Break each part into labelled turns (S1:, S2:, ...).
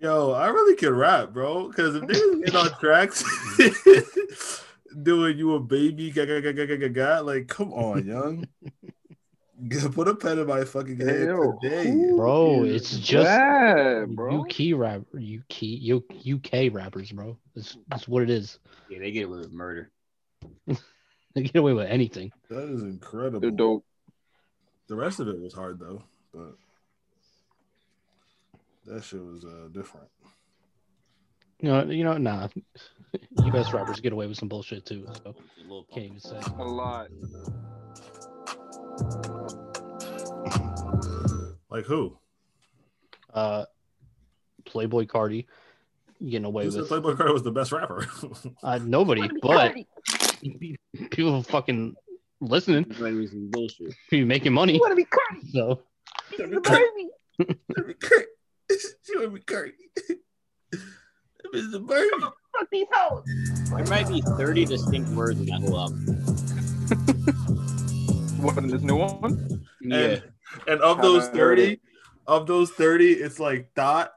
S1: Yo, I really can rap, bro. Because if niggas get on tracks doing you a baby, ga, ga, ga, ga, ga, ga, ga, like, come on, young. Put a pen in my fucking head
S2: Yo,
S1: today.
S2: who
S3: Bro,
S2: is
S3: it's just
S2: that, bro.
S3: UK rap, UK, UK rappers, bro. That's, that's what it is.
S4: Yeah, they get away with murder.
S3: They get away with anything.
S1: That is
S2: They're
S1: incredible.
S2: dope.
S1: The rest of it was hard though, but that shit was uh, different.
S3: You know, you know, nah. US rappers get away with some bullshit too. So
S4: Lil Pump.
S3: can't even say.
S2: A lot.
S1: Like who?
S3: Uh, Playboy Cardi getting away
S1: Who said
S3: with
S1: Playboy Cardi was the best rapper?
S3: uh, nobody, but people fucking listening,
S4: That's why it was some bullshit.
S3: be making money.
S2: wanna be
S3: So
S1: she would be Cardi. It's the baby.
S4: There might be 30 distinct words in that whole album.
S2: What in this new one?
S4: Yeah.
S1: And of those
S2: Haven't heard
S1: thirty,
S2: it.
S1: of those thirty, it's like dot.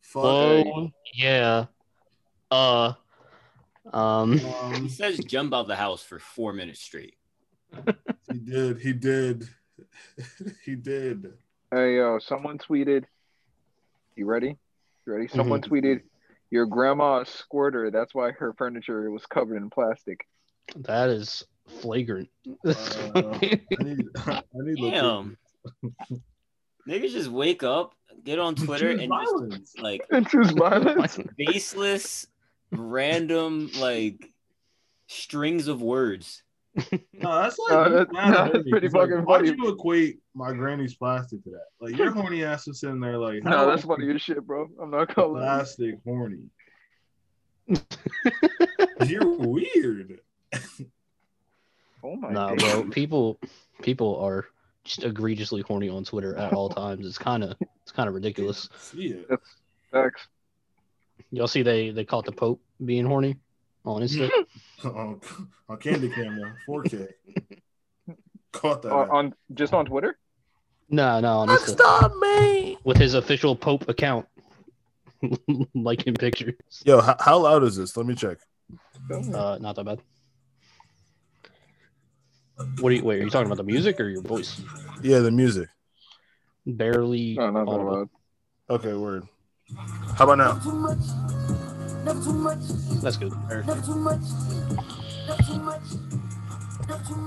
S1: Fuck.
S3: oh yeah, uh, um,
S4: He
S1: Um,
S4: says jump out the house for four minutes straight.
S1: he did. He did. he did.
S2: Hey yo, someone tweeted. You ready? You
S3: Mm-hmm.
S2: ready? Someone tweeted, "Your grandma a squirter. That's why her furniture was covered in plastic."
S3: that is flagrant.
S1: Uh, I need. I need.
S4: Damn. Niggas just wake up, get on Twitter, and
S1: violence.
S4: just like
S2: And choose violence.
S3: Why-
S4: baseless, random like strings of words.
S1: No, that's like
S2: No, that's-
S1: kind of
S2: that's
S1: dirty.
S2: pretty
S1: It's like,
S2: fucking
S1: Why'd
S2: funny.
S1: you equate my granny's plastic to that? Like your horny ass is sitting there like,
S2: No, that's funny as shit, bro. I'm not gonna lie.
S1: plastic horny. You're weird.
S2: Oh my
S3: Nah,
S2: god,
S3: bro. People, people are just egregiously horny on Twitter at all times. It's kind of, it's kind of ridiculous.
S1: See it.
S2: that's facts.
S3: Y'all see they they caught the Pope being horny on Insta.
S1: on, on candy camera, 4K. Caught that.
S2: On, Uh, on just on Twitter.
S3: no, no, on Insta
S1: Stop me.
S3: with his official Pope account, liking pictures.
S1: Yo, how, how loud is this? Let me check.
S3: Uh, not that bad. What are you? Wait, are you talking about the music or your voice?
S1: Yeah, the music.
S3: Barely.
S2: No, Oh, not that
S3: audible.
S2: loud.
S1: Okay, word. How about now?
S3: That's good.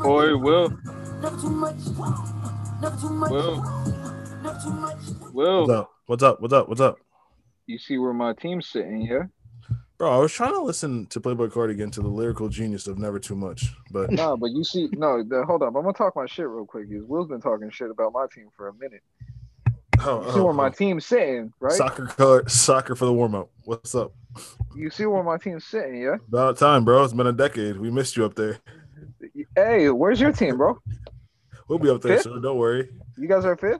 S2: Oi, Will.
S1: What's
S2: Will. Will,
S1: up? What's up? What's up? What's up?
S2: you see where my team's sitting, yeah?
S1: Bro, I was trying to listen to Playboy Cardigan to the lyrical genius of Never Too Much, but
S2: Nah, but you see, no, the, hold up. I'm gonna talk my shit real quick. Because Will's been talking shit about my team for a minute.
S1: oh,
S2: You see
S1: oh,
S2: where my
S1: oh.
S2: team's sitting, right?
S1: soccer color, soccer for the warm up. What's up?
S2: You see where my team's sitting, yeah?
S1: About time, bro. It's been a decade. We missed you up there.
S2: Hey, where's your team, bro?
S1: We'll be up there,
S2: Fifth?
S1: so don't worry.
S2: You guys are fifth.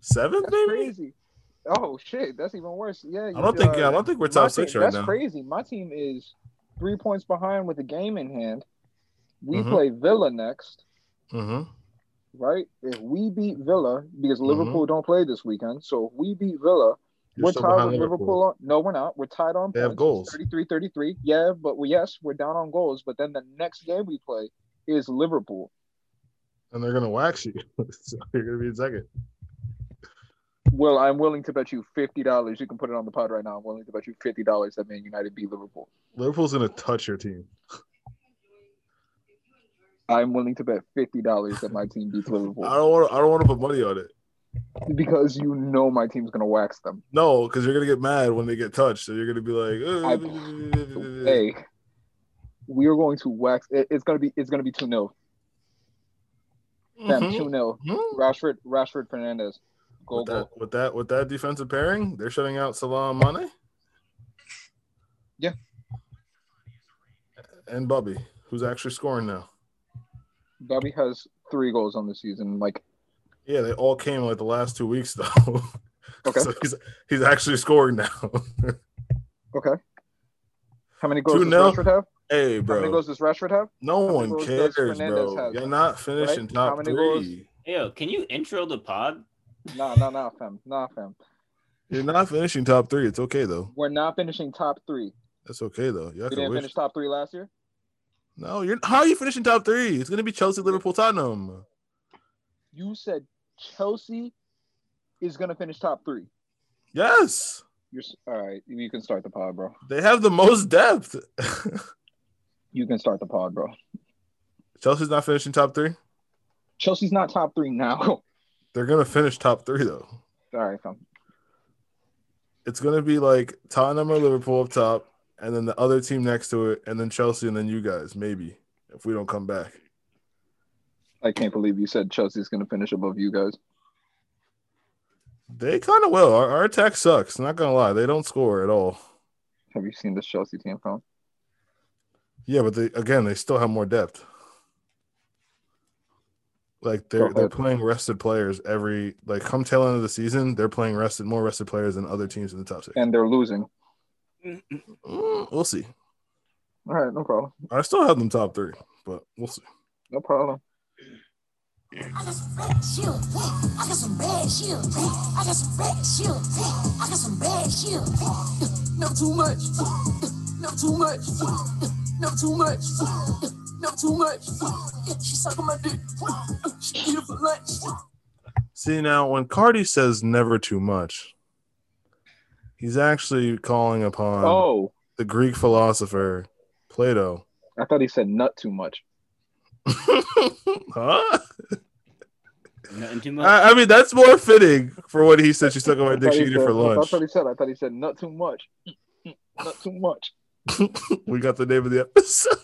S1: Seventh,
S2: That's
S1: maybe.
S2: crazy. Oh shit, that's even worse. Yeah, uh,
S1: I don't think. Yeah, I don't think we're top six right
S2: that's
S1: now.
S2: crazy. My team is three points behind with a game in hand. We
S1: Mhm.
S2: play Villa next,
S1: hmm
S2: right? If we beat Villa, because
S1: Mm-hmm.
S2: Liverpool don't play this weekend, so if we beat Villa, we're tied with Liverpool. on, no, we're not. We're tied on
S1: They have goals.
S2: 33-33. Yeah, but we, yes, we're down on goals. But then the next game we play is Liverpool.
S1: and they're gonna wax you. so you're gonna be in second.
S2: Well, I'm willing to bet you fifty dollars. You can put it on the pod right now. I'm willing to bet you fifty dollars that Man United beat Liverpool.
S1: Liverpool's gonna touch your team.
S2: I'm willing to bet fifty dollars that my team beats
S1: I
S2: Liverpool
S1: don't want. I don't want to put money on it.
S2: because you know my team's gonna wax them.
S1: No, because you're gonna get mad when they get touched. So you're gonna be like,
S2: I-
S1: "Uh,
S2: Hey, we are going to wax. it- It's gonna be. It's gonna be two 0 Damn,
S1: mhm,
S2: two 0
S1: mhm."
S2: Rashford, Rashford, Fernandez, goal,
S1: With that,
S2: goal.
S1: with that, with that defensive pairing, they're shutting out Salah and Mane.
S2: Yeah.
S1: And Bobby, who's actually scoring now.
S2: Bobby has three goals on the season. Like,
S1: Yeah, they all came like the last two weeks though.
S2: okay,
S1: so he's he's actually scoring now.
S2: okay. How many
S1: Two
S2: goals does
S1: 0?
S2: Rashford have?
S1: hey,
S2: How many
S1: bro.
S2: goals does Rashford have?
S1: No
S2: How many
S1: one
S2: goals
S1: cares,
S2: does Fernandez
S1: bro.
S2: have?
S1: You're not finishing
S2: Right? How
S1: top
S2: many goals?
S1: three.
S4: Yo, can you intro the pod?
S2: Nah, nah, nah, fam, nah, fam.
S1: You're not finishing top three. It's okay though.
S2: We're not finishing top three.
S1: That's okay though. Y'all
S2: We
S1: can
S2: didn't
S1: wish.
S2: finish top three last year.
S1: No, you're how are you finishing top three? It's gonna be Chelsea, Liverpool, Tottenham.
S2: You said Chelsea is gonna finish top three.
S1: Yes,
S2: You're s- all right. You can start the pod, bro.
S1: they have the most depth.
S2: You can start the pod, bro.
S1: Chelsea's not finishing top three.
S2: Chelsea's not top three now. all
S1: They're gonna finish top three though.
S2: right, fam.
S1: It's gonna be like Tottenham or Liverpool up top, and then the other team next to it, and then Chelsea, and then you guys maybe if we don't come back.
S2: I can't believe you said Chelsea's gonna finish above you guys.
S1: They kind of will. Our, our attack sucks. Not gonna lie, they don't score at all.
S2: Have you seen this Chelsea team, fam?
S1: Yeah, but they again they still have more depth. Like they're
S2: Go
S1: they're
S2: ahead.
S1: playing rested players every like come tail end of the season, they're playing rested more rested players than other teams in the top six.
S2: And they're losing.
S1: Mm, we'll see.
S2: All right, no problem.
S1: I still have them top three, but we'll see.
S2: No problem.
S5: I got some bad shit. I got some bad shit. I got some bad shit. I got some bad shit. Not too much. Not too much. Not too much. Not too much. She sucking my dick. She eat it for lunch.
S1: See now when Cardi says never too much, he's actually calling upon
S2: oh,
S1: the Greek philosopher Plato.
S2: I thought he said nut too much.
S1: huh?
S4: Nothing too much.
S1: I, I mean that's more fitting for what he said. She's talking
S2: I
S1: about dick
S2: thought he
S1: she eat it
S2: said-
S1: for
S2: I
S1: lunch.
S2: thought he said. I thought he said nut too much. nut too much.
S1: We got the name of the episode.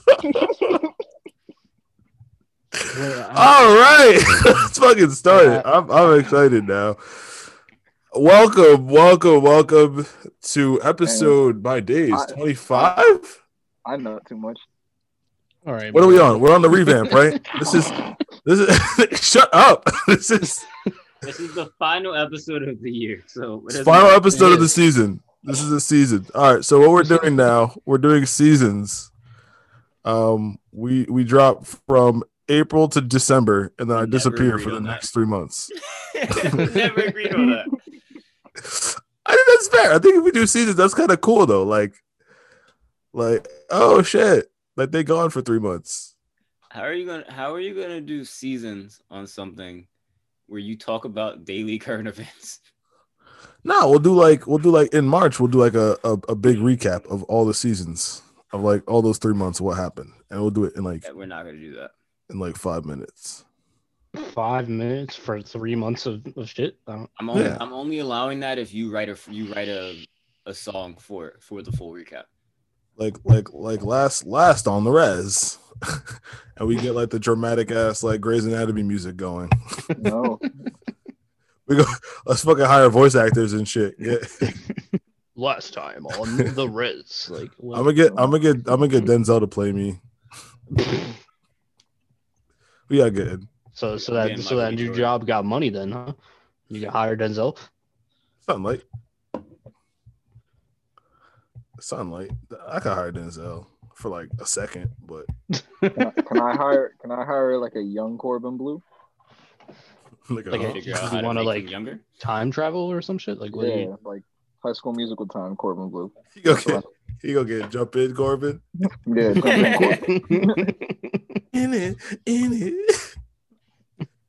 S3: Well, I-
S1: All right, let's fucking start it. I'm, I'm excited now. Welcome, welcome, welcome to episode my days
S2: I-
S1: 25.
S2: I nut too much.
S3: all right.
S1: What are
S3: bro.
S1: we on? We're on the revamp, right? This is this is shut up. This is
S4: This is the final episode of the year, so it doesn't
S1: final
S4: matter.
S1: episode of the
S3: is.
S1: season. This is a season. All right, so what we're doing now, we're doing seasons. Um, we we drop from April to December, and then I
S4: Never
S1: disappear
S4: agreed
S1: for the
S4: on that.
S1: next three months.
S4: Never agreed on that.
S1: I think that's fair. I think if we do seasons, that's kind of cool though. Like, like oh shit, like they gone for three months.
S4: How are you gonna How are you gonna do seasons on something where you talk about daily current events?
S1: No, we'll do like we'll do like in March. We'll do like a a, a big recap of all the seasons of like all those three months, what happened, and we'll do it in like
S4: Yeah, We're not gonna do that.
S1: in like five minutes.
S3: Five minutes for three months of, of shit. I don't,
S4: I'm only
S1: Yeah.
S4: I'm only allowing that if you write a you write a a song for for the full recap.
S1: Like like like last last on the res, and we get like the dramatic ass like Grey's Anatomy music going.
S2: No.
S1: We go let's fucking hire voice actors and shit. Get-
S3: last time on the Reds, like what?
S1: I'm gonna get I'm gonna get I'm gonna get Denzel to play me. We got good.
S3: so so
S4: Yeah,
S3: that so
S4: Michael
S3: that
S4: B.
S3: new
S4: Jordan.
S3: job got money then, huh? You got hired Denzel.
S1: Sunlight. Sunlight. I could hire Denzel for like a second, but
S2: Can I, can I hire? Can I hire like a young Corbin Blue?
S1: like,
S3: Like
S1: uh,
S3: a-
S4: Figure out
S3: You
S4: how to
S3: wanna,
S4: make
S3: like-
S4: him younger.
S3: Time travel or some shit. Like what? do
S2: Yeah,
S3: you,
S2: like High School Musical time Corbin Blue.
S1: he go get he go get jump in Corbin.
S2: Yeah, Corbin Blue.
S1: In it, in it.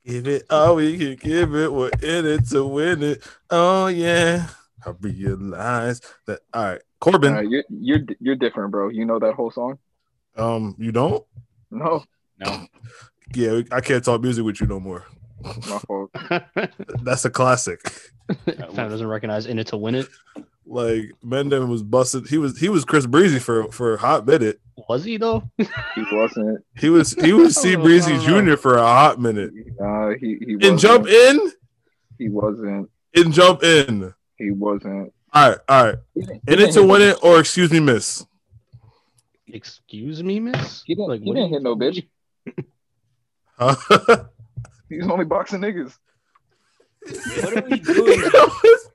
S1: give it all we can give it. We're in it to win it. Oh yeah. I realize that all right, Corbin.
S2: All right, you're you're di- you're different, bro. You know that whole song?
S1: Um, you don't?
S2: No,
S4: No,
S1: Yeah, I can't talk music with you no more.
S2: my fault.
S1: That's a classic.
S3: Time doesn't recognize in it to win it.
S1: Like Mendem was busted. He was he was Chris Breezy for for a hot minute.
S3: Was he though?
S2: He wasn't.
S1: He was he was C
S3: Oh,
S1: Breezy
S3: no, no.
S1: Jr. for a hot minute.
S2: Nah, he he wasn't.
S1: And jump in
S2: He wasn't.
S1: and jump in.
S2: He wasn't.
S1: All right, all right.
S2: He didn't-
S1: In
S2: he
S1: it
S2: didn't
S1: to
S2: hit
S1: win
S2: no-
S1: it, or excuse me, miss.
S3: Excuse me, miss.
S2: He didn't,
S3: Like,
S2: he
S3: what
S2: didn't
S3: do
S2: hit no bitch.
S1: Huh?
S2: He's only boxing niggas.
S4: what are we
S1: you
S4: doing?
S1: know what's-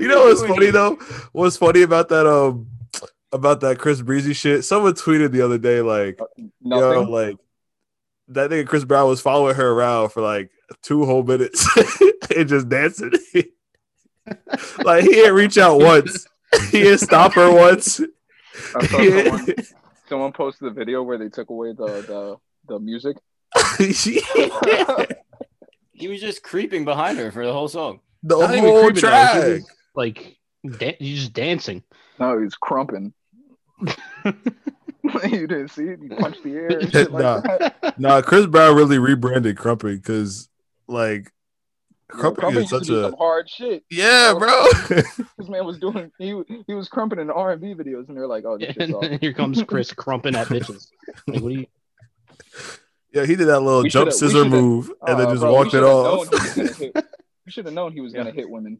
S1: you know what's funny though? What's funny about that um about that Chris Breezy shit? Someone tweeted the other day like Yo,
S2: Nothing.
S1: like that nigga Chris Brown was following her around for like two whole minutes and just dancing. Like he didn't reach out once. He didn't stop her once.
S2: I saw
S1: He
S2: someone,
S1: didn't-
S2: someone posted the video where they took away the the, the music.
S1: She-
S4: He was just creeping behind her for the whole song.
S1: the
S3: Not even
S1: whole
S3: creeping, though. He
S1: track.
S3: was, Like da- he's just dancing.
S2: No, he's crumping. you didn't see it. You punched the air and
S1: Yeah,
S2: shit like
S1: nah.
S2: that.
S1: Nah, Chris Brown really rebranded Crumping because, like,
S2: Yo,
S1: Crumping
S2: Crumpin
S1: is
S2: used to Oh.
S1: such
S2: do
S1: a
S2: some hard shit.
S1: yeah, bro.
S2: This man was doing. He he was crumping in R and B videos, and they're like, "Oh, this shit's
S3: and
S2: off."
S3: then here comes Chris crumping at bitches. Like, what do you?
S1: yeah, he did that little
S2: We
S1: jump
S2: shoulda- we
S1: scissor
S2: shoulda-
S1: move and then
S2: Uh,
S1: just
S2: bro, we
S1: walked it
S2: shoulda
S1: off.
S2: known he was gonna hit- We should have known he was gonna hit women.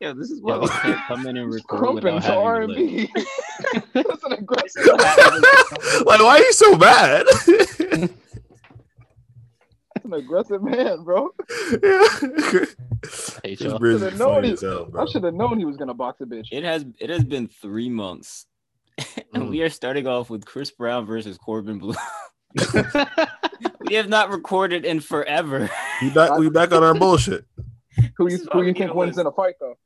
S4: Yeah, this is
S3: why
S4: why
S3: we
S4: we can't come in and record
S2: Crumping
S4: without
S2: to R
S4: having
S2: and
S4: to live.
S2: B. That's an aggressive.
S1: like, why are you so mad?
S2: That's an aggressive man, bro.
S1: yeah.
S3: Hey,
S1: Chris
S3: y'all.
S1: Brown's
S2: Shoulda known
S1: funny
S2: it.
S1: as hell, bro.
S2: I should have known he was gonna box a bitch.
S4: It has it has been three months, and
S1: Mm.
S4: we are starting off with Chris Brown versus Corbin Blue. we have not recorded in forever.
S1: We back, we back on our bullshit.
S2: Who you
S4: This is
S2: who you
S4: why we
S2: think
S4: get
S2: wins
S4: with.
S2: in a fight though?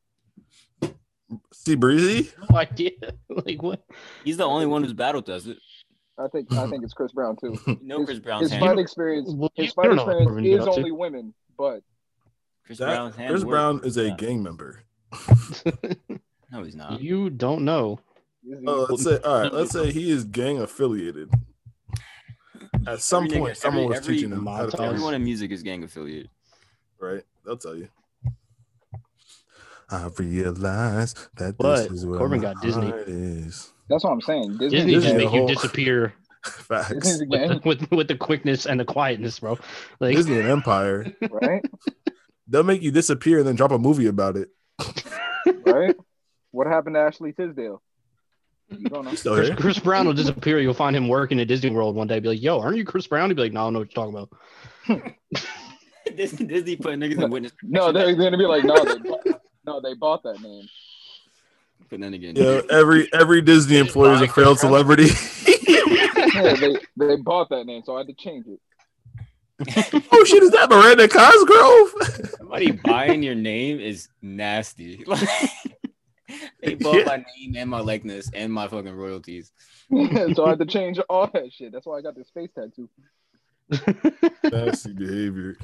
S1: See Breezy?
S3: no idea. Like what?
S4: He's the only one who's battled does it.
S2: I think I think it's Chris Brown too.
S4: No, Chris Brown's
S2: His
S4: hand.
S2: fight experience,
S3: Well, you
S2: his fight
S3: don't know what
S2: experience
S3: Corbin
S2: is
S3: got to.
S2: only women, but
S4: Chris
S1: That-
S4: Brown's hand.
S1: Chris
S4: worked.
S1: Brown is a
S4: Yeah.
S1: gang member.
S4: No, he's not.
S3: Uh, You don't know.
S4: Mm-hmm.
S1: Oh, let's say all right. Let's say he is gang affiliated. At some
S4: Every nigga-
S1: point, someone
S4: every-
S1: was
S4: every-
S1: teaching him how to
S3: montage.
S1: fight.
S4: Everyone in music is gang affiliated.
S1: right? They'll tell you. I realize that
S3: But
S1: this is where
S3: Corbin
S1: my
S3: got Disney.
S1: heart is.
S2: that's what I'm saying. Disney,
S1: Disney
S3: Disney just
S1: the
S3: make you
S1: whole-
S3: disappear
S1: Facts.
S3: with
S2: Disney's a
S3: the,
S2: gang,
S3: with, with the quickness and the quietness, bro. Like
S1: Disney and Empire.
S2: right?
S1: They'll make you disappear and then drop a movie about it.
S2: Right? What happened to Ashley Tisdale? You don't know.
S1: You still
S3: Chris,
S1: here?
S3: Chris Brown will disappear. You'll find him working at Disney World one day. Be like, "Yo, aren't you Chris Brown?" He'll be like, "No, I don't know what you're talking about."
S4: Disney, Disney put niggas in witness
S2: No, they're gonna be like, no, they bought, no, they bought that name.
S4: Put that nigga in.
S1: Yeah, every every Disney employee is a failed celebrity.
S2: Yeah, they they bought that name, so I had to change it.
S1: oh shit, is that Miranda Cosgrove?
S4: Somebody buying your name is nasty. Like, they bought
S1: Yeah.
S4: my name and my likeness and my fucking royalties.
S2: Yeah, so I had to change all that shit. That's why I got this face tattoo.
S1: Nasty behavior.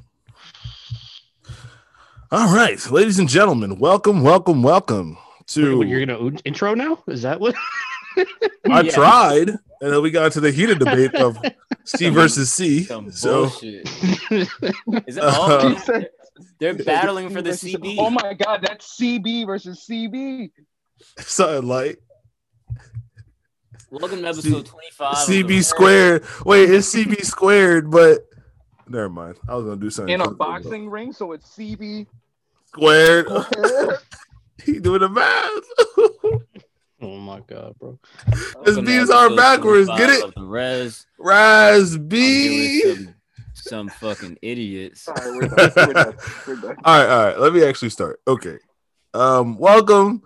S1: All right, ladies and gentlemen, welcome, welcome, welcome to
S3: What, you're gonna o- intro now? Is that what?
S1: I
S4: Yeah.
S1: tried, and then we got into the heated debate of C versus C.
S4: Some
S1: So
S4: bullshit. Is it all?
S1: Uh,
S4: They're battling for the
S2: Versus-
S4: CB.
S2: Oh my god, that's CB versus CB.
S1: something like
S4: Welcome to episode 25. of the
S1: CB
S4: Word.
S1: squared. Wait, it's CB squared, but never mind. I was gonna do something
S2: In a
S1: clever, but
S2: boxing ring, so it's CB.
S1: squared. he doing the math.
S3: oh my god, bro!
S4: Welcome to
S1: These are
S4: episode
S1: backwards, get
S4: 25
S1: it?
S4: of The res.
S1: Rise
S4: I'm here
S1: B.
S4: with Some, some fucking idiots.
S2: Sorry, we're done. We're done. We're done.
S1: All right, all right. Let me actually start. Okay. Um, welcome.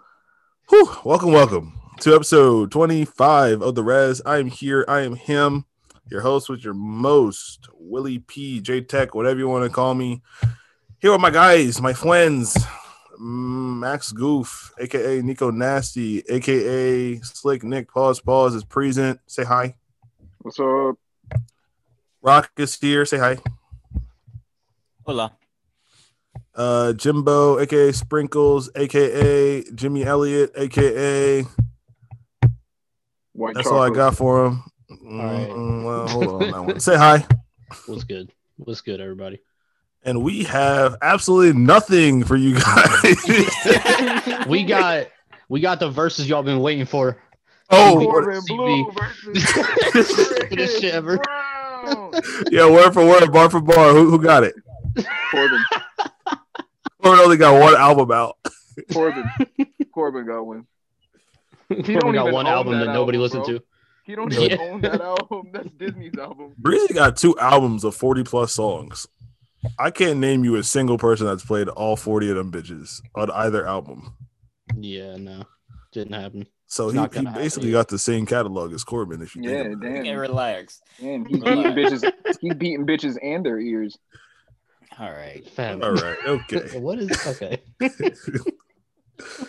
S1: Whew, welcome, welcome to episode 25 of the Res. I am here. I am him, your host with your most Willie P, J Tech, whatever you want to call me. Here are my guys, my friends, mm, Max Goof, aka Nico Nasty, aka Slick Nick. Pause, pause is present. Say hi.
S2: What's up?
S1: Rock is here. Say hi.
S4: Hola.
S1: uh Jimbo, aka Sprinkles, aka Jimmy Elliott, aka
S2: White
S1: that's all I
S2: chocolate.
S1: got for him.
S3: right.
S1: Mm, well, hold on that one. Say hi.
S3: What's good? What's good, everybody?
S1: And we have absolutely nothing for you guys.
S3: We got we got the verses y'all been waiting for.
S1: oh,
S2: Corbin
S3: CB.
S2: Blue versus
S3: Stupidest shit ever.
S2: Brown.
S1: yeah, word for word, bar for bar. Who, who got it?
S2: Corbin,
S1: Corbin only got one album out.
S2: Corbin, Corbin got one.
S3: We
S2: don't
S3: got
S2: even
S3: one
S2: own
S3: album
S2: that
S3: that, nobody
S2: album,
S3: listened
S2: bro.
S3: to.
S2: He don't
S3: Yeah.
S2: even own that album. That's Disney's album.
S1: Breezy got two albums of 40 plus songs. I can't name you a single person that's played all 40 of them bitches on either album.
S3: Yeah, no, didn't happen.
S1: So
S3: It's
S1: he,
S3: not
S1: he
S3: gonna happen.
S1: basically got the same catalog as Corbin, if you think
S2: Yeah,
S1: about it.
S4: Okay,
S2: damn.
S4: relax.
S2: Damn, he's beating bitches. He's beating bitches and their ears.
S4: All right.
S3: Fam.
S1: All right. Okay.
S3: What is okay?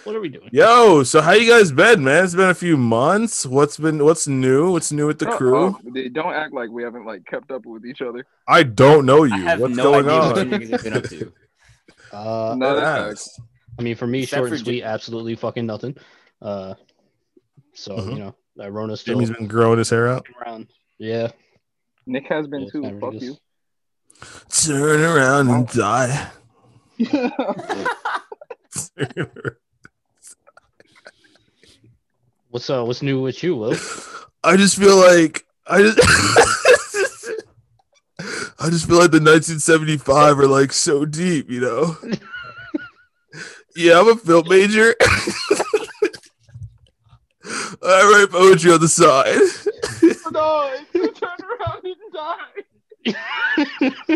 S3: What are we doing?
S1: Yo, so how you guys been, man? It's been a few months. What's been what's new? What's new with the crew?
S2: Uh-oh. They don't act like we haven't like kept up with each other.
S1: I don't know you.
S4: I have
S1: What's
S4: no
S1: going
S4: idea what you
S1: on?
S4: niggas have been up to.
S3: Uh,
S2: No, that's
S1: Yeah.
S2: facts.
S3: I mean, for me,
S4: Except
S3: short and
S4: for
S3: sweet,
S4: Jim-
S3: absolutely fucking nothing. Uh, so
S1: Mhm.
S3: you know, that Rona's still
S1: Jimmy's been growing his hair out.
S3: around. Yeah,
S2: Nick has been
S3: Yeah, it's
S2: too.
S3: kinda
S2: Fuck you.
S3: ridiculous.
S1: Turn around and
S4: Oh.
S1: die.
S3: What's uh, what's new with you, Will?
S1: I just feel like I just I just feel like the 1975 are like so deep, you know. yeah, I'm a film major. I write poetry on the side.
S2: no, if you turn around and die.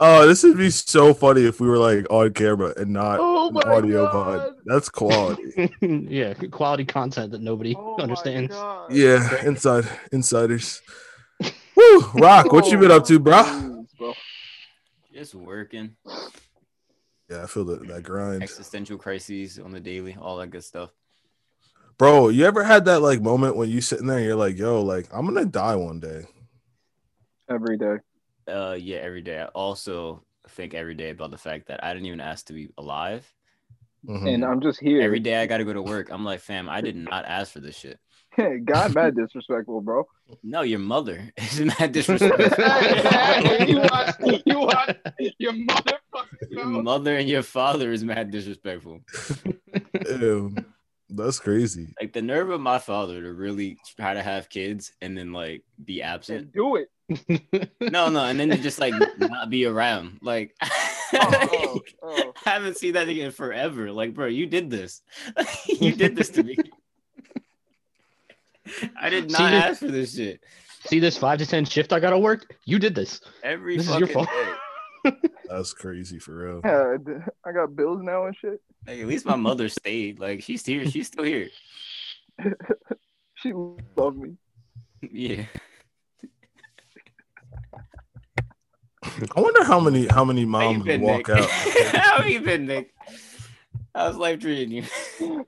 S1: Oh, this would be so funny if we were like on camera and not
S2: Oh
S1: an
S2: my
S1: audio pod.
S2: god.
S1: That's quality.
S3: yeah, quality content that nobody
S2: Oh
S3: understands.
S2: My god.
S1: yeah, inside insiders. Woo, Rock, what you been up to, bro?
S2: Jeez, bro.
S4: Just working,
S1: Yeah, I feel that, that grind.
S4: existential crises on the daily, all that good stuff.
S1: Bro, you ever had that like moment when you sitting there and you're like, yo, like I'm gonna die one day.
S2: Every day.
S4: Uh, yeah, every day. I also think every day about the fact that I didn't even ask to be alive.
S1: Mhm.
S4: uh,
S2: And I'm just here.
S4: Every day I got to go to work. I'm like, fam, I did not ask for this shit.
S2: God, mad disrespectful, bho
S4: No, your mother is mad disrespectful.
S2: you watch, you watch your motherfucking
S4: your
S2: mouth.
S4: mother and your father is mad disrespectful.
S1: Ew, that's crazy.
S4: Like the nerve of my father to really try to have kids and then like be absent.
S2: Do it.
S4: No, no, and then to just like not be around. Like
S2: Oh, oh,
S4: I haven't seen that again forever. Like, bro, you did this. you did this to me. I did not
S3: See, this-
S4: ask for this shit.
S3: See this five to ten shift I gotta work? You did this.
S4: Every
S3: This is
S4: fucking
S3: your fault.
S4: day.
S1: That's crazy for real.
S2: oh. Yeah, I got bills now and shit.
S4: Like, at least my mother stayed. Like, she's here. She's still here.
S2: She loved me.
S4: Yeah.
S1: I wonder how many how many
S4: How you
S1: moms would
S4: been,
S1: walk
S4: Nick?
S1: out.
S4: How you been, Nick? How's life treating you?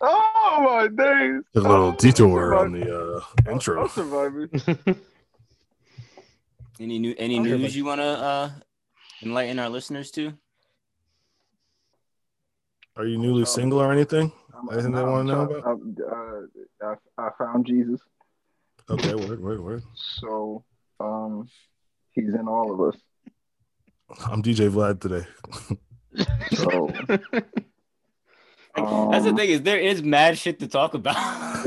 S2: Oh my days.
S1: A
S2: Oh,
S1: little
S2: I'm
S1: detour on
S2: surviving.
S1: the uh,
S2: I'm- I'm
S1: intro.
S2: surviving.
S4: Any new any
S3: I'm here,
S4: news
S3: bud.
S4: you wanna uh enlighten our listeners to?
S1: Are you newly single or anything?
S2: I'm-
S1: Anything they
S2: I'm
S1: wanna know
S2: trying- I'm, uh, I, I found Jesus,
S1: Okay, word, word, word.
S2: so um, he's in all of us.
S1: I'm DJ Vlad today.
S2: So
S4: Like, That's the
S2: Um,
S4: thing is there is mad shit to talk about.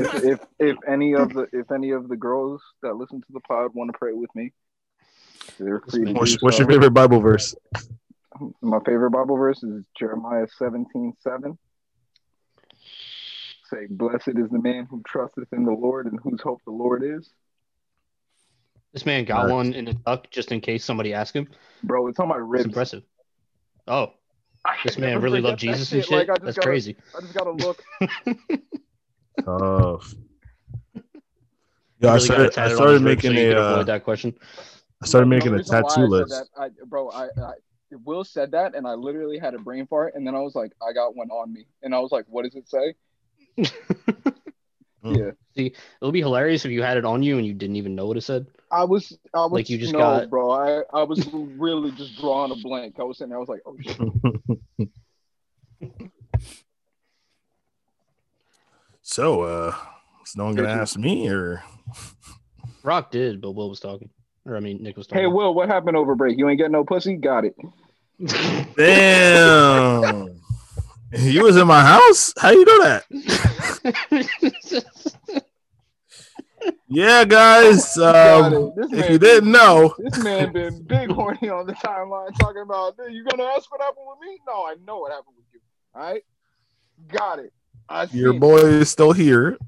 S2: if, if if any of the if any of the girls that listen to the pod want to pray with me, they're free. to do
S1: What's, what's
S2: so.
S1: your favorite Bible verse?
S2: My favorite Bible verse is Jeremiah seventeen seven. Say, blessed is the man who trusteth in the Lord and whose hope the Lord is.
S3: this man got
S1: Nice.
S3: one in the tuck just in case somebody asked him.
S2: Bro, it's on my
S3: It's
S2: ribs.
S3: impressive. Oh,
S2: I
S3: this
S2: can
S3: man
S2: never
S3: really
S2: forget
S3: loved
S2: that
S3: Jesus and shit.
S2: Like, I just
S3: That's
S2: gotta,
S3: crazy.
S2: I just gotta look.
S1: Oh.
S3: You
S1: Yeah, I
S3: really gotta
S1: started,
S3: tat
S1: I
S3: it on
S1: started
S3: his ribs
S1: making
S3: so you
S1: a
S3: can avoid
S1: uh,
S3: that question.
S1: I started
S2: No, the
S1: making a
S2: reason why I
S1: tattoo
S2: said
S1: list.
S2: that, I, bro, I, I Will said that, and I literally had a brain fart, and then I was like, I got one on me, and I was like, what does it say?
S1: Mm.
S2: Yeah,
S3: It would be hilarious if you had it on you and you didn't even know what it said.
S2: I was, I was,
S3: Like, you just
S2: no,
S3: got-
S2: bro, I, I was really just drawing a blank. I was sitting there, I was like, oh shit.
S1: so, uh, is no one gonna ask me or?
S3: Rock did, but Will was talking. Or I mean, Nick was
S2: Hey,
S3: talking.
S2: Will, what happened over break? You ain't get no pussy? Got
S1: Um,
S2: it.
S1: Damn. you was in my house? How you know that? Yeah, guys.
S2: Got
S1: Um,
S2: it. This
S1: if
S2: man
S1: you didn't know,
S2: This man been big horny on the timeline talking about, "Dude, you gonna ask what happened with me? No, I know what happened with you. All right, got it. I see.
S1: your boy is still here.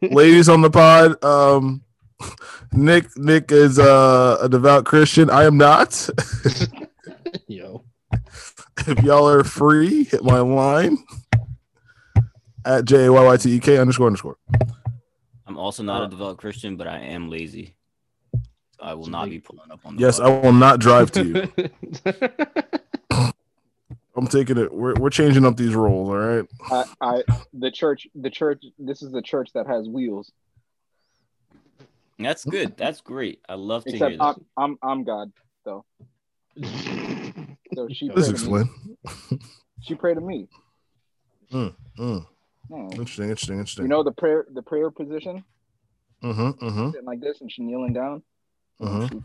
S1: Ladies on the pod. Um, Nick Nick is uh, a devout Christian. I am not.
S3: Yo.
S1: if y'all are free, hit my line at J A Y Y T E K underscore underscore.
S4: I'm also not a devout Christian, but I am lazy. I will not be pulling up on the
S1: Yes, I
S4: bus.
S1: will not drive to you I'm taking it. We're, we're changing up these roles. All right.
S2: I, I the church the church this is the church that has wheels.
S4: That's good. That's great. I love to
S2: Except
S4: hear
S2: I'm,
S4: that.
S2: I'm I'm God. So she
S1: This
S2: prayed to me.
S1: explain.
S2: She prayed to me.
S1: Mm,
S2: No.
S1: interesting. Interesting. Interesting.
S2: You know the prayer the prayer position
S1: mm-hmm. Mm-hmm.
S2: sitting like this and she kneeling down.
S1: Mhm.
S2: She-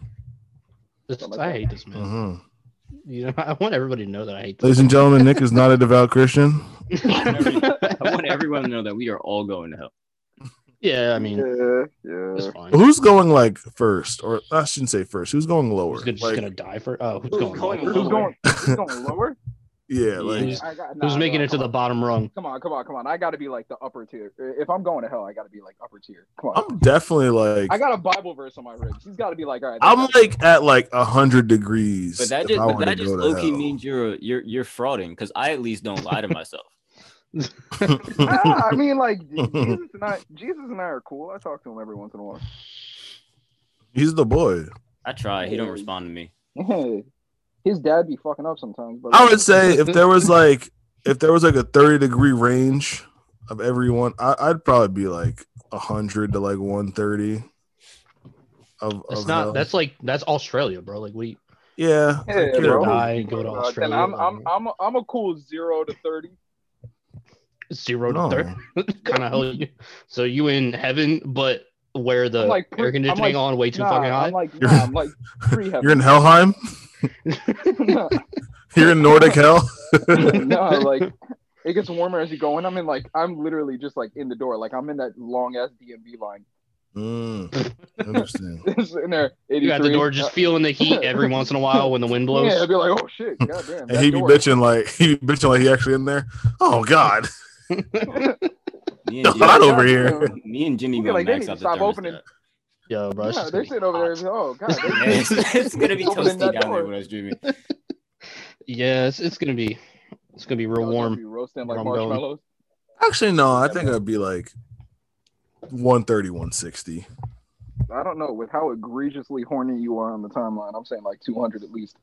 S3: This- I hate this man.
S1: Mm-hmm.
S3: You know, I want everybody to know that I hate this.
S1: Ladies and gentlemen, Nick is not a devout Christian.
S4: I want everyone to know that we are all going to hell.
S3: yeah, I mean,
S2: yeah,
S3: it's
S2: yeah.
S3: fine. Who's,
S1: Who's going like first, or I shouldn't say first. Who's going lower?
S3: gonna, just
S1: Like,
S3: gonna die for? Oh, who's
S4: Who's
S3: going?
S4: going
S3: lower?
S2: Who's going who's going lower?
S1: yeah, like
S3: Who's-
S2: I got- nah,
S3: Who's making
S2: nah,
S3: it to
S2: come
S3: the
S2: on.
S3: bottom rung?
S2: Come on, come on, come on. I gotta be like the upper tier. If I'm going to hell, I gotta be like upper tier. Come on.
S1: I'm definitely like
S2: I got a Bible verse on my ribs. He's gotta be like all right.
S1: I'm like at like a hundred degrees.
S4: But that
S1: if
S4: just
S1: I
S4: but
S1: wanna
S4: that
S1: go
S4: just
S1: to
S4: low key
S1: hell.
S4: means you're you're you're frauding because I at least don't lie to myself.
S2: Ah, I mean, like Jesus and I, Jesus and I are cool. I talk to him every once in a while.
S1: He's the boy.
S4: I try. He don't respond to me.
S2: Hey, his dad be fucking up sometimes, but
S1: I would say if there was like if there was like a thirty degree range of everyone, I, I'd probably be like hundred to like one thirty. Of,
S3: That's
S1: of
S3: not.
S1: hell.
S3: That's like that's Australia, bro. Like we
S1: yeah.
S2: Yeah,
S1: like,
S2: bro.
S1: yeah.
S3: die, go to
S2: Uh, then
S3: Australia.
S2: I'm I'm I'm a, I'm a cool zero to thirty.
S3: zero to
S1: No.
S3: thirty. kind of hell. You, so you in heaven, but where the
S2: I'm like pre-
S3: air
S2: I'm
S3: conditioning
S2: like-
S3: on way too
S2: nah,
S3: fucking high.
S2: I'm like
S1: You're-
S2: nah, I'm like pre
S1: You're
S2: heaven.
S1: in Helheim. You're in Nordic Hell.
S2: no, like it gets warmer as you go in. I'm in like I'm literally just like in the door. Like I'm in that long ass DMV line.
S1: Mm, interesting.
S2: It's in there.
S3: you got the
S2: 83.
S3: door, just feeling the heat every once in a while when the wind
S2: Uh,
S3: blows.
S2: Yeah, I'd be like, oh shit, goddamn.
S1: And he be bitching like he be bitching like he actually in there. Oh God,
S4: Me and
S1: the hot
S4: Jimmy,
S1: over here.
S4: me and Jimmy
S2: You'd be
S4: gonna
S2: like, they
S4: max
S2: need
S4: out
S2: to
S4: the
S2: stop opening.
S4: thermostat.
S3: Yo, bro, it's
S2: Yeah,
S3: just
S2: they're
S3: gonna be
S2: sitting over there.
S3: hot.
S2: Oh god, they-
S4: Yeah, it's, it's gonna be
S2: Opening that
S4: toasty down there
S2: door.
S4: when I was dreaming.
S3: Yeah, it's, it's gonna be it's gonna be real
S2: Y'all gonna
S3: warm.
S2: be roasting like
S3: Where I'm going.
S2: marshmallows.
S1: Actually, no. I think I'd be like 130, 160.
S2: I don't know with how egregiously horny you are on the timeline. I'm saying like 200 at least.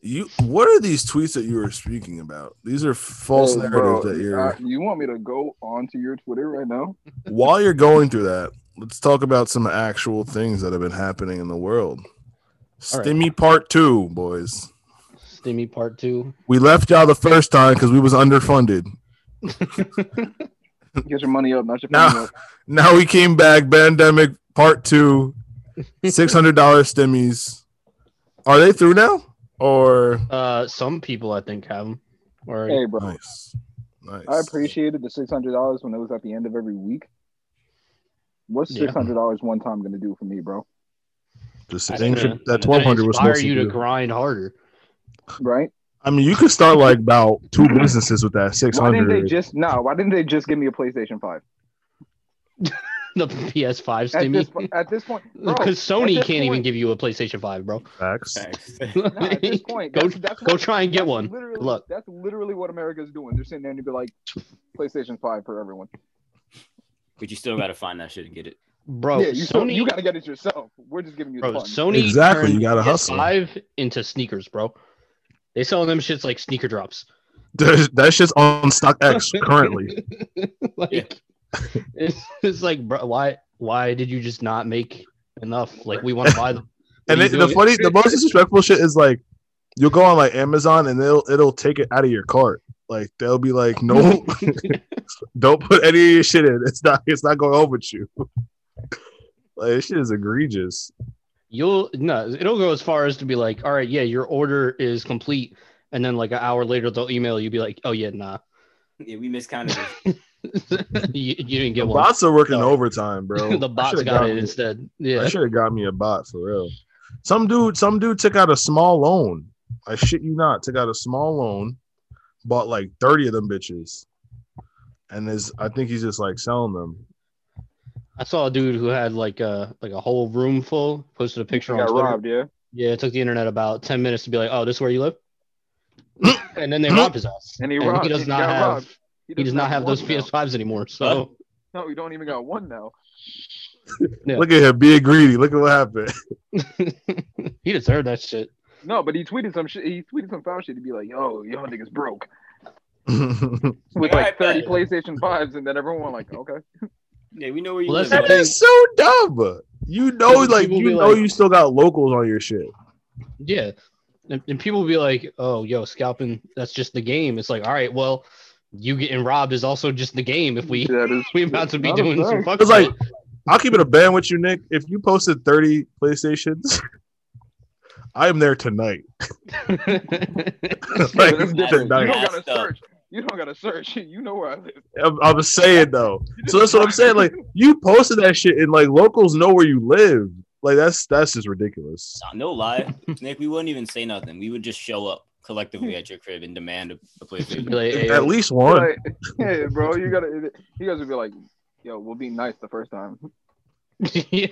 S1: You. What are these tweets that you were speaking about? These are false
S2: Hey,
S1: narratives
S2: bro,
S1: that you're.
S2: uh, you want me to go onto your Twitter right now?
S1: while you're going through that, let's talk about some actual things that have been happening in the world.
S3: All right.
S1: Stimmy part two, boys.
S3: Stimmy part two.
S1: We left y'all the first time because we was underfunded.
S2: Get your money up, not your
S1: No.
S2: money up.
S1: Now we came back, pandemic part two, six hundred dollars stimmies. Are they through now? Or
S3: Uh, some people I think have them. Or
S2: Hey, bro,
S1: nice, nice.
S2: I appreciated the $600 when it was at the end of every week. What's
S3: Yeah.
S2: $600 one time going to do for me, bro?
S1: Just
S3: That's
S1: saying
S3: gonna-
S1: that twelve hundred was
S3: inspire
S1: supposed
S3: you
S1: to.
S3: to
S1: do.
S3: grind harder.
S2: Right?
S1: I mean, you could start like about two businesses with that six
S2: Why didn't they
S1: hundred.
S2: just, nah, why didn't they just give me a PlayStation 5?
S3: The PS5
S2: At this,
S3: stimmy.
S2: po- at this point, bro,
S3: Because Sony
S2: at
S3: can't
S2: this
S3: even
S2: point-
S3: give you a PlayStation 5, bro.
S1: Facts.
S2: nah, at this point,
S3: go
S2: that's, that's
S3: go
S2: what-
S3: try and get
S2: that's
S3: one.
S2: Literally,
S3: Look.
S2: that's literally what America's doing. They're sitting there and you'd be like, PlayStation 5 for everyone.
S4: But you still gotta find that shit and get it.
S3: Bro,
S2: yeah, you, still-
S3: Oh, Sony,
S2: you got to get it yourself. We're just giving you
S3: bro,
S2: the fun.
S3: Sony
S1: Exactly, you
S3: turned
S1: gotta hustle.
S3: PS5 into sneakers, bro. They selling them shits like sneaker drops.
S1: There's, that shit's on StockX currently.
S3: like
S4: Yeah.
S3: it's, it's like bro, why why did you just not make enough? Like we want to buy them. What
S1: And
S3: are
S1: it,
S3: you
S1: the
S3: doing?
S1: funny, the most disrespectful shit is like, you'll go on like Amazon and it'll it'll take it out of your cart. Like they'll be like, no, don't put any of your shit in. It's not it's not going over with you. like this shit is egregious.
S3: You'll no, it'll go as far as to be like, all right, yeah, your order is complete, and then like an hour later they'll email you, be like, oh yeah, nah,
S4: Yeah, we miscounted it.
S3: you, you
S1: The
S3: didn't get one.
S1: bots are working
S3: No.
S1: overtime, bro.
S3: the
S1: I
S3: bots
S1: should've
S3: got it
S1: me-
S3: instead.
S1: I
S3: Yeah,
S1: should have got me a bot for real. Some dude, some dude took out a small loan. I shit you not, took out a small loan, bought like thirty of them bitches, and is I think he's just like selling them.
S3: I saw a dude who had like a like a whole room full. Posted a picture
S2: You
S3: on
S2: got
S3: Twitter.
S2: robbed, yeah.
S3: Yeah, it took the internet about ten minutes to be like, oh, this is where you live. and then they robbed his ass.
S2: And he robbed.
S3: He does
S2: He
S3: not
S2: got
S3: have.
S2: robbed.
S3: He does
S2: doesn't
S3: not have
S2: one
S3: those
S2: now.
S3: PS5s anymore. So
S2: No, we don't even got one now.
S3: Yeah.
S1: Look at him being greedy. Look at what happened.
S3: he deserved that shit.
S2: No, but he tweeted some shit. He tweeted some foul shit. He'd be like, "Yo, yo, niggas broke." With
S4: All
S2: like
S4: right,
S2: 30
S4: bet.
S2: PlayStation 5s, and then everyone went like, okay.
S4: Yeah, we know where you
S3: Well,
S4: live.
S3: that's
S4: man.
S1: that is so dumb. You know,
S3: People
S1: like
S3: be
S1: you know,
S3: like-
S1: you still got locals on your shit.
S3: Yeah. And, and people be like, oh, yo, scalping, that's just the game. It's like, all right, well, you getting robbed is also just the game if we
S2: That is
S3: we about to be
S2: Not a
S3: doing some
S2: fact.
S3: fuck
S1: It's like-
S3: shit.
S1: I'll keep it a band with you, Nick. If you posted 30 PlayStations, I am there tonight. like,
S2: that's
S4: different.
S2: You
S1: tonight.
S2: don't gotta
S4: Messed up.
S2: search. You don't gotta search. You know where I live.
S1: I'm, I'm saying though. So that's what I'm saying. Like you posted that shit, and like locals know where you live. Like that's that's just ridiculous.
S4: Nah, no lie, Nick. We wouldn't even say nothing. We would just show up collectively at your crib and demand a, a
S3: Be
S4: PlayStation.
S3: like, hey,
S1: At least one.
S2: Like, yeah, bro, you gotta. You guys would be like, yo, we'll be nice the first time.
S3: yeah,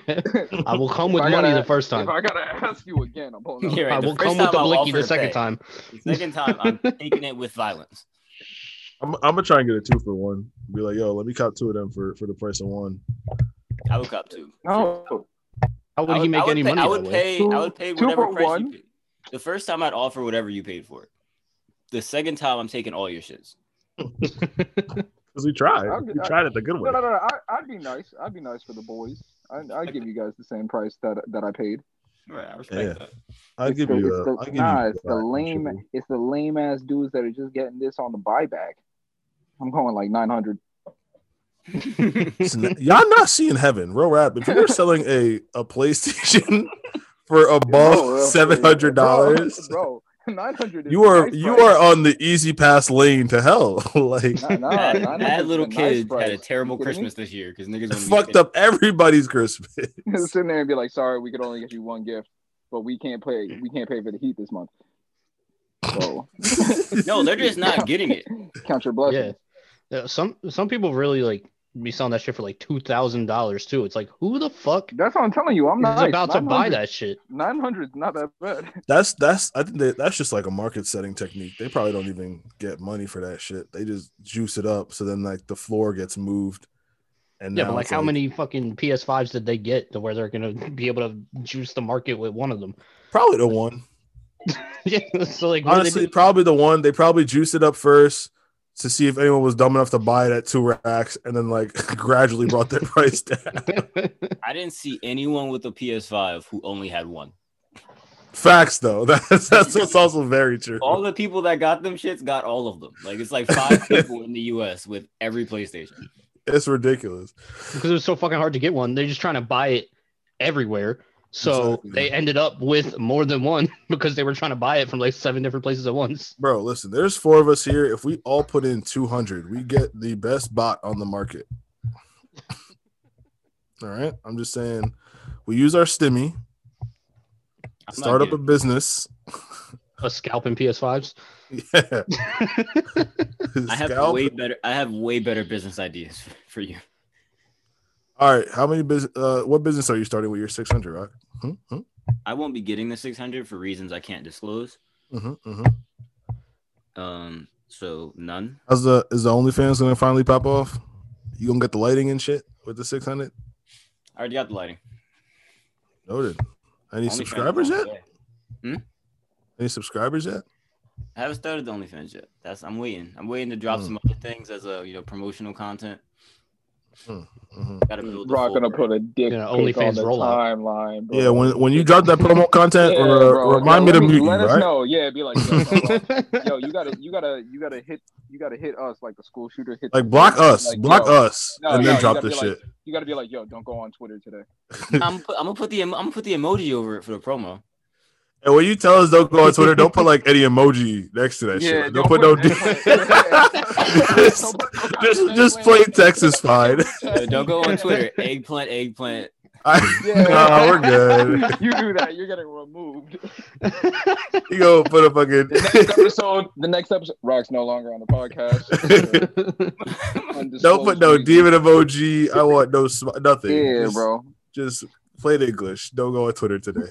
S3: I will come with
S2: I
S3: money
S2: gotta-
S3: the first time.
S2: If I gotta ask you again, I'm pulling up.
S4: Yeah, right.
S3: I
S4: The
S3: will
S4: first
S3: come with
S4: time
S3: the
S4: I'll
S3: blicky
S4: offer
S3: the
S4: to
S3: second
S4: pay.
S3: time.
S4: The Second time, I'm taking it with violence.
S1: I'm, I'm gonna try and get a two for one. Be like, yo, let me cop two of them for for the price of one.
S4: I would cop two.
S2: No,
S4: Oh.
S3: How would,
S4: I
S3: he
S4: I
S3: make
S4: would
S3: any
S4: pay,
S3: money?
S4: I
S3: that
S4: would
S3: way?
S4: pay. I would pay
S2: Two- two
S4: whatever
S2: for
S4: price
S2: one.
S4: you paid. The first time, I'd offer whatever you paid for it. The second time, I'm taking all your shits.
S1: Cause we tried.
S2: I'll get-
S1: We tried it the good
S2: no,
S1: way.
S2: no, no. I, I'd be nice. I'd be nice for the boys. I, I'd give you guys the same price that that I paid.
S4: Right, I respect
S1: Yeah.
S4: that.
S1: I'll
S2: It's
S1: give
S2: the,
S1: you.
S2: it's
S1: A,
S2: the,
S1: I'll give
S2: nah,
S1: you
S2: it's the lame. It's the lame ass dudes that are just getting this on the buyback. I'm going like 900.
S1: It's n- Y'all not seeing heaven, real rap. If you were selling a a PlayStation for
S2: Bro, uh,
S1: above seven hundred dollars,
S2: bro. bro, 900. Is
S1: you are
S2: nice
S1: you
S2: price.
S1: are on the easy pass lane to hell. like
S2: Nah,
S3: Oh,
S2: nah,
S4: That,
S2: 900
S4: that
S2: is a
S4: little
S2: nice
S4: kid
S2: price.
S4: had a terrible
S2: You kidding me?
S4: Christmas this year because niggas wanna be
S1: fucked
S4: kidding.
S1: up everybody's Christmas.
S2: sitting there and be like, "Sorry, we could only get you one gift, but we can't play. We can't pay for the heat this month." So
S4: No, they're just not getting it.
S2: count your
S3: yeah.
S2: blessings.
S3: Yeah, Some some people really like be selling that shit for like two thousand dollars too. It's like who the fuck
S2: That's what I'm telling you. I'm
S3: is
S2: not
S3: about to buy that shit?
S2: Nine hundred is not that bad.
S1: That's that's I think that, that's just like a market setting technique. They probably don't even get money for that shit. They just juice it up so then like the floor gets moved. And
S3: Yeah,
S1: now
S3: but like
S1: it's
S3: how many fucking PS5s did they get to where they're gonna be able to juice the market with one of them?
S1: Probably the one.
S3: yeah, so like what do they
S1: Honestly,
S3: do?
S1: probably the one. They probably juiced it up first to see if anyone was dumb enough to buy it at two racks, and then like gradually brought their price down.
S4: I didn't see anyone with a PS5 who only had one.
S1: Facts though. That's that's what's also very true.
S4: All the people that got them shits got all of them. Like it's like five people in the US with every PlayStation.
S1: It's ridiculous.
S3: because it was so fucking hard to get one. They're just trying to buy it everywhere. So
S1: Exactly.
S3: they ended up with more than one because they were trying to buy it from like seven different places at once.
S1: Bro, listen, there's four of us here. If we all put in 200, we get the best bot on the market. All right. I'm just saying we use our stimmy,
S4: I'm not
S1: start up a
S4: getting
S1: business.
S3: A scalping PS5s.
S1: Yeah.
S4: it. I have
S1: Scalp.
S4: way better I have way better business ideas for, for you.
S1: All right. How many business? Uh, what business are you starting with your 600, right? Hmm? Hmm?
S4: I won't be getting the 600 for reasons I can't disclose.
S1: Mhm, mhm.
S4: Um so none.
S1: How's the is the OnlyFans gonna finally pop off? You gonna get the lighting and shit with the 600?
S4: I already got the lighting.
S1: Noted. Any
S4: OnlyFans
S1: subscribers
S4: won't
S1: yet?
S4: play.
S1: Any subscribers yet?
S4: I haven't started the OnlyFans yet. That's I'm waiting. I'm waiting to drop
S1: Mm.
S4: some other things as a you know promotional content.
S1: Mhm.
S4: Gotta build the
S2: Rock
S4: full
S2: gonna
S4: brand.
S2: put a dick
S3: Yeah,
S2: pic on
S3: OnlyFans
S2: the
S3: rollout.
S2: timeline. Bro.
S1: Yeah, when when you drop that promo content,
S2: Yeah,
S1: uh,
S2: bro,
S1: remind
S2: yo,
S1: me to
S2: let
S1: mute you,
S2: Let us
S1: right?
S2: know. Yeah, be like, yo, bro, yo, you gotta, you gotta, you gotta hit, you gotta hit us like the school shooter hit.
S1: Like block us,
S2: Like,
S1: block
S2: yo,
S1: us,
S2: no,
S1: and
S2: no,
S1: then
S2: you
S1: drop
S2: gotta
S1: this
S2: be like-
S1: shit.
S2: You gotta be like, yo, don't go on Twitter today.
S4: I'm, put, I'm gonna put the emo- I'm gonna put the emoji over it for the promo.
S1: And when you tell us don't go on Twitter, don't put like any emoji next to that shit. Like, Don't, put, no. just, just, just plain text is fine.
S4: Uh, Don't go on Twitter. Eggplant, eggplant.
S1: I,
S2: Yeah.
S1: Nah, we're good.
S2: you do that, you're getting removed.
S1: You go put a
S2: The next
S1: fucking.
S2: episode, the next episode, Rock's no longer on the podcast.
S1: don't put no demon emoji. I want no sm- nothing.
S2: Yeah,
S1: just,
S2: bro.
S1: Just plain English. Don't go on Twitter today.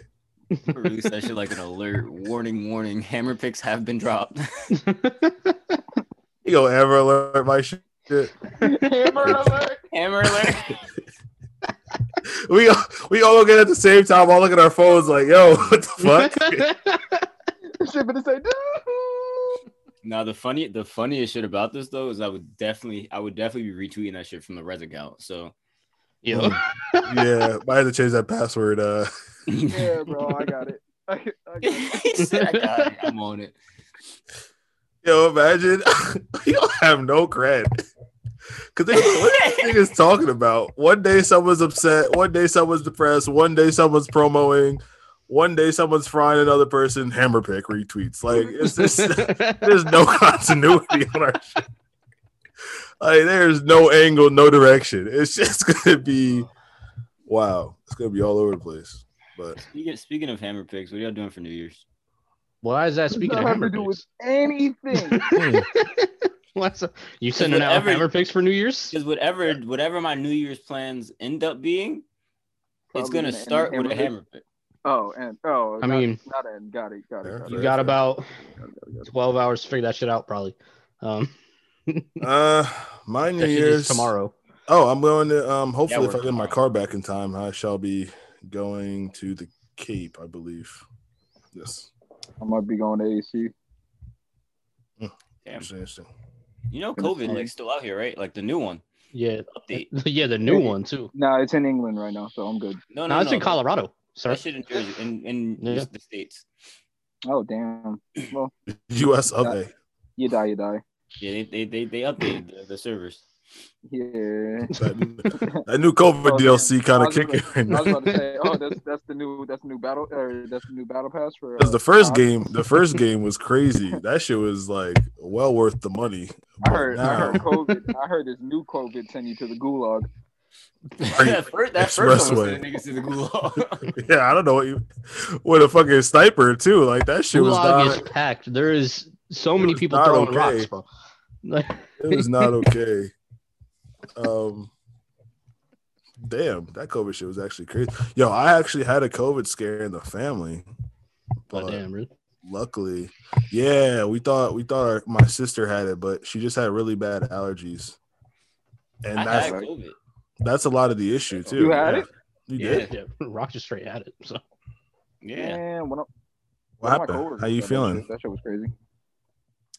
S4: Release that shit like an alert, warning, warning. Hammer picks have been dropped.
S1: You go ever alert my shit.
S2: Hammer alert.
S4: Hammer alert.
S1: We we all look at it at the same time. All look at our phones like, yo, what the fuck?
S2: this shit, but it's like, dude.
S4: Now the funny, the funniest shit about this though is I would definitely, I would definitely be retweeting that shit from the res account. So
S3: Yo,
S1: yeah, might have to change that password. Uh,
S2: Yeah, bro, I got it. I, I got it.
S4: He said, "I got it. I'm on it.
S1: yo, imagine you don't have no cred. Cause they, what this nigga's talking about? One day someone's upset, one day someone's depressed, one day someone's promoting, one day someone's frying another person. Hammer pick retweets. Like it's just there's no continuity on our shit. Like there's no angle, no direction. It's just gonna be wow. It's gonna be all over the place. But
S4: Speaking, speaking of hammer picks, what are y'all doing for New Year's?
S3: why is that speaking
S2: Doesn't
S3: of
S2: have
S3: hammer
S2: to do with
S3: picks?
S2: anything.
S3: What's up? You sending out
S4: Whatever-
S3: hammer picks for New Year's?
S4: Because whatever, whatever my New Year's plans end up being, it's
S2: Probably
S4: gonna
S2: gonna end
S4: start with
S2: hammer
S4: a
S2: pick.
S4: hammer pick.
S2: Oh, and oh,
S3: I
S2: not-
S3: mean-
S2: not and got it, got it.
S1: Yeah.
S2: Got it.
S1: Fair,
S3: You got
S1: fair.
S3: about
S2: Got it, got it, got it.
S3: 12 hours to figure that shit out, probably. Um,
S1: uh my New
S3: that shit is
S1: Year's
S3: tomorrow.
S1: Oh, I'm going to um hopefully
S4: Yeah,
S1: if I
S4: we're
S1: get my
S4: tomorrow.
S1: car back in time, I shall be going to the Cape, I believe. Yes.
S2: I might be going to AC.
S4: Damn.
S1: Interesting, interesting.
S4: You know,
S2: Gonna
S4: COVID
S2: say.
S4: like still out here, right? Like the new one.
S3: Yeah,
S4: Update.
S3: yeah, the new one too.
S2: Nah, it's in England right now, so I'm good.
S4: No, no,
S3: No, it's
S4: no,
S3: in Colorado, sir.
S4: That shit in Jersey, in, in
S3: Yeah.
S4: the states.
S2: Oh damn. Well,
S1: US of A.
S2: you die, you die.
S4: Yeah, they they they, they updated the, the servers.
S2: Yeah.
S1: That, that new COVID
S2: Oh,
S1: DLC kind
S2: I
S1: of
S2: was gonna-
S1: kicking right
S2: I
S1: now.
S2: was about to say, oh, that's that's the new that's the new battle or that's the new battle pass for. Uh,
S1: Because the first
S2: I-
S1: game, the first game was crazy. That shit was like well worth the money.
S2: I
S1: But
S2: heard, I
S1: now,
S2: heard COVID. I heard this new COVID send you to the gulag.
S4: that first, that first one was
S1: Expressway.
S4: sending niggas to the gulag.
S1: yeah, I don't know what you, what a fucking sniper too. Like that shit was
S3: Gulag is
S1: not,
S3: packed. There is so
S1: It
S3: many
S1: was
S3: people
S1: not
S3: throwing
S1: okay.
S3: rocks, bro. Like,
S1: it was not okay. Um, damn, that COVID shit was actually crazy. Yo, I actually had a COVID scare in the family, but
S3: oh, damn, really?
S1: luckily, yeah, we thought we thought our, my sister had it, but she just had really bad allergies, and
S4: I
S1: that's
S4: had COVID.
S1: that's a lot of the issue too.
S2: You had it?
S1: You
S4: Yeah.
S1: did.
S3: Yeah, rocks just straight at it. So
S4: Yeah.
S2: Man, one of,
S1: What
S2: one of my
S1: happened?
S2: coworkers
S1: How you
S2: said that shit-
S1: feeling?
S2: That shit was crazy.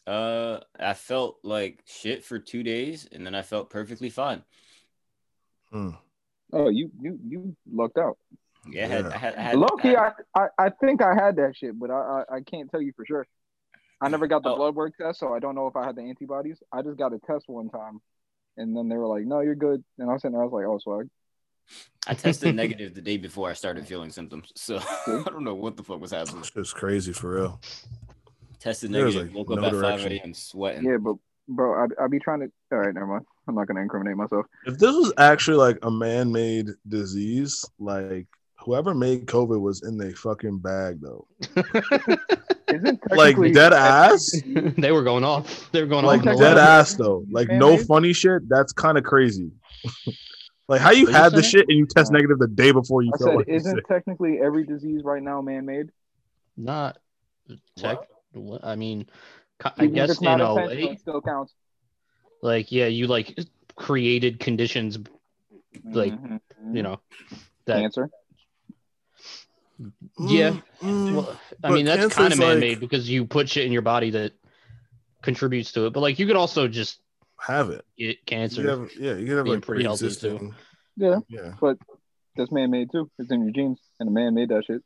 S4: Uh, I felt like shit for two days, and then I felt perfectly fine.
S1: Hmm.
S2: Oh, you you you lucked out.
S4: Yeah, I had, I had, I had
S2: Low key,
S4: I,
S2: I, I I think I had that shit, but I I, I can't tell you for sure. I never got the
S4: Oh.
S2: blood work test, so I don't know if I had the antibodies. I just got a test one time, and then they were like, "No, you're good." And I was sitting there, I was like, "Oh, so
S4: I tested negative the day before I started feeling symptoms. So I don't know what the fuck was happening.
S1: It's crazy for real.
S4: Tested
S1: There was,
S4: negative,
S1: like,
S4: woke up
S1: no
S4: at
S1: direction.
S4: five a.m. sweating.
S2: yeah." But bro, I I be trying to. All right, never mind. I'm not gonna incriminate myself.
S1: If this was actually like a man-made disease, like whoever made COVID was in a fucking bag though.
S2: Isn't
S1: Like
S2: technically-
S1: dead ass.
S3: they were going off. They were going
S1: like
S3: off. on
S1: dead
S3: one.
S1: ass though. Like no
S2: Man-made?
S1: funny shit. That's kind of crazy. like how you
S3: Are you
S1: had the
S3: saying?
S1: shit and you test
S2: No.
S1: negative the day before you
S2: I
S1: felt
S2: said,
S1: like you
S2: isn't
S1: sick.
S2: technically every disease right now man-made?
S3: Not tech. What? I mean, co- I
S2: Even if
S3: guess
S2: it's
S3: in
S2: not
S3: a
S2: intentional,
S3: way,
S2: it still counts.
S3: like yeah, you like created conditions, Like,
S2: Mhm.
S3: you know. That
S2: cancer.
S3: yeah.
S1: Mm, mm.
S3: Well, I
S1: But
S3: mean, that's
S1: cancer's
S3: kind of man made
S1: like-
S3: because you put shit in your body that contributes to it. But like, you could also just
S1: have it.
S3: get
S1: You
S3: cancer.
S1: could have, yeah, you could have
S3: Being
S1: like
S3: pretty healthy, too.
S1: pre-existing-
S2: Yeah,
S1: Yeah.
S2: that's man-made too. It's in your genes, and a man made that shit.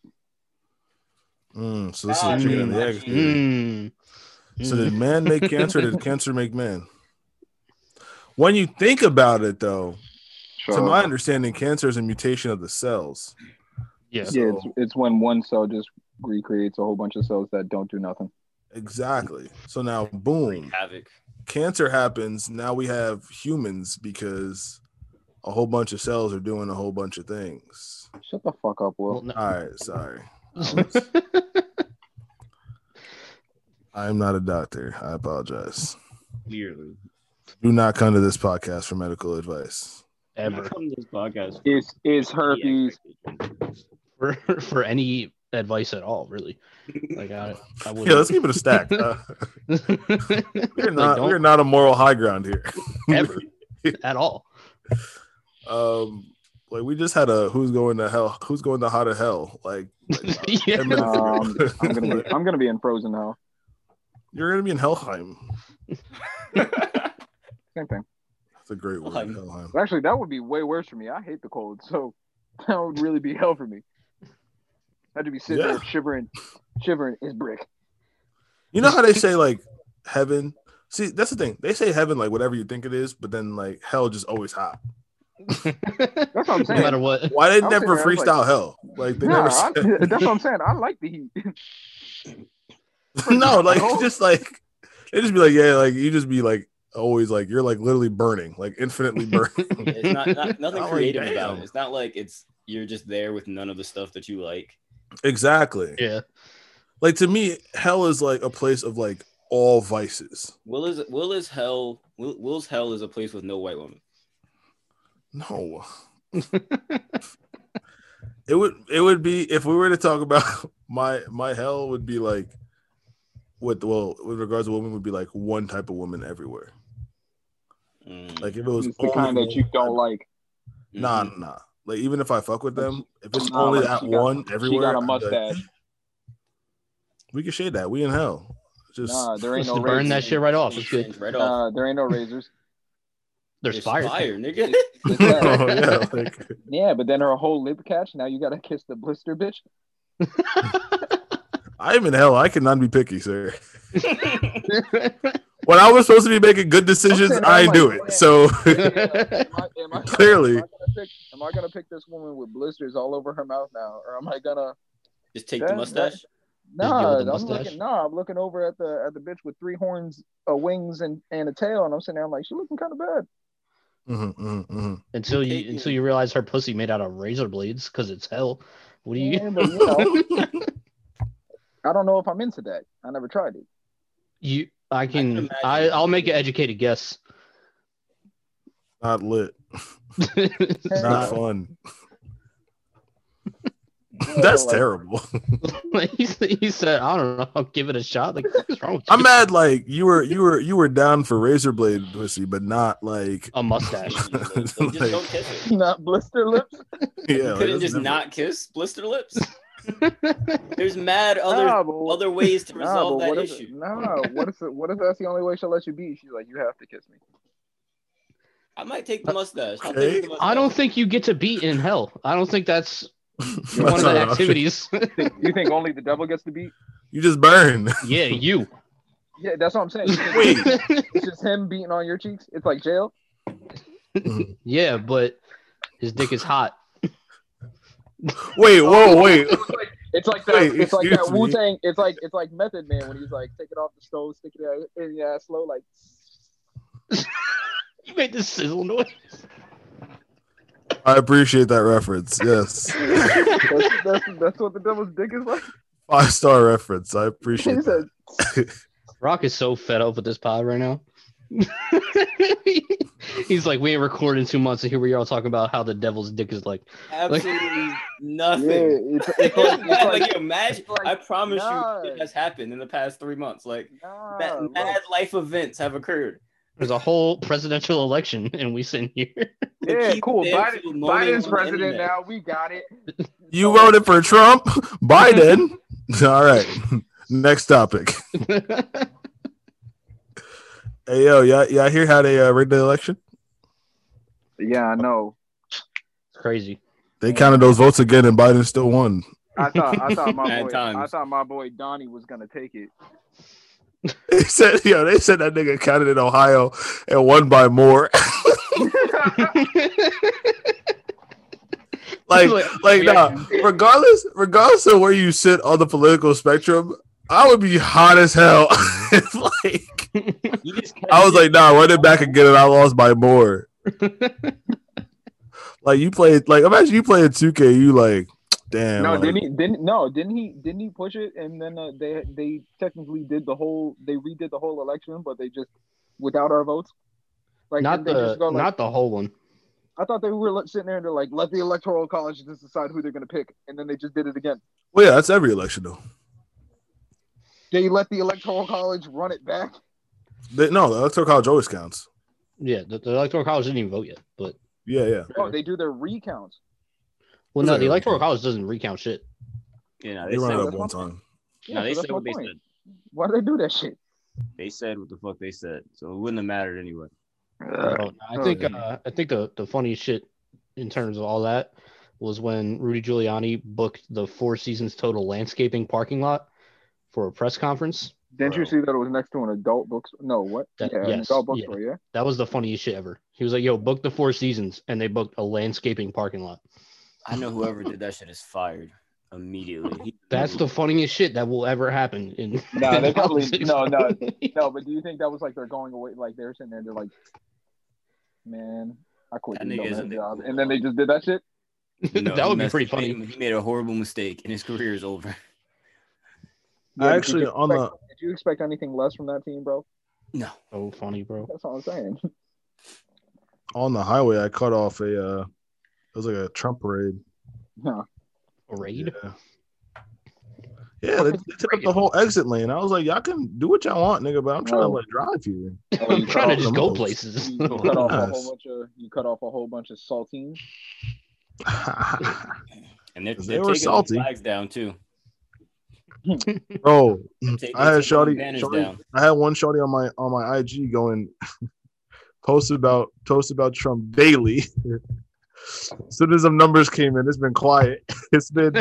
S1: Mm, so this
S4: Ah,
S1: is a chicken and
S3: mm,
S1: the egg. theory.
S3: Mm.
S1: So
S3: Mm.
S1: did man make cancer? Did cancer make man? When you think about it, though,
S2: Sure.
S1: to my understanding, cancer is a mutation of the cells.
S3: yeah.
S2: yeah, it's, it's when one cell just recreates a whole bunch of cells that don't do nothing.
S1: Exactly. So now,
S4: Wreak
S1: boom,
S4: havoc.
S1: cancer happens. Now we have humans because a whole bunch of cells are doing a whole bunch of things.
S2: Shut the fuck up,
S3: Well,
S2: Will.
S3: no.
S1: All right, sorry. I am not a doctor. I apologize.
S4: Clearly,
S1: Do not come to this podcast for medical advice.
S3: Ever
S4: Come to this podcast.
S2: Is is herpes?
S3: for, for any advice at all, really. Like, I, I would.
S1: Yeah, let's keep it a stack. Uh, we're not we're not a moral high ground here.
S3: ever at all.
S1: Um, Like we just had a who's going to hell, who's going to how to hell. Like
S3: yeah.
S1: 10 minutes ago.
S2: Um, I'm gonna be I'm gonna be in Frozen now.
S1: you're gonna be in Helheim.
S2: Same thing.
S1: That's a great word,
S4: Helheim.
S1: Helheim.
S2: But actually, that would be way worse for me. I hate the cold, so that would really be hell for me. I'd just be sitting
S1: Yeah.
S2: there shivering, shivering is brick.
S1: You know how they say like heaven. See, that's the thing. They say heaven like whatever you think it is, but then like hell just always hot.
S2: That's what I'm
S3: no
S2: saying.
S3: matter what.
S1: Why they
S2: I'm
S1: never
S2: sitting
S1: freestyle
S2: there,
S1: hell? Like they
S2: Nah,
S1: never.
S2: I,
S1: said-
S2: that's what I'm saying. I like the heat.
S1: no, like
S2: No.
S1: just like they just be like, yeah, like you just be like always like you're like literally burning, like infinitely burning.
S4: it's not, not nothing
S1: Oh,
S4: creative
S1: damn.
S4: about it. It's not like it's you're just there with none of the stuff that you like.
S1: exactly.
S3: Yeah.
S1: Like to me, hell is like a place of like all vices.
S4: Will is Will is hell. Will, Will's hell is a place with no white woman.
S1: No. it would it would be if we were to talk about my my hell would be like with well with regards to women would be like one type of woman everywhere.
S4: Mm,
S1: Like if it was
S2: It's the
S1: only
S2: kind that you don't like.
S4: mhm.
S1: Nah, nah, nah. Like even if I fuck with them, if it's
S2: Nah,
S1: only
S2: like,
S1: that
S2: she got-
S1: one
S2: She
S1: everywhere,
S2: got a
S1: I'd be like,
S2: mustache.
S1: we can shade that. We in hell. Just
S2: Nah, there ain't
S3: Just
S2: no
S3: to burn that
S2: razors.
S3: shit right off. It's good.
S4: Right off.
S2: Nah, there ain't no razors.
S3: There's
S4: It's
S3: fire.
S4: nigga.
S2: It's that.
S1: Oh, yeah, like,
S2: yeah, but then her whole lip catch. Now you gotta kiss the blister, bitch.
S1: I'm in hell. I cannot be picky, sir. When I was supposed to be making good decisions,
S2: Okay,
S1: I
S2: I'm
S1: do
S2: like,
S1: it. So
S2: am I, am I,
S1: Clearly.
S2: am I, gonna pick, am I gonna pick this woman with blisters all over her mouth now, or am I gonna?
S4: Just take
S2: That-
S4: the mustache.
S3: Just
S2: Nah,
S3: deal with
S2: I'm
S3: the mustache.
S2: looking. Nah, I'm looking over at the at the bitch with three horns, uh, wings, and and a tail, and I'm sitting there. I'm like, she looking kind of bad.
S1: Mhm, mhm, mhm.
S3: until
S4: Okay,
S3: you until you realize her pussy made out of razor blades because it's hell. What do you?
S2: Yeah, but, you know, I don't know if I'm into that. I never tried it.
S3: You, I
S4: can
S3: can,
S4: imagine.
S3: I, I'll make an educated guess.
S1: not lit.
S2: uh,
S1: Not fun. That's terrible.
S3: he, said- he said, "I don't know. I'll give it a shot." Like, what's wrong with you?
S1: I'm mad. Like you were, you were, you were down for razor blade pussy, but not like
S3: a mustache.
S4: Just don't kiss it.
S2: Not blister lips.
S1: yeah.
S4: You
S1: like,
S4: couldn't
S1: that's
S4: just
S1: never-
S4: not kiss blister lips. There's mad other
S2: nah, but,
S4: other ways to
S2: nah,
S4: resolve
S2: but
S4: that
S2: what if-
S4: issue.
S2: Nah, what if what if that's the only way she'll let you be? She's like, you have to kiss me.
S4: I might take the mustache. I'll
S1: Okay.
S4: take the mustache.
S3: Uh, I don't think you get to beat in hell. I don't think that's
S1: That's
S3: one
S1: not
S3: of the
S1: an option.
S3: activities.
S2: You think only the devil gets to beat?
S1: You just burn.
S3: yeah, you.
S2: Yeah, that's what I'm saying. You think-
S1: Wait.
S2: It's just him beating on your cheeks. It's like jail.
S3: yeah, but his dick is hot.
S1: Wait, whoa, wait.
S2: It's like it's like that.
S1: Wait,
S2: it's like that
S1: excuse me.
S2: Wu Tang. It's like it's like Method Man when he's like take it off the stove, stick it out in your ass slow. Like
S3: You made this sizzle noise.
S1: I appreciate that reference. Yes.
S2: that's, that's, that's what the devil's dick is like.
S1: Five star reference. I appreciate
S2: He
S1: that.
S2: said,
S3: Rock is so fed up with this pod right now. He's like, we ain't recorded in two months, and here we are talking about how the devil's dick is like.
S4: absolutely
S2: yeah,
S4: nothing.
S2: it's,
S4: It's
S2: it's like, it's
S4: like,
S2: like
S4: you imagine.
S2: it's like-
S4: I promise
S2: nah.
S4: you, it has happened in the past three months. Like
S2: nah,
S4: that
S2: look,
S4: mad life events have occurred.
S3: There's a whole presidential election, and we sitting here.
S2: yeah,
S4: Lakeith
S2: cool. Biden,
S4: Stanfield moaning
S2: Biden's
S4: on the
S2: president
S4: internet.
S2: now. We got it.
S1: You voted for Trump, Biden. All right. Next topic. Hey yo, y'all, y'all hear how they uh, rigged the election?
S2: Yeah, I know.
S3: It's crazy.
S1: They counted those votes again, and Biden still won.
S2: I thought I thought my
S4: Bad
S2: boy I
S4: times.
S2: thought my boy Donnie was gonna take it.
S1: They said, yo, they said that nigga counted in Ohio and won by more. like, like, nah. Regardless, regardless of where you sit on the political spectrum, I would be hot as hell. if, like,
S4: You just kept
S1: I was like,
S4: saying-
S1: nah, run it back again, and I lost by more. like you played, like imagine you playing 2K, you like, damn.
S2: No,
S1: like,
S2: didn't he? Didn't no? Didn't he? Didn't he push it? And then uh, they they technically did the whole. They redid the whole election, but they just without our votes. Like
S3: not
S2: didn't they
S3: the
S2: just go like,
S3: not the whole one.
S2: I thought they were like, sitting there and they're like, let the electoral college just decide who they're gonna pick, and then they just did it again.
S1: Well, yeah, that's every election though.
S2: They let the electoral college run it back.
S1: They, no, the electoral college always counts.
S3: Yeah, the, the electoral college didn't even vote yet, but
S1: Yeah, yeah.
S2: Oh, they do their recounts.
S3: Well, no,
S1: Who's
S3: the
S1: that?
S3: electoral college doesn't recount shit.
S4: You know,
S1: They
S4: they
S1: run it
S4: said,
S1: up
S2: that's
S1: one
S2: what-
S1: time.
S2: Yeah,
S4: no, they
S2: so
S4: said
S2: that's
S4: what
S2: my
S4: they
S2: point.
S4: said.
S2: Why do they do that shit?
S4: They said what the fuck they said, so it wouldn't have mattered anyway.
S3: So, I think
S2: okay.
S3: uh, I think the the funniest shit in terms of all that was when Rudy Giuliani booked the Four Seasons total landscaping parking lot for a press conference.
S2: Didn't you
S1: Bro.
S2: see that it was next to an adult bookstore? No, what?
S3: That-
S2: yeah, an
S3: yes,
S2: adult
S3: yeah.
S2: bookstore. Yeah.
S3: That was the funniest shit ever. He was like, "Yo, book the Four Seasons," and they booked a landscaping parking lot.
S4: I know whoever did that shit is fired immediately. He-
S3: That's the funniest shit that will ever happen in.
S2: No, they probably-
S3: politics.
S2: no, no. No, but do you think that was like they're going away? Like they're sitting there, they're like, man, I quit
S4: That
S2: this
S4: nigga is a
S2: dumbass
S4: big
S2: job,"
S4: fool.
S2: and then they just did that shit.
S4: No,
S3: that would
S4: he
S3: be
S4: messed-
S3: pretty
S4: he
S3: funny.
S4: made- He made a horrible mistake, and his career is over.
S1: I
S2: did
S1: actually-
S2: you
S1: on the-
S2: expect- did you expect anything less from that team, bro?
S4: No,
S3: So funny, bro.
S2: That's all I'm saying.
S1: On the highway, I cut off a. Uh, it was like a Trump parade.
S2: No,
S1: Yeah.
S3: A raid.
S1: Yeah, they, they took up the whole exit lane. I was like, y'all can do what y'all want, nigga, but I'm trying to
S2: No.
S1: like drive here.
S3: I'm trying to just
S1: the
S3: go
S1: most.
S3: places.
S2: you, you cut off a
S1: Yes.
S2: whole bunch of you cut off a whole bunch of saltines.
S4: and they're,
S1: They
S4: they're
S1: were
S4: taking
S1: salty.
S4: the flags down too.
S1: Bro,
S4: Taking-
S1: Mm. I had
S4: taking the
S1: Shawty-
S4: banners
S1: Shawty-
S4: down.
S1: I had one shorty on my on my IG going post about toast about Trump daily. As soon as some numbers came in, it's been quiet. It's been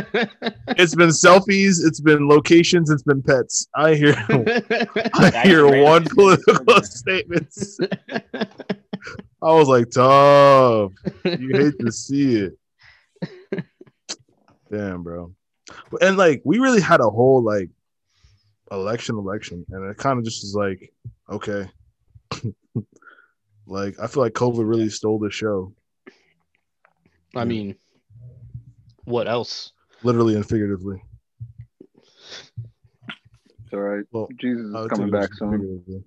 S1: it's been selfies, it's been locations, it's been pets. I hear I hear one political statements. I was like, tough. You hate to see it. Damn, bro. And like we really had a whole like election election and it kind of just is like, okay. like I feel like COVID really stole the show,
S3: I mean, what else?
S1: literally and figuratively.
S2: It's all right.
S1: Well,
S2: Jesus
S1: I
S2: is
S1: would
S2: coming
S1: take it as
S2: back soon.
S1: figuratively.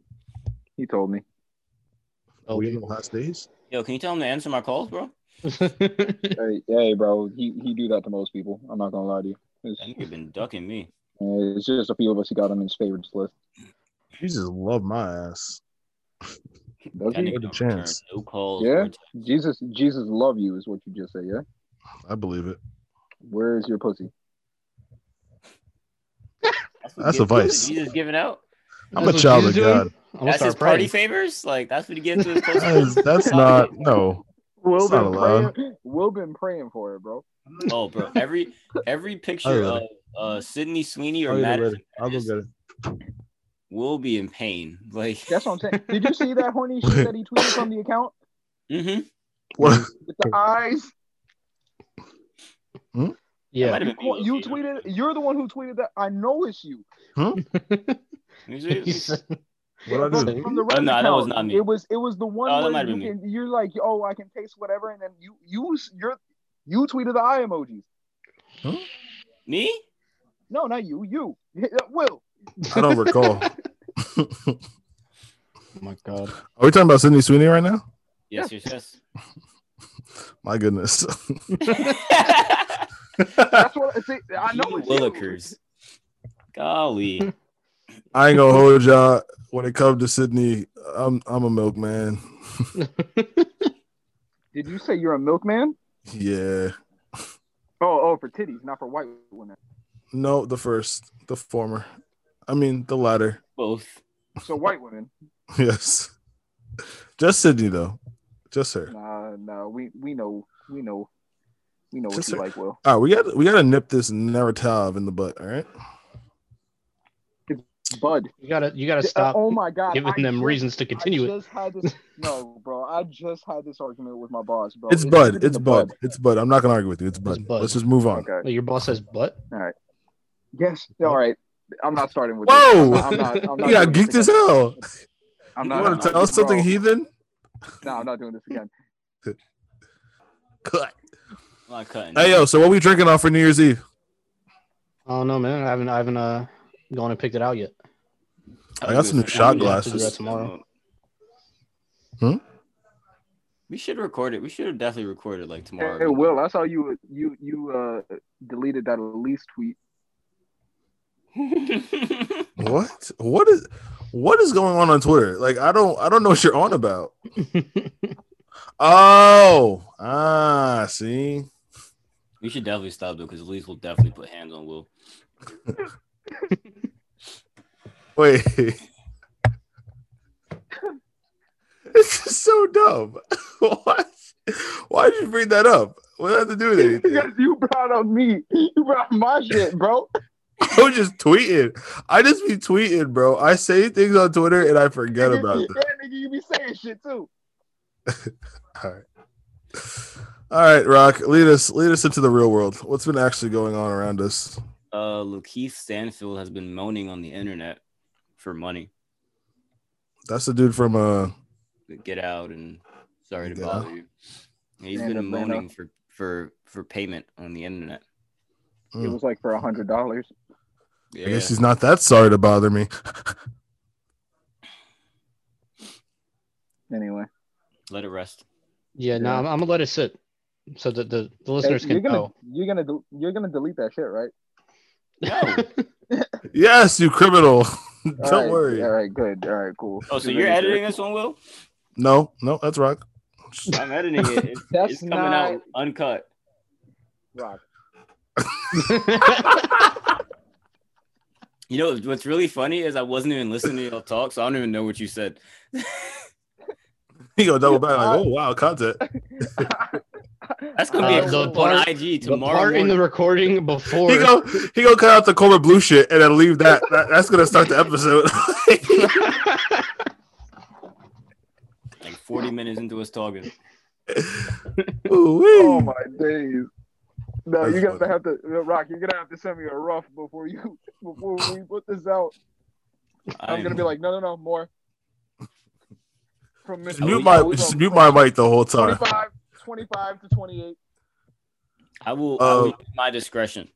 S2: He told me.
S1: Are
S3: Oh,
S1: we in the last days?
S4: Yo, can you tell him to answer my calls, bro?
S2: Hey, hey, bro. He he do that to most people. I'm not gonna lie to you. It's,
S4: That nigga been ducking me.
S2: uh, it's just a few of us who got him in his favorites list.
S1: You just love my ass.
S2: Does
S4: That
S2: he?
S4: nigga
S1: What a
S4: don't return
S1: chance.
S4: No calls.
S2: Yeah.
S4: or-
S2: Jesus, Jesus love you is what you just said, yeah?
S1: I believe it.
S2: Where is your pussy?
S4: what
S1: That's
S4: he-
S1: a vice.
S4: He just giving out.
S1: I'm a child of God.
S3: I'm gonna
S4: That's his
S3: start praying.
S4: party favors. Like that's what he gives to his close
S1: That
S4: friends.
S1: is, that's not no.
S2: Will
S1: It's not
S2: been
S1: allowed.
S2: praying. Will been praying for it, bro.
S4: Oh, bro, every every picture
S1: I
S4: of
S1: read
S4: uh, Sydney Sweeney or
S1: I'll, get it
S4: Madison
S1: ready. I'll go get it.
S4: will be in pain. Like,
S2: That's what I'm saying. Did you see that horny shit that he tweeted from the account
S4: mm-hmm.
S1: What?
S2: with the eyes?
S3: Yeah,
S4: Might have been me,
S2: You
S4: low-key.
S2: tweeted. You're the one who tweeted that. I know it's you.
S4: He's- he's-
S3: He's-
S1: What I do?
S3: Listen.
S2: From the
S4: Oh, no, that
S2: account.
S4: was not me.
S2: It was. It was the one
S4: Oh, that
S2: where
S4: might have
S2: you
S4: been
S2: can, you're like, oh, I can taste whatever, and then you you you're you tweeted the eye emojis.
S4: me?
S2: No, not you. You Will.
S1: I don't recall. Are
S3: oh my god.
S1: we talking about Sydney Sweeney right now?
S4: Yes, yes,
S1: My goodness.
S4: yes.
S2: That's what I see. I know
S4: You
S2: it's you.
S4: Willikers. Golly,
S1: I ain't gonna hold y'all. When it comes to Sydney, I'm I'm a milkman.
S2: Did you say you're a milkman?
S1: yeah.
S2: Oh, oh, for titties, not for white women.
S1: No, the first, the former. I mean the latter.
S4: both.
S2: So white women.
S1: Yes. Just Sydney though. Just her.
S2: Nah, nah. We we know we know we know what
S1: Just
S2: you
S1: a-
S2: like, Will.
S1: All right, we got we gotta nip this narrative in the butt. All right.
S2: Bud.
S3: You gotta, you gotta
S2: Uh,
S3: stop
S2: oh my god.
S3: giving
S2: I
S3: them
S2: just-
S3: reasons to continue
S2: I
S3: it.
S2: just had this. No, bro. I just had this argument with my boss, bro.
S1: It's
S2: giving
S1: Bud. It's
S2: the
S1: Bud. It's Bud. I'm not gonna argue with you. It's Bud.
S3: Bud.
S1: Let's just move on.
S2: Okay.
S3: Like, Your boss says, "But
S2: Yes. All right. I'm not starting with.
S1: Whoa!
S2: This. I'm not. I'm not, I'm not
S1: You got
S2: doing
S1: geeked as
S2: this again.
S1: hell.
S2: I'm
S1: You
S2: not.
S1: want to
S2: I'm
S1: tell
S2: not-
S1: us something,
S2: bro,
S1: heathen?
S2: No, I'm not doing this again.
S1: Cut.
S4: I'm not cutting.
S1: Hey yo, so what we drinking on for New Year's Eve?
S3: I don't know, man. I haven't, I haven't uh, gone and picked it out yet."
S1: I got some new shot glasses.
S3: tomorrow.
S1: Hmm?
S4: We should record it. We should have definitely recorded like tomorrow.
S2: Hey, Will. I saw you. You you uh deleted that Elise tweet.
S1: What? What is what is going on on Twitter? Like I don't I don't know what you're on about. oh, ah, see.
S4: We should definitely stop though, because Elise will definitely put hands on Will.
S1: Wait. It's just so dumb. Why? Why did you bring that up? What did that have to do with anything?
S2: because you brought up me. You brought up my shit, bro.
S1: I was just tweeting. I just be tweeting, bro. I say things on Twitter and I forget
S2: Nigga,
S1: about
S2: yeah,
S1: them.
S2: nigga, you be saying shit too.
S1: All right. All right, Rock. Lead us lead us into the real world. What's been actually going on around us?
S4: Uh, Lakeith Stanfield has been moaning on the internet for money.
S1: That's the dude from uh
S4: Get out and sorry to
S1: Get
S4: bother you. He's
S2: Man
S4: been
S2: up, man
S4: moaning for for for payment on the internet.
S1: Mm.
S2: It was like for a hundred dollars.
S1: I
S4: Yeah,
S1: guess he's not that sorry to bother me.
S2: Anyway,
S4: let it rest.
S3: Yeah, no,
S2: Yeah.
S3: I'm, I'm gonna let it sit so that the, the
S2: Hey,
S3: listeners
S2: you're
S3: can
S2: gonna
S3: know.
S2: you're gonna del- you're gonna delete that shit, right?
S1: Yes, you criminal. Don't
S2: All right,
S1: worry.
S2: All right, good. All right, cool.
S4: Oh, so
S2: Is
S4: you're
S2: that-
S4: editing this one, Will?
S1: No, no, that's Rock.
S4: I'm editing it. It's,
S2: That's
S4: it's coming out uncut.
S2: Rock.
S4: You know what's really funny is I wasn't even listening to y'all talk, so I don't even know what you said.
S1: He go double back like, oh wow, content.
S4: That's gonna be
S3: Uh, the
S4: on
S3: part-
S4: IG
S3: the
S4: tomorrow.
S3: part in
S4: morning.
S3: the recording before
S1: He go he go cut out the Cobra Blue shit and then leave that. that that's gonna start the episode.
S4: like 40 minutes into us talking.
S1: Ooh-wee.
S2: Oh my days. No,
S1: That's
S2: you're gonna
S1: funny.
S2: have to Rock. You're gonna have to send me a rough before you before we put this out. I'm gonna be like, no, no, no, more. From
S1: Just
S2: Mr.
S1: mute
S2: Lee,
S1: my
S2: I was
S1: just
S2: on
S1: mute my uh, mic the whole time.
S2: 25, 25 to 28.
S4: I will, I will
S1: uh,
S4: use my discretion.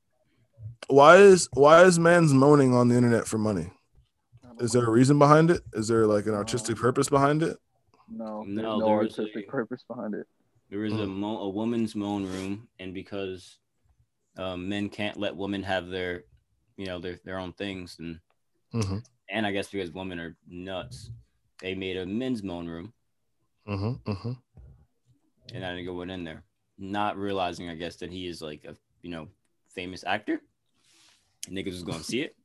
S1: Why is why is man's moaning on the internet for money? Is there a reason behind it? Is there like an artistic purpose behind it?
S2: no, there's
S4: No,
S2: no,
S4: there is
S2: artistic
S4: a-
S2: purpose behind it?
S4: There is a,
S1: Mm.
S4: mo- a woman's moan room, and because um, men can't let women have their, you know, their their own things, and
S1: hmm
S4: and I guess because women are nuts, they made a men's moan room,
S1: hmm hmm
S4: and I didn't go in there, not realizing I guess that he is like a you know famous actor. Niggas was gonna see it.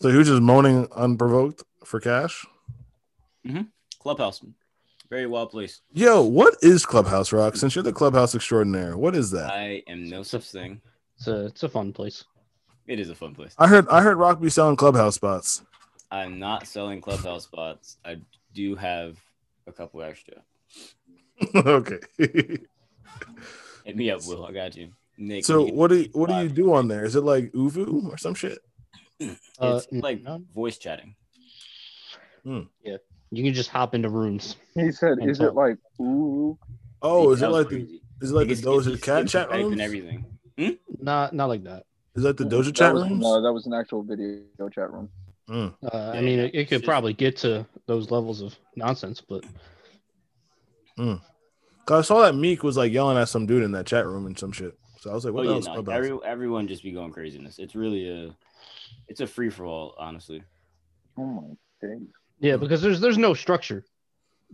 S1: So he was just moaning unprovoked for cash.
S4: Clubhouse, very wild place.
S1: Yo, what is Clubhouse Rock? Since you're the Clubhouse extraordinaire, what is that?
S4: I am no such thing.
S3: it's a it's a fun place.
S4: It is a fun place.
S1: I heard I heard Rock be selling Clubhouse spots.
S4: I'm not selling clubhouse spots. I do have a couple extra.
S1: okay.
S4: Hit me up, Will. I got you. Nick,
S1: so
S4: you-
S1: what do you, what do you
S4: live.
S1: do on there? Is it like Uvu or some shit?
S3: Uh,
S4: It's like
S3: no.
S4: voice chatting.
S3: You can just hop into rooms.
S2: He said,
S3: And
S2: "Is
S3: so-
S2: it like ooh?"
S1: Oh,
S4: That
S1: is it
S4: was
S1: like the,
S4: crazy.
S1: is it like the
S4: Niggas-
S1: Doja
S4: niggas
S1: Cat
S4: didn't
S1: chat
S4: type
S1: rooms?
S4: and everything.
S3: Not not like that.
S1: Is that the Doja
S2: That
S1: chat
S2: was-
S1: rooms?
S2: No, that was an actual video chat room.
S1: Mm.
S3: Uh,
S4: Yeah,
S3: I mean, it, it
S4: it's
S3: could
S4: just-
S3: probably get to those levels of nonsense, but
S1: 'Cause I saw that Meek was like yelling at some dude in that chat room and some shit. So I was like,
S4: Oh
S1: what the hell
S4: yeah,
S1: is
S4: no,
S1: Clubhouse?
S4: every, everyone just be going crazy in this. It's really a, it's a free for all, honestly.
S2: Oh my days.
S3: yeah, because there's there's no structure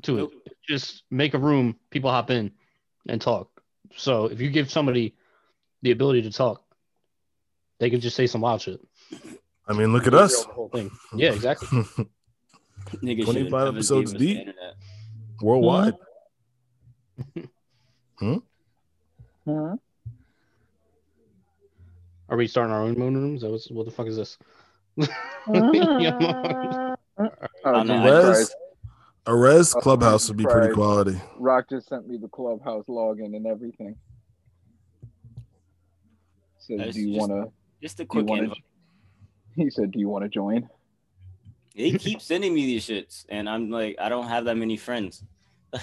S3: to it.
S4: Hmm. Nope.
S3: Just make a room, people hop in and talk. So if you give somebody the ability to talk, they can just say some wild shit.
S1: I mean, look at us.
S3: The whole thing. Yeah, exactly.
S1: 25
S4: Niggas should have
S1: episodes
S4: gave us the
S1: deep.
S4: internet.
S1: Worldwide.
S2: Hmm?
S3: Are we starting our own moon rooms? That was what the fuck is this?
S2: oh,
S4: I
S2: Jesus
S4: know, I just-
S1: Arez,
S2: Christ.
S1: Arez
S2: Oh,
S1: Clubhouse
S2: Jesus
S1: would be pretty
S2: Christ.
S1: quality.
S2: Rock just sent me the clubhouse login and everything. Said,
S4: That's
S2: "Do you
S4: just-
S2: want to?"
S4: Just a
S2: Do you
S4: quick
S2: want
S4: invite.
S2: to? He said, "Do you want to join?"
S4: They keep sending me these shits, and I'm like, I don't have that many friends. they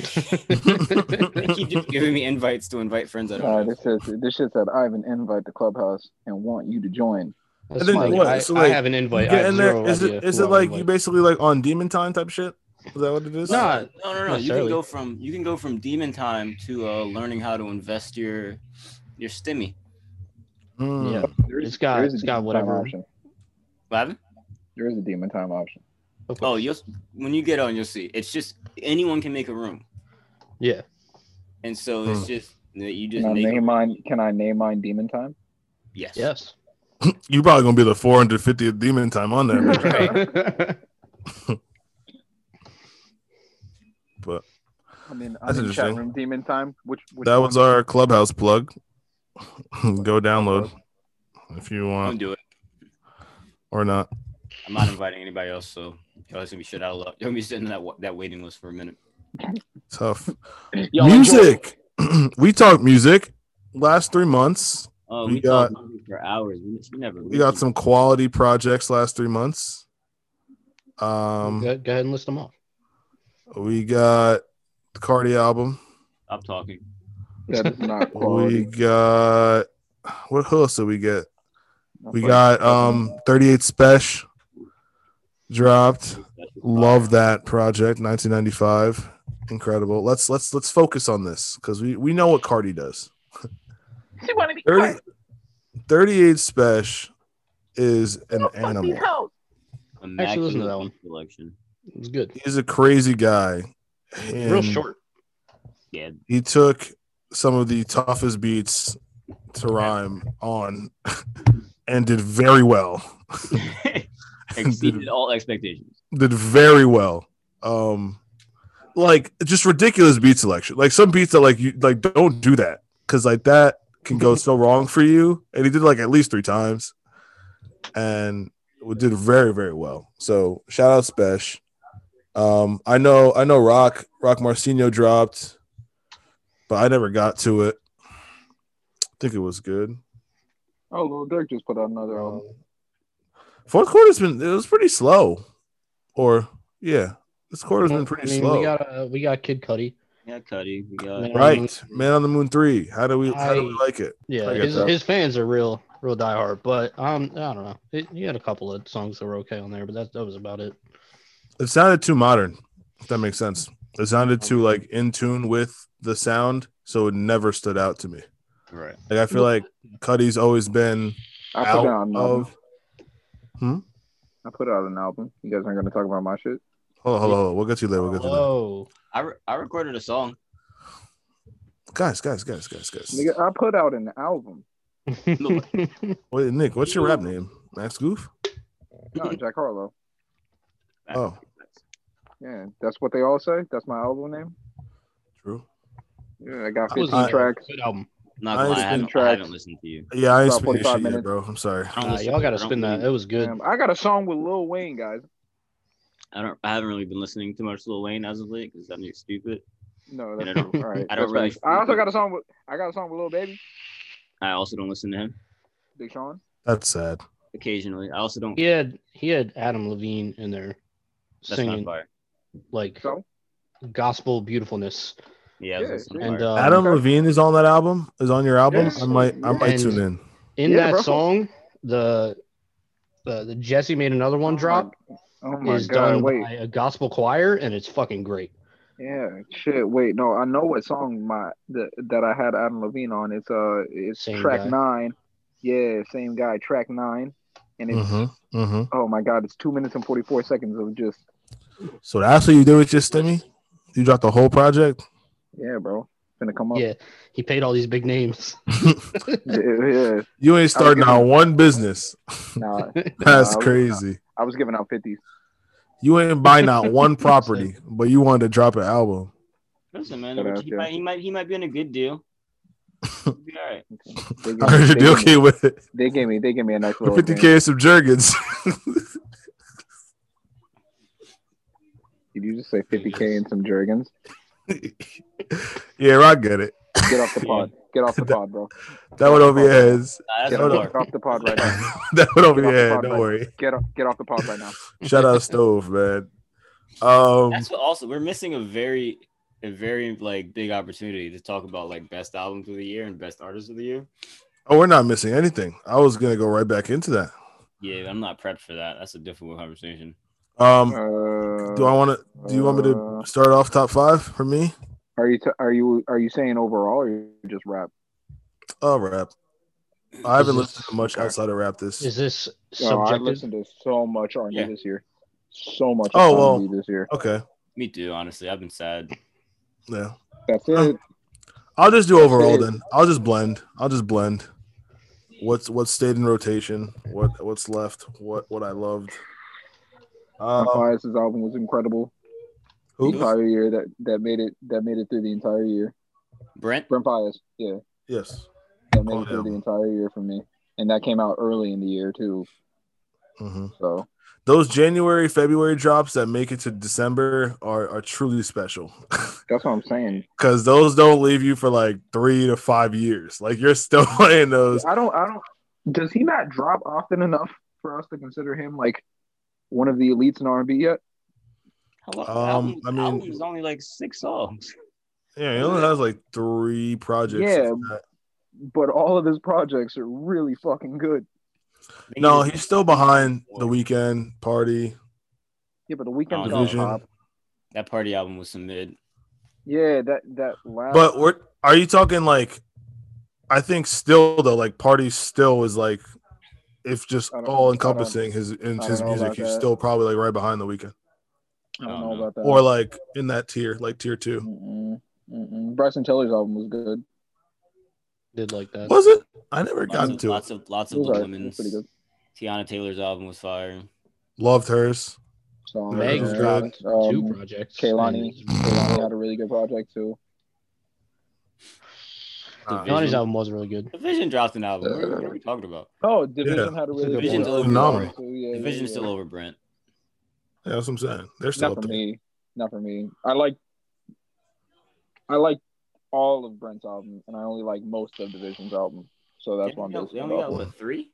S4: keep just giving me invites to invite friends I
S2: Uh,
S4: don't have.
S2: this says this shit said I have an invite to clubhouse and want you to join.
S3: That's
S1: And then
S3: fine.
S1: what?
S3: I,
S1: So,
S3: I
S1: like,
S3: have an invite. I
S1: Get
S3: have
S1: in there.
S3: zero
S1: Is
S3: idea
S1: it is
S3: who
S1: it
S3: I'm
S1: like you
S3: inviting.
S1: basically like on Demon Time type shit? Is that what it is?
S3: Nah,
S4: No, no, no. You can
S3: necessarily.
S4: go from you can go from demon time to uh, learning how to invest your your stimmy.
S1: Mm.
S3: yeah, it's got
S2: There is a
S3: it's got
S2: demon
S3: whatever.
S2: time option.
S4: What happened?
S2: There is a demon time option.
S3: of course.
S4: Oh, you'll when you get on, you'll see. It's just anyone can make a room.
S3: yeah.
S4: And so it's just that you just
S2: Can I
S4: make
S2: name mine? Can I name mine Demon Time?
S4: yes.
S3: Yes.
S1: You probably gonna be the 450th demon time on there, bitch. but
S2: I'm in,
S1: That's
S2: I'm in chat
S1: interesting.
S2: room Demon Time. Which, which
S1: that
S2: one?
S1: was our clubhouse plug. Go download if you
S4: Don't
S1: want
S4: do it.
S1: or not.
S4: I'm not inviting anybody else, so y'all just gonna be shut out of luck. Y'all gonna be sitting in that wa- that waiting list for a minute.
S1: Tough
S3: Y'all enjoy.
S1: music. we talked music last three months.
S4: Oh,
S1: We
S4: we, talked music for hours. We, we never.
S1: We got some quality projects last three months. Um,
S3: go, go ahead and list them off.
S1: we got the Cardi album.
S4: Stop talking.
S2: That is not
S1: We
S2: quality.
S1: got what else did we get? We
S2: But
S1: got um 38 Special dropped. Love that project, 1995. Incredible. Let's let's let's focus on this because we we know what Cardi does. 30, 38 Special is an animal.
S3: Actually, listen to that one.
S4: Selection.
S3: It was good.
S1: He's a crazy guy.
S3: Real
S1: and
S3: short.
S4: Yeah,
S1: He took some of the toughest beats to rhyme on and did very well.
S4: exceeded all expectations.
S1: did very well. Um, like just ridiculous beat selection. Like some beats that like you like don't do that because like that can go so wrong for you. And he did like at least three times, and we did very very well. So shout out Spesh. Um, I know I know Rock Rock Marcino dropped, but I never got to it. I think it was good.
S2: oh, Lil Durk just put out another
S1: um,
S2: album.
S1: Fourth quarter's been it was pretty slow, or yeah, this quarter's been pretty
S3: Mm-hmm. I mean,
S1: slow.
S3: We got uh, we got Kid Cudi.
S4: Yeah, Cuddy. We got
S3: Man.
S1: Right, Man on the Moon three. How do we? How do we
S3: I-
S1: like it?
S3: Yeah,
S1: I get
S3: his,
S1: that.
S3: his fans are real real diehard, but um, I don't know. It, he had a couple of songs that were okay on there, but that that was about it.
S1: It sounded too modern. If that makes sense. It sounded too like in tune with the sound, so it never stood out to me.
S4: right.
S1: Like I feel like Cuddy's always been
S2: I put out
S1: out
S2: an album.
S1: of. Hmm?
S2: I put out an album. You guys aren't gonna talk about my shit.
S1: Hold on, hold on, hold on. We'll get to you later. We'll get to you later.
S3: Whoa,
S4: I, re- I recorded a song.
S1: Guys, guys, guys, guys, guys.
S2: Nigga, I put out an album.
S1: Wait, Nick, what's your rap name? Max Goof.
S2: No, Jack Harlow.
S1: Oh,
S2: Yeah, that's what they all say. That's my album name.
S1: true.
S2: Yeah, I got
S3: That was
S2: 15
S3: a-
S2: tracks.
S3: good album.
S4: Not
S1: I
S4: gonna lie,
S1: just
S4: I
S1: been
S4: haven't, I
S2: tracked.
S4: haven't listened to you.
S1: Yeah, I ain't
S2: About
S1: spinning
S2: 45
S1: shit yet,
S2: minutes.
S1: bro. I'm sorry.
S4: I don't
S3: Nah,
S4: listen
S3: y'all
S4: to-
S3: got to
S4: I don't
S3: spin that.
S4: really-
S3: It was good.
S2: Damn, I got a song with Lil Wayne, guys.
S4: I don't. I haven't really been listening too much Lil Wayne as of late because I'm just stupid.
S2: No,
S4: And I
S2: that's
S4: don't-
S2: all right.
S4: I don't
S2: that's
S4: really-
S2: facts. I also got a song with I got a song with Lil Baby,
S4: I also don't listen to him
S2: Big Sean.
S1: That's sad.
S4: occasionally. I also don't.
S3: He had he had Adam Levine in there
S4: that's not
S3: singing
S4: fire.
S3: like
S2: So
S3: gospel beautifulness,
S4: Yeah, I was
S2: Yeah,
S4: listening to
S3: and
S4: fire.
S3: um,
S1: Adam Levine is on that album. Is on your album.
S2: Yes.
S1: I might. I might
S3: And-
S1: tune in.
S3: in
S2: Yeah,
S3: that
S2: bro.
S3: song, the the, the Jesse made another one drop
S2: Oh my
S3: is
S2: god,
S3: done
S2: wait.
S3: by a gospel choir, and it's fucking great.
S2: Yeah, shit. Wait, no, I know what song my the, that I had Adam Levine on. It's uh, it's
S3: Same
S2: track
S3: guy.
S2: nine. Yeah, same guy, track nine, and it's
S1: Mm-hmm. Mm-hmm.
S2: oh my god, it's two minutes and forty four seconds of just
S1: So that's what you did with your stimmy? You dropped the whole project?
S2: yeah, bro, gonna come up.
S3: Yeah, he paid all these big names.
S2: yeah, yeah.
S1: You ain't starting
S2: gonna-
S1: out one business.
S2: Nah,
S1: That's
S2: I was-
S1: crazy.
S2: I was giving out fifties.
S1: You ain't buying out one property, but you wanted to drop an album.
S4: Listen, man,
S2: Shout out,
S4: he,
S2: yeah.
S4: might, he might he might be in a good deal. He'll be all right.
S2: They gave,
S1: I heard
S2: they
S1: you'd be
S2: gave me,
S1: okay with it.
S2: they gave me, they gave me a nice little.
S1: Fifty
S2: advance.
S1: k some Jergens.
S2: Did you just say fifty k and some Jergens?
S1: yeah, I get it.
S2: Get off the pod. Get off the pod, bro.
S1: That went over your heads.
S4: Nah, that's
S2: Get
S1: Yeah, hold
S4: the
S2: off,
S1: on.
S2: get
S4: bar.
S2: off the pod right now.
S1: That went over your head. Don't worry.
S2: Get off, get off the pod right now.
S1: Shout out Stove, man. Um,
S4: That's what also we're missing a very a very like big opportunity to talk about like best albums of the year and best artists of the year.
S1: oh, we're not missing anything. I was gonna go right back into that.
S4: Yeah, I'm not prepped for that. That's a difficult conversation.
S1: Um,
S2: Uh,
S1: do I want to? Do you want me to start off top five for me?
S2: Are you t- are you are you saying overall or you just rap?
S1: Oh, rap. I haven't
S3: Is it-
S1: listened to much outside of rap this.
S3: Is this
S2: Oh, I
S3: subjective?
S2: listened to so much R&B
S4: Yeah.
S2: this year, so much
S1: Oh,
S2: R&B this year.
S1: Okay,
S4: Me too, honestly. I've been sad.
S1: yeah.
S2: That's
S1: Uh,
S2: it.
S1: I'll just do overall then. I'll just blend. I'll just blend. What's what stayed in rotation? What what's left? What what I loved? Um,
S2: Bias's album was incredible. The
S1: who?
S2: entire year that that made it that made it through the entire year.
S4: Brent.
S2: Brent Bias, yeah,
S1: Yes.
S2: that made
S1: Oh,
S2: it through
S1: yeah.
S2: the entire year for me, and that came out early in the year too.
S1: hmm
S2: So
S1: Those January February drops that make it to December are are truly special.
S2: that's what I'm saying.
S1: because those don't leave you for like three to five years. Like you're still playing those.
S2: I don't. I don't. Does he not drop often enough for us to consider him like one of the elites in R&B yet?
S4: How long?
S1: Um,
S4: album,
S1: I mean-
S4: album's only like six songs.
S1: Yeah, he only has like three projects.
S2: Yeah.
S1: Uh,
S2: But all of his projects are really fucking good.
S1: No, he's still behind the weekend party
S2: Yeah, but the weekend
S4: Oh, no.
S1: division.
S4: that party album was some mid.
S2: Yeah, that that last.
S1: But we're are you talking like? I think still though, like party still is like, if just
S2: I don't-
S1: all encompassing his in
S2: I
S1: his
S2: don't know
S1: music,
S2: about
S1: he's
S2: that.
S1: still probably like right behind the weekend
S2: I don't know about that.
S1: or like in that tier, like tier two.
S2: Mm-mm, mm-mm. Bryson Taylor's album was good.
S3: Did like that.
S1: Was it? I never got
S4: Lots of,
S1: into it.
S4: lots of lots
S2: It
S4: of
S2: was
S4: the
S2: alright. It was
S4: women's.
S2: pretty good.
S4: Tiana Taylor's album was fire.
S1: Loved hers.
S2: Song.
S1: Meg
S3: Megs
S1: Yeah.
S3: dropped two
S2: Um,
S3: projects.
S2: Kehlani.
S3: And-
S2: Kehlani had a really good project too.
S1: Uh,
S3: Kehlani's album was really good.
S4: Division dropped an album. What are- what are we talking about?
S2: Oh, Division had a really good
S4: Division's
S2: project.
S1: phenomenal.
S2: too. Yeah, yeah,
S4: Division's
S2: yeah.
S4: still over Brent.
S1: Yeah, that's what I'm saying. They're still
S2: Not
S1: up
S2: for
S1: there.
S2: me. Not for me. I like. I like all of Brent's album, and I only like most of Division's album. So that's
S4: They
S2: why I'm
S4: only got-
S2: just.
S4: They only got what three?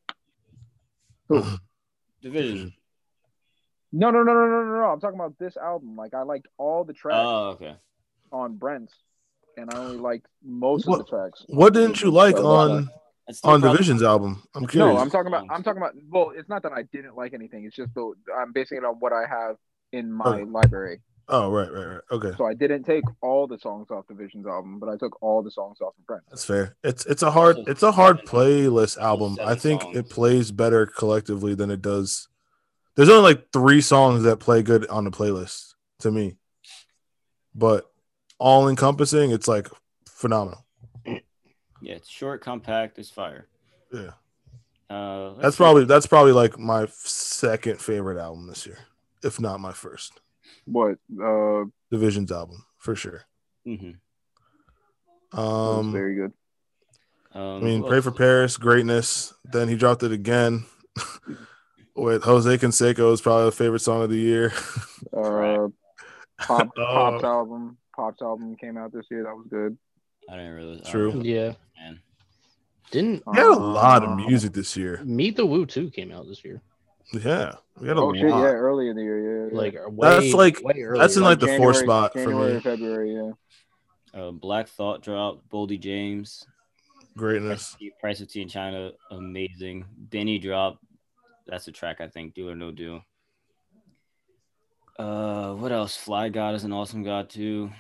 S2: Who?
S4: Division.
S2: No, no, no, no, no, no, no. I'm talking about this album. Like I liked all the tracks
S4: Oh, okay.
S2: on Brent's, and I only liked most
S1: What-
S2: of the tracks.
S1: What didn't you like
S2: So, uh,
S1: on
S4: That's still
S1: on
S4: probably-
S1: Division's album? I'm curious.
S2: No, I'm talking about. I'm talking about. Well, it's not that I didn't like anything. It's just though I'm basing it on what I have in my
S1: Okay.
S2: library.
S1: Oh, right, right, right. Okay,
S2: So I didn't take all the songs off Division's album, but I took all the songs off of Brent's.
S1: that's fair. It's it's a hard it's a hard playlist album. I think it plays better collectively than it does. There's only like three songs that play good on the playlist to me, but all encompassing, it's like phenomenal.
S4: Yeah, it's short, compact, it's fire.
S1: Yeah,
S4: Uh, let's
S1: that's
S4: see.
S1: probably that's probably like my second favorite album this year, if not my first.
S2: What? Uh,
S1: Division's album for sure.
S4: Mhm.
S1: Um,
S2: was very good.
S4: Um,
S1: I mean,
S4: who
S1: pray
S4: else?
S1: for Paris, greatness. Then he dropped it again with Jose Canseco is probably the favorite song of the year.
S2: Uh, Pop,
S1: Oh.
S2: Pop's album. Pop's album came out this year. That was good.
S4: I didn't realize. I
S1: True.
S4: don't know,
S3: Yeah.
S4: man.
S3: Didn't
S1: We had a lot
S2: Um,
S1: of music this year.
S3: Meet the Woo 2 came out this year.
S1: Yeah, we had a
S2: Oh shit! Yeah,
S1: lot.
S2: early in the year. Yeah. yeah.
S3: Like way,
S1: That's like-
S3: way earlier.
S1: that's in like the fourth
S2: January-
S1: spot for
S2: January,
S1: me.
S2: February. Yeah.
S4: Uh, Black Thought dropped. Boldy James.
S1: Greatness.
S4: Price of Tea in China, amazing. Benny drop, that's a track I think. Do or no do. Uh, what else? Fly God is an awesome god too.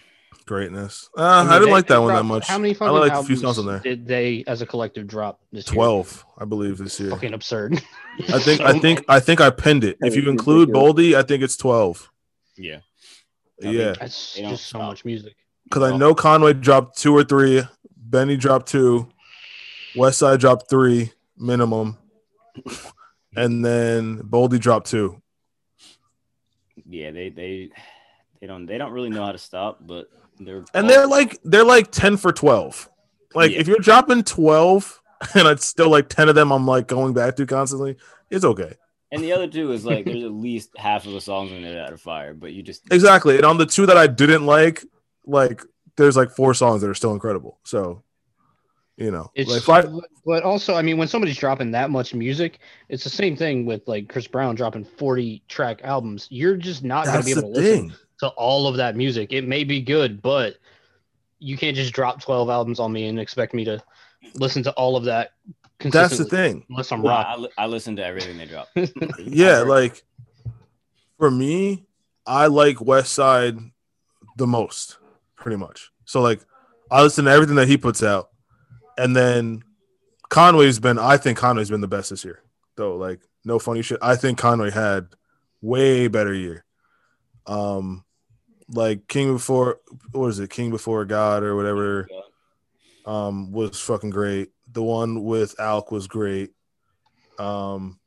S1: Greatness. Uh, I,
S3: mean,
S1: didn't
S3: they-
S1: like that
S3: they
S1: one that
S3: dropped-
S1: much.
S3: How many
S1: I
S3: fucking
S1: liked a
S3: albums
S1: few songs on there.
S3: did they, as a collective, drop this year?
S1: Twelve, I believe, this year.
S3: Fucking absurd.
S1: I think I think I think I pinned it. If you include Boldy, I think it's twelve.
S4: Yeah.
S1: Yeah,
S3: That's
S4: They don't
S3: just so
S4: stop.
S3: much music.
S1: because I know Conway dropped two or three. Benny dropped two. Westside dropped three minimum, and then Boldy dropped two.
S4: Yeah, they they they don't they don't really know how to stop, but they're
S1: And they're like they're like ten for twelve. Like
S4: Yeah.
S1: if you're dropping twelve, and it's still like ten of them, I'm like going back to constantly. It's okay.
S4: and the other two is like there's at least half of the songs in there that are fire, but you just
S1: Exactly. And on the two that I didn't like, like there's like four songs that are still incredible. So, you know,
S3: It's
S1: like five,
S3: but also, I mean, when somebody's dropping that much music, it's the same thing with like Chris Brown dropping 40 track albums. You're just not going to
S1: that's
S3: be
S1: the
S3: able to listen
S1: thing.
S3: to all of that music. It may be good, but you can't just drop 12 albums on me and expect me to listen to all of that consistently.
S1: That's the thing.
S3: Unless I'm
S4: Nah,
S3: rock.
S4: I, li- I listen to everything they drop.
S1: yeah, like for me, I like West Side the most, pretty much. So like I listen to everything that he puts out. And then Conway's been I think Conway's been the best this year. Though like no funny shit. I think Conway had way better year. Um like King before what is it? King before God or whatever. um, was fucking great. The one with Alec was great. Um,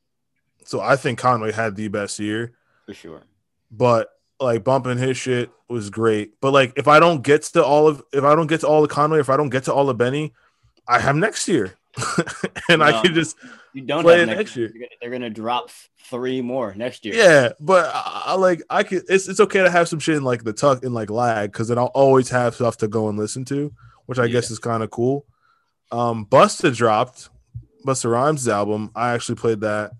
S1: so I think Conway had the best year,
S4: for sure.
S1: but like bumping his shit was great. But like if I don't get to all of if I don't get to all of Conway, if I don't get to all of Benny, I have next year. and I
S4: No.
S1: can just
S4: You don't
S1: Play
S4: have
S1: it
S4: next,
S1: next
S4: year.
S1: year.
S4: You're gonna- They're gonna drop f- three more next year.
S1: Yeah, but I, I like I could. It's it's okay to have some shit in like the tuck and like lag because then I'll always have stuff to go and listen to, which I guess is kind of cool. Um, Busta dropped Busta Rhymes' album. I actually played that.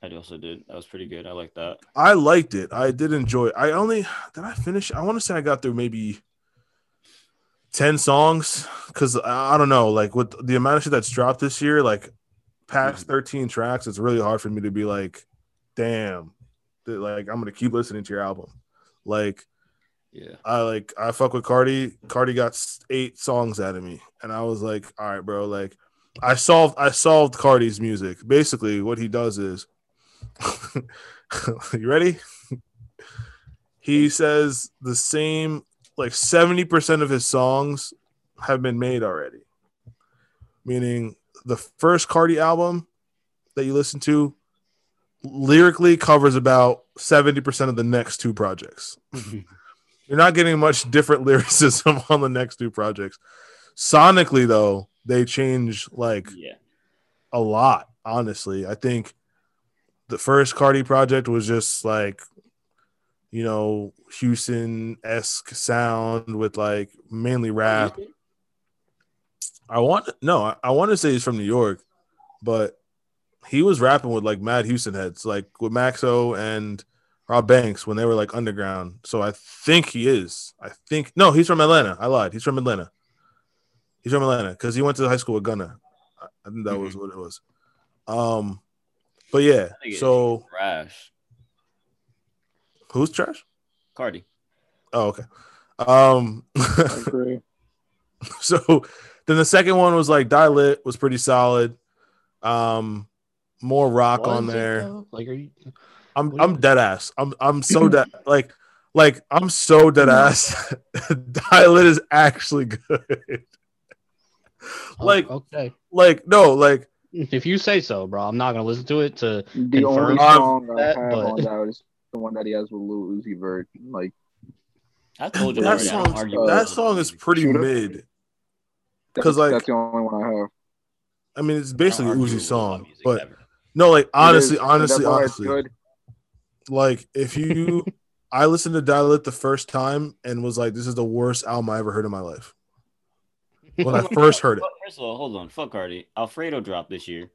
S4: I also did. That was pretty good. I like that.
S1: I liked it. I did enjoy. it. I only did I finish. I want to say I got through maybe ten songs because I, I don't know. Like with the amount of shit that's dropped this year, like past thirteen tracks, it's really hard for me to be like, damn, that, like I'm gonna keep listening to your album. Like
S4: Yeah.
S1: I like I fuck with Cardi. Cardi got s- eight songs out of me, and I was like, all right, bro. Like I solved I solved Cardi's music. Basically, what he does is, you ready? he says the same like seventy percent of his songs have been made already. Meaning the first Cardi album that you listen to lyrically covers about 70% of the next two projects you're not getting much different lyricism on the next two projects. Sonically, though, they change like
S4: Yeah.
S1: a lot. Honestly, I think the first Cardi project was just like, you know, Houston esque sound with like mainly rap. I want no, I, I want to say he's from New York, but he was rapping with like Mad Houston heads, like with Maxo and Rob Banks when they were like underground. So I think he is. I think no, he's from Atlanta. I lied. He's from Atlanta. He's from Atlanta because he went to high school with Gunna. I I think that was what it was. Um, but yeah.
S4: I think it's
S1: So
S4: Trash.
S1: who's trash?
S4: Cardi.
S1: Oh, okay. Um,
S2: I agree.
S1: so then the second one was like Die Lit was pretty solid. Um, more rock on
S3: Was it,
S1: there.
S3: though? Like, are you?
S1: I'm
S3: What do you
S1: I'm dead ass. I'm I'm so dead like like I'm so dead ass. Dial-it is actually good.
S3: oh,
S1: like
S3: okay.
S1: like no like
S3: If you say so, bro, I'm not gonna listen to it. To
S2: The
S3: Confirm
S2: only song I
S3: that,
S2: have
S3: but-
S2: on that is the one that he has with Lil Uzi Vert. Like
S4: I told you
S1: that
S4: already, I don't
S1: song
S4: argue with
S1: that
S4: those
S1: song is
S4: music.
S1: pretty
S2: Shooter?
S1: mid.
S2: that's-
S1: 'Cause, like,
S2: that's the only one I have.
S1: I mean it's
S4: I don't
S1: basically
S4: argue
S1: Uzi
S4: with
S1: song,
S4: music
S1: but
S4: ever.
S1: no like honestly
S2: It is, and
S1: honestly
S2: that's why it's
S1: honestly
S2: good.
S1: like if you I listened to Dial It the first time and was like this is the worst album I ever heard in my life. When I first heard it.
S4: But first of all, hold on. Fuck Cardi. Alfredo dropped this year.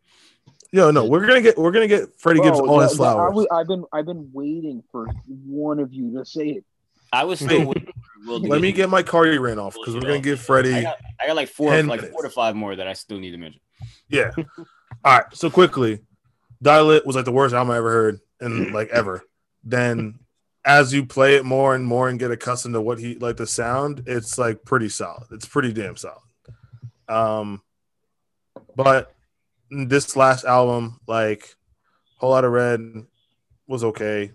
S1: Yo, no, we're gonna get we're gonna get Freddie Gibbs
S2: Bro,
S1: all his
S2: that- that- Oh, I
S1: flowers.
S2: was- I've been I've been waiting for one of you to say it.
S4: I was still waiting for Will to
S1: Let me get my Cardi rant off because we're gonna give
S4: I
S1: Freddie.
S4: got, I got like four,
S1: 10
S4: like
S1: minutes.
S4: four to five more that I still need to mention.
S1: Yeah. All right. So quickly, Dial It was like the worst album I ever heard and like ever. Then as you play it more and more and get accustomed to what he like the sound, it's like pretty solid. It's pretty damn solid. Um but this last album, like Whole Lot of Red was okay.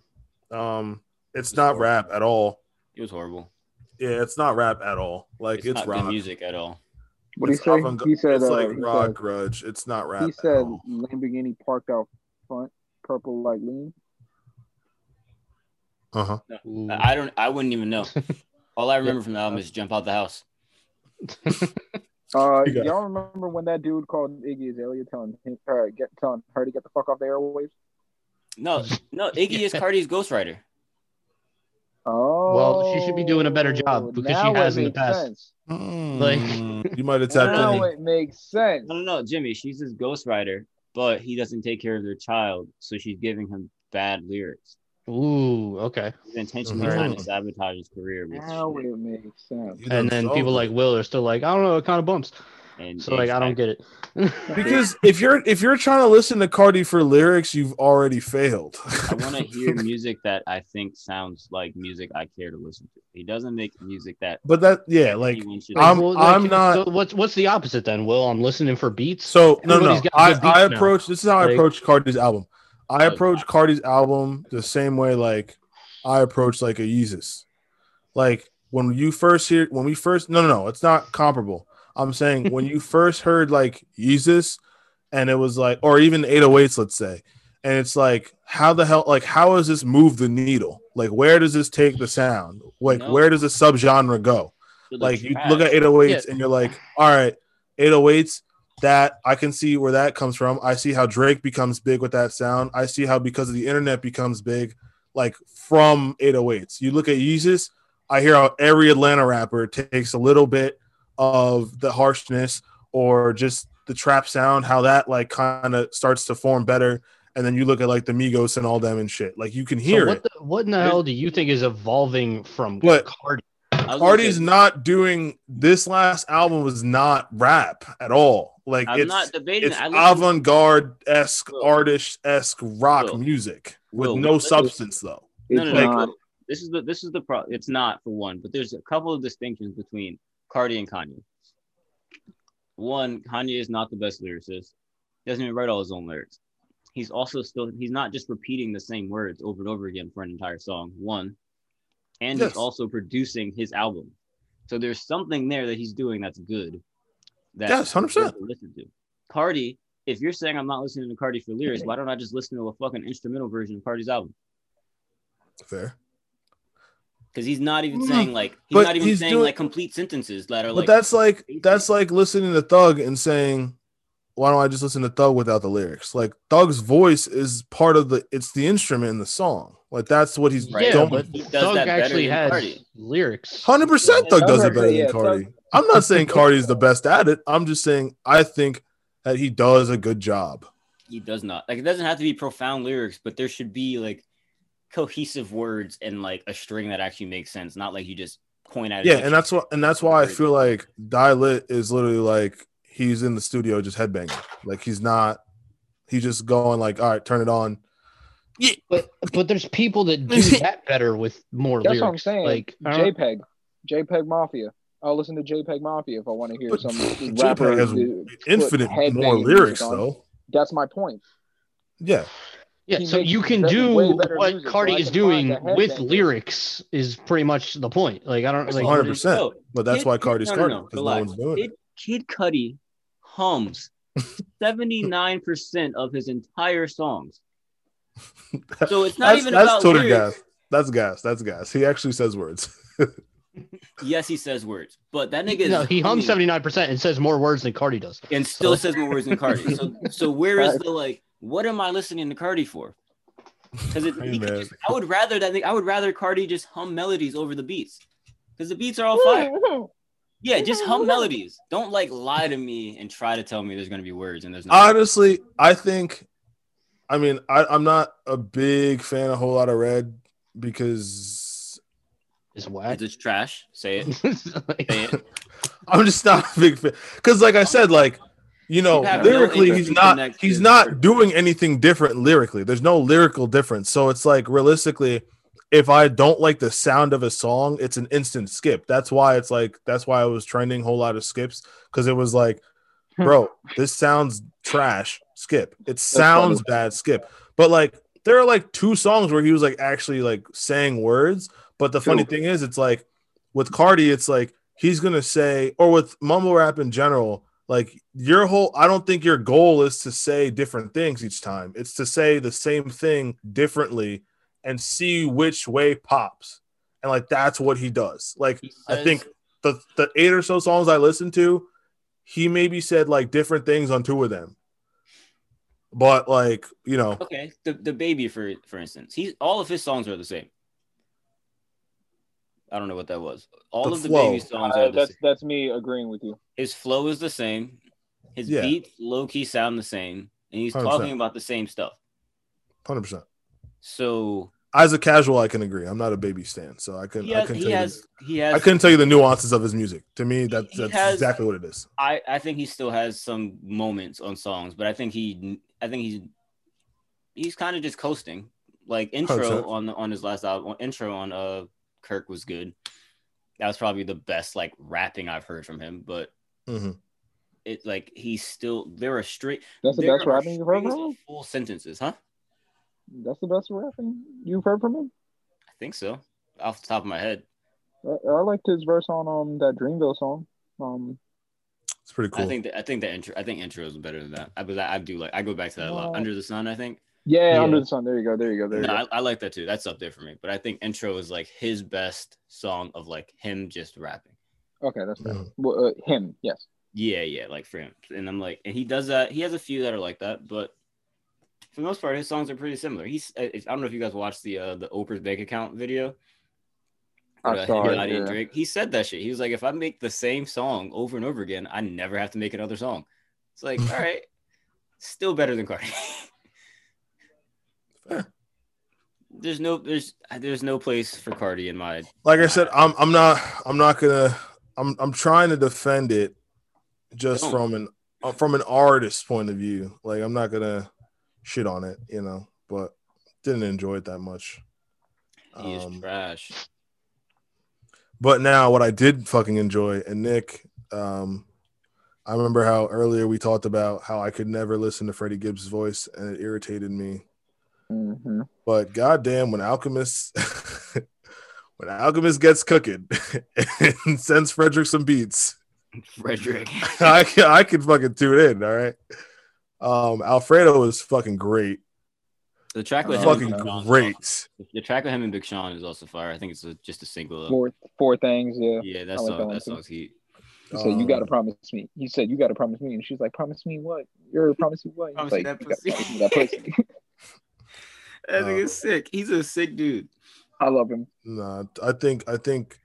S1: Um it's not rap at all.
S4: It was horrible.
S1: Yeah, it's not rap at all. Like
S4: it's,
S1: it's,
S4: not
S1: rock.
S4: good music at all.
S2: What did he
S1: It's
S2: say?
S1: avant-
S2: He said
S1: It's
S2: uh,
S1: like
S2: he
S1: raw
S2: said-
S1: grudge. It's not rap.
S2: He
S1: at
S2: said
S1: all.
S2: Lamborghini parked out front, purple like lean.
S1: Uh-huh.
S3: Ooh.
S4: I I don't. I wouldn't even know. All I remember from the album is "Jump Out the House."
S2: Uh,
S1: You got it.
S2: y'all remember when that dude called Iggy Azalea telling him, uh, get telling her to get the fuck off the airwaves?
S4: No, no. Iggy is Cardi's ghostwriter.
S2: Oh,
S3: Well, she should be doing a better job because she
S2: now
S3: has
S2: it
S3: in the
S2: makes
S3: past.
S2: Sense.
S1: Like Mm, you might have tapped
S2: Now
S1: in.
S2: it makes sense.
S4: No, no, no, Jimmy. She's his ghostwriter, but he doesn't take care of their child, so she's giving him bad lyrics.
S3: Ooh, okay.
S4: He's intentionally
S1: Mhm.
S4: trying to sabotage his career. With
S2: Now
S4: shit.
S2: it makes sense.
S1: You done
S3: And then
S1: solved
S3: people
S1: it.
S3: like Will are still like, I don't know, it kind of bumps.
S4: and
S3: So like, I don't get it.
S1: because if you're if you're trying to listen to Cardi for lyrics, you've already failed.
S4: I want to hear music that I think sounds like music I care to listen to. He doesn't make music that
S1: but that yeah, like
S4: anyone should.
S1: I'm- I'm
S3: so
S1: not-
S3: what's what's the opposite then? Will I'm listening for beats.
S1: so no no.
S3: Everybody's got
S1: I
S3: good beats
S1: I
S3: now.
S1: approach this is how I
S3: Like-
S1: approach Cardi's album. I
S4: Like-
S1: approach Cardi's album the same way like I approach like a Yeezus. Like when you first hear when we first no no no, it's not comparable. I'm saying when you first heard like Jesus, and it was like, or even 808s, let's say, and it's like, how the hell, like, how does this move the needle? Like, where does this take the sound? Like,
S4: No.
S1: where does the subgenre go?
S4: They're
S1: Like, you
S4: trash.
S1: look at 808s and you're like, all right, 808s. That I can see where that comes from. I see how Drake becomes big with that sound. I see how because of the internet becomes big, like from 808s. You look at Jesus, I hear how every Atlanta rapper takes a little bit of the harshness or just the trap sound, how that like kind of starts to form better. And then you look at like the Migos and all them and shit. Like you can hear
S3: so what
S1: it.
S3: The, what in the hell do you think is evolving from
S1: What?
S3: Cardi?
S4: I was gonna
S1: Cardi's
S4: say,
S1: not doing this last album was not rap at all. Like
S4: I'm
S1: it's
S4: not debating.
S1: it's
S4: I listen-
S1: avant garde esque,
S4: Will.
S1: artist esque rock
S4: Will.
S1: music with
S4: Will,
S1: no
S4: listen-
S1: substance though.
S4: No, no, no,
S1: like-
S4: no. This is the this is the pro. It's not for one, but there's a couple of distinctions between Cardi and Kanye. One, Kanye is not the best lyricist. He doesn't even write all his own lyrics. He's also still he's not just repeating the same words over and over again for an entire song. One, and
S1: Yes.
S4: he's also producing his album. So there's something there that he's doing that's good. That
S1: Yes, 100%.
S4: people Listen to Cardi. If you're saying I'm not listening to Cardi for lyrics, why don't I just listen to a fucking instrumental version of Cardi's album?
S1: Fair.
S4: because he's not even
S1: Mm.
S4: saying like he's
S1: But
S4: not even
S1: he's
S4: saying
S1: doing-
S4: like complete sentences that are
S1: But
S4: like
S1: that's like
S4: basic.
S1: that's like listening to Thug and saying, "Why don't I just listen to Thug without the lyrics?" Like Thug's voice is part of the it's the instrument in the song. Like that's what he's
S4: Right.
S3: Yeah,
S1: doing.
S3: but
S4: He does
S3: Thug
S4: that better
S3: actually
S4: than
S3: has
S4: Cardi.
S3: lyrics.
S1: Hundred percent, Thug does it better
S2: Yeah,
S1: than
S2: Thug-
S1: Cardi. I'm not saying Cardi's the best at it. I'm just saying I think that he does a good job.
S4: he does not like it doesn't have to be profound lyrics but there should be like cohesive words and like a string that actually makes sense not like you just point at it
S1: Yeah, and that's what and that's why I feel like Die Lit is literally like he's in the studio just headbanging. Like he's not. He's just going like, all right, turn it on.
S3: But but there's people that do that better with more
S2: That's
S3: lyrics.
S2: what I'm saying.
S3: Like uh, I don't-
S2: JPEG, JPEG Mafia. I'll listen to JPEG Mafia if I want to hear
S1: But
S2: some
S1: JPEG
S2: rapper.
S1: has
S2: do-
S1: Infinite
S2: put headbanging
S1: more
S2: music
S1: lyrics
S2: on.
S1: though.
S2: That's my point.
S1: Yeah.
S3: yeah.
S2: he
S3: So
S2: makes
S3: you can
S2: better-
S3: do
S2: way better
S3: what
S2: music, so
S3: Cardi
S2: I
S3: is
S2: can find
S3: doing
S2: the headbangers.
S3: with lyrics is pretty much the point. Like I don't like.
S1: 100%. But that's
S4: Kid-
S1: why Cardi's
S4: no, no,
S1: Cardi
S4: no,
S1: because no,
S4: relax.
S1: one's doing
S4: Kid,
S1: it.
S4: Kid Cudi hums 79% of his entire songs. So it's not
S1: that's
S4: even
S1: that's
S4: about
S1: total
S4: lyrics.
S1: gas. That's gas. That's gas. He actually says words.
S4: Yes, he says words, but that nigga is
S3: No, he hums
S4: humming.
S3: seventy nine percent and says more words than Cardi does.
S4: and still says more words than Cardi. So, so where is the like? What am I listening to Cardi for? Because
S1: Hey, man.
S4: I would rather that I would rather Cardi just hum melodies over the beats, because the beats are all fire.
S2: That's
S4: Yeah, just hum melodies. Don't like lie to me and try to tell me there's gonna be words and there's not.
S1: Honestly, I think. I mean, I, I'm not a big fan of a whole lot of red because
S3: Is
S4: It's
S3: whack.
S4: just trash. Say it.
S3: Like,
S4: Say it.
S1: I'm just not a big fan because, like I said, like you know,
S4: You have no
S1: lyrically
S4: interest
S1: he's
S4: in
S1: not
S4: connecting.
S1: he's not doing anything different lyrically. There's no lyrical difference, so it's like realistically, if I don't like the sound of a song, it's an instant skip. That's why it's like that's why I was trending whole lot of skips because it was like, bro, this sounds trash. Skip. It sounds bad. Skip. But like there are like two songs where he was like actually like saying words. But the funny
S2: Two.
S1: thing is, it's like with Cardi, it's like he's gonna say, or with mumble rap in general, like your whole. I don't think your goal is to say different things each time. It's to say the same thing differently and see which way pops. And like that's what he does. Like
S4: He
S1: I
S4: says-
S1: think the the eight or so songs I listened to, he maybe said like different things on two of them. But like you know,
S4: Okay, the, the baby for for instance, he's all of his songs are the same. I don't know what that was. All
S1: The
S4: of the
S1: flow.
S4: baby songs are the same.
S2: Uh, that's me agreeing with you.
S4: his flow is the same, his
S1: Yeah.
S4: beats low key sound the same, and he's
S1: 100%.
S4: talking about the same stuff.
S1: hundred percent.
S4: So
S1: As a casual, I can agree. I'm not a baby stan, so I can
S4: he
S1: I
S4: has,
S1: can
S4: he
S1: tell you.
S4: has,
S1: the-
S4: he
S1: I
S4: has,
S1: couldn't tell you the nuances of his music. To me, that,
S4: He
S1: that's
S4: has-
S1: exactly what it is.
S4: I, I think he still has some moments on songs, but I think he, I think he's, he's kind of just coasting. Like intro
S1: 100%.
S4: on on his last album, on intro on uh Kirk was good. That was probably the best like rapping I've heard from him, but
S1: Mhm.
S4: it like he's still there are straight.
S2: That's the
S4: there
S2: best
S4: are
S2: rapping you've heard
S4: strings
S2: from
S4: of
S2: him.
S4: Full sentences, huh?
S2: That's the best rapping you've heard from him.
S4: I think so. Off the top of my head.
S2: I, I liked his verse on um that Dreamville song. Um,
S1: It's pretty cool.
S4: I think that, I think the intro I think intro is better than that. I, but I, I do like I go back to that a lot.
S2: Well-
S4: Under the sun, I think.
S2: Yeah,
S3: Yeah.
S2: under the sun. There you go. There you go. There you
S4: No,
S2: go.
S4: I, I like that too. That's up there for me. But I think intro is like his best song of like him just rapping.
S2: Okay, that's fair.
S1: Yeah.
S2: Well, uh, him, yes.
S4: Yeah, yeah, like for him. And I'm like, and he does that. He has a few that are like that, but for the most part, his songs are pretty similar. He's I I don't know if you guys watched the uh, the Oprah's bank account video.
S2: I
S4: with, uh,
S2: saw
S4: him,
S2: it,
S4: Gotti, and
S2: yeah.
S4: Drake. He said that shit. He was like, if I make the same song over and over again, I never have to make another song. It's like, all right, still better than Cardi.
S1: Fair.
S4: There's no there's there's no place for Cardi in my
S1: like I said, I'm I'm not I'm not gonna I'm I'm trying to defend it just
S4: Don't.
S1: from an uh, from an artist's point of view. Like I'm not gonna shit on it, you know. But didn't enjoy it that much.
S4: he is
S1: Um,
S4: trash.
S1: But now, what I did fucking enjoy, and Nick, um, I remember how earlier we talked about how I could never listen to Freddie Gibbs' voice, and it irritated me.
S2: hmm
S1: But goddamn, when Alchemist, when Alchemist gets cooking and sends Frederick some beats,
S4: Frederick.
S1: I can, I can fucking tune in. All right. Um, Alfredo was fucking great,
S4: The track with him and
S1: fucking
S4: Big Sean is awesome.
S1: great.
S4: The track with him and Big Sean is also fire. I think it's a, just a single.
S2: Four, four things. Yeah.
S4: yeah,
S2: I
S4: that
S2: like that
S4: song. That,
S2: one too.
S4: song's heat.
S2: He said, "You gotta
S1: Um,
S2: promise me." He said, "You gotta promise me," and she's like, "Promise me what? You're promise me what?" He's
S4: Promise me
S2: like,
S4: that
S2: "You gotta
S4: pussy."
S2: promise me that pussy." Um,
S4: That
S1: nigga's
S4: sick. He's a sick dude.
S2: I love him.
S1: Nah, I think I think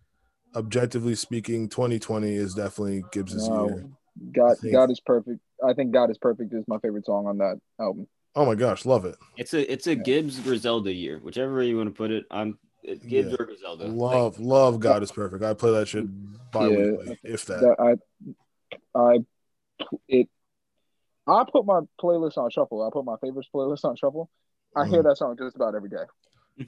S1: objectively speaking, 2020 is definitely Gibbs's
S2: No.
S1: year. I
S2: God,
S1: think-
S2: God is perfect. I think God is perfect is my favorite song on that album.
S1: Oh my gosh, love it.
S4: It's a it's a Gibbs Griselda year, whichever way you want to put it. I'm it, Gibbs
S1: Yeah.
S4: or Griselda. Like,
S1: Love, love God is perfect. I play that shit bi weekly,
S2: Yeah.
S1: if that.
S2: That I, I, it, I put my playlist on shuffle. I put my favorites playlist on shuffle. I hear
S1: Mm-hmm.
S2: that song just about every day.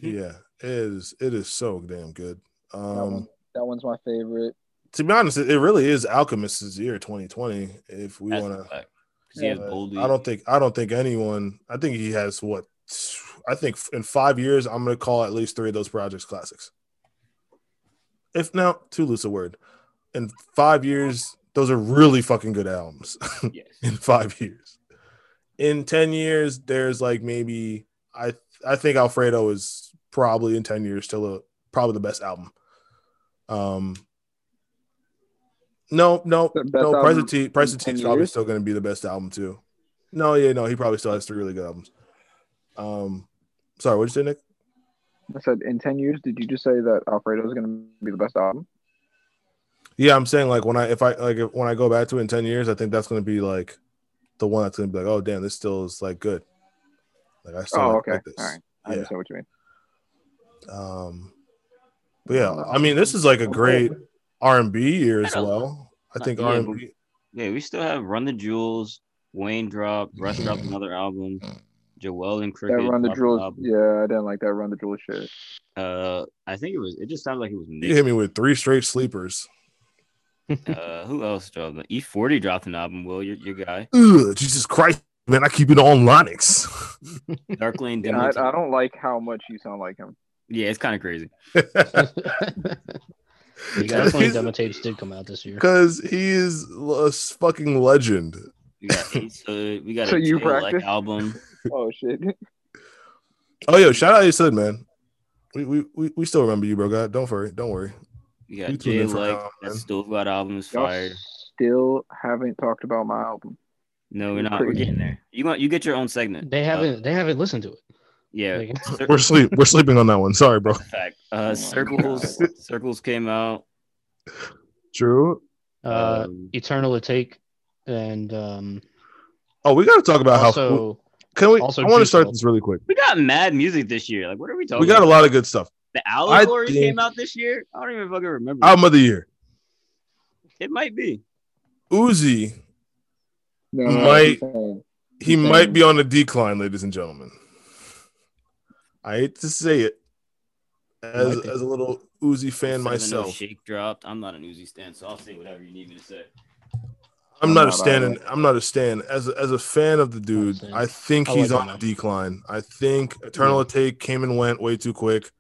S1: Yeah, it is it is so damn good.
S2: That,
S1: Um
S2: one, that one's my favorite.
S1: to be honest, it, it really is Alchemist's year 2020. If we
S4: that's
S1: wanna
S4: a fact. 'Cause he has
S1: but
S4: boldly.
S1: I don't think I don't think anyone I think he has what I think in five years I'm gonna call at least three of those projects classics. If now too loose a word. In five years, those are really fucking good albums.
S4: Yes.
S1: in five years. In ten years, there's like maybe I I think Alfredo is probably in ten years still a probably the best album. Um. No, no,
S2: The best
S1: no. Price
S2: album
S1: of Tea, Price
S2: in
S1: of Tea
S2: 10
S1: is probably
S2: years?
S1: still going to be the best album too. No, yeah, no. He probably still has three really good albums. Um, sorry, what'd you say, Nick?
S2: I said, in ten years, did you just say that Alfredo is gonna be the best album?
S1: Yeah, I'm saying like when I if I like if, when I go back to it in ten years, I think that's going to be like the one that's going to be like, oh damn, this still is like good. Like I still
S2: oh,
S1: like,
S2: okay,
S1: like this.
S2: all right. I
S1: Yeah.
S2: understand what you mean.
S1: Um, but yeah, I mean, this is like a great R and B year as well. I think R
S4: Yeah,
S1: and B.
S4: Yeah, we still have Run the Jewels, Wayne Drop, Russ Drop another album, Joel and
S2: That
S4: Cricket.
S2: run the
S4: dropped an
S2: jewels.
S4: album.
S2: Yeah, I didn't like that run the jewels shit.
S4: Uh, I think it was. It just sounded like it was
S1: You
S4: mixed.
S1: hit me with three straight sleepers.
S4: uh, who else dropped? it? E40 dropped an album. Will your your guy?
S1: Ugh, Jesus Christ, man! I keep it on Linux.
S4: Dark Lane
S2: And
S4: Demo.
S2: I, I don't like how much you sound like him.
S4: yeah, it's kind of crazy.
S3: You guys, definitely demo tapes did come out this year.
S1: Because he is a fucking legend.
S4: We got Ace Hood. We got
S2: So
S4: a
S2: you
S4: Tail Like
S2: practice?
S4: album.
S2: Oh shit.
S1: Oh yo, shout out Ace Hood, man. We, we, we, we still remember you, bro. God, don't worry, don't worry.
S4: We
S1: You
S4: got
S1: tuned
S4: Jay
S1: in for an
S4: Like.
S1: hour,
S4: That
S1: man.
S4: still got albums
S2: Y'all
S4: fire.
S2: still haven't talked about my album.
S4: No, we're not. We're
S2: crazy.
S4: getting there. You want you get your own segment.
S3: They
S4: Uh,
S3: haven't. They haven't listened to it.
S4: yeah.
S3: Like,
S4: Cir-
S1: We're sleep we're sleeping on that one. Sorry, bro.
S4: fact.
S2: Oh
S4: Uh,
S2: my
S4: circles. Circles came out.
S1: True.
S3: uh,
S4: Um,
S3: Eternal to take, and um,
S1: Oh, we gotta talk about how
S3: also
S1: can we
S3: also
S1: I want to
S3: Juice
S1: start
S3: WRLD.
S1: this really quick.
S4: we got mad music this year. Like, what are we talking?
S1: We got a
S4: about?
S1: lot of good stuff.
S4: The allegory
S1: think-
S4: came out this year. I don't even fucking remember.
S1: Album of the year.
S4: it might be.
S1: Uzi
S2: No,
S1: Might-
S2: no,
S1: he
S2: Okay.
S1: might be on a decline, ladies and gentlemen. I hate to say it, as
S3: Might be.
S1: as a little Uzi fan
S4: Seven O
S1: myself,
S4: Shake dropped. I'm not an Uzi stan, so I'll say whatever you need me to say.
S1: I'm not a
S2: I'm not
S1: stan.
S2: either.
S1: and- I'm not a stan. As a, as a fan of the dude,
S3: stan.
S1: I think
S3: I
S1: he's
S3: like
S1: on
S3: him,
S1: a decline. I think Eternal Take came and went way too quick.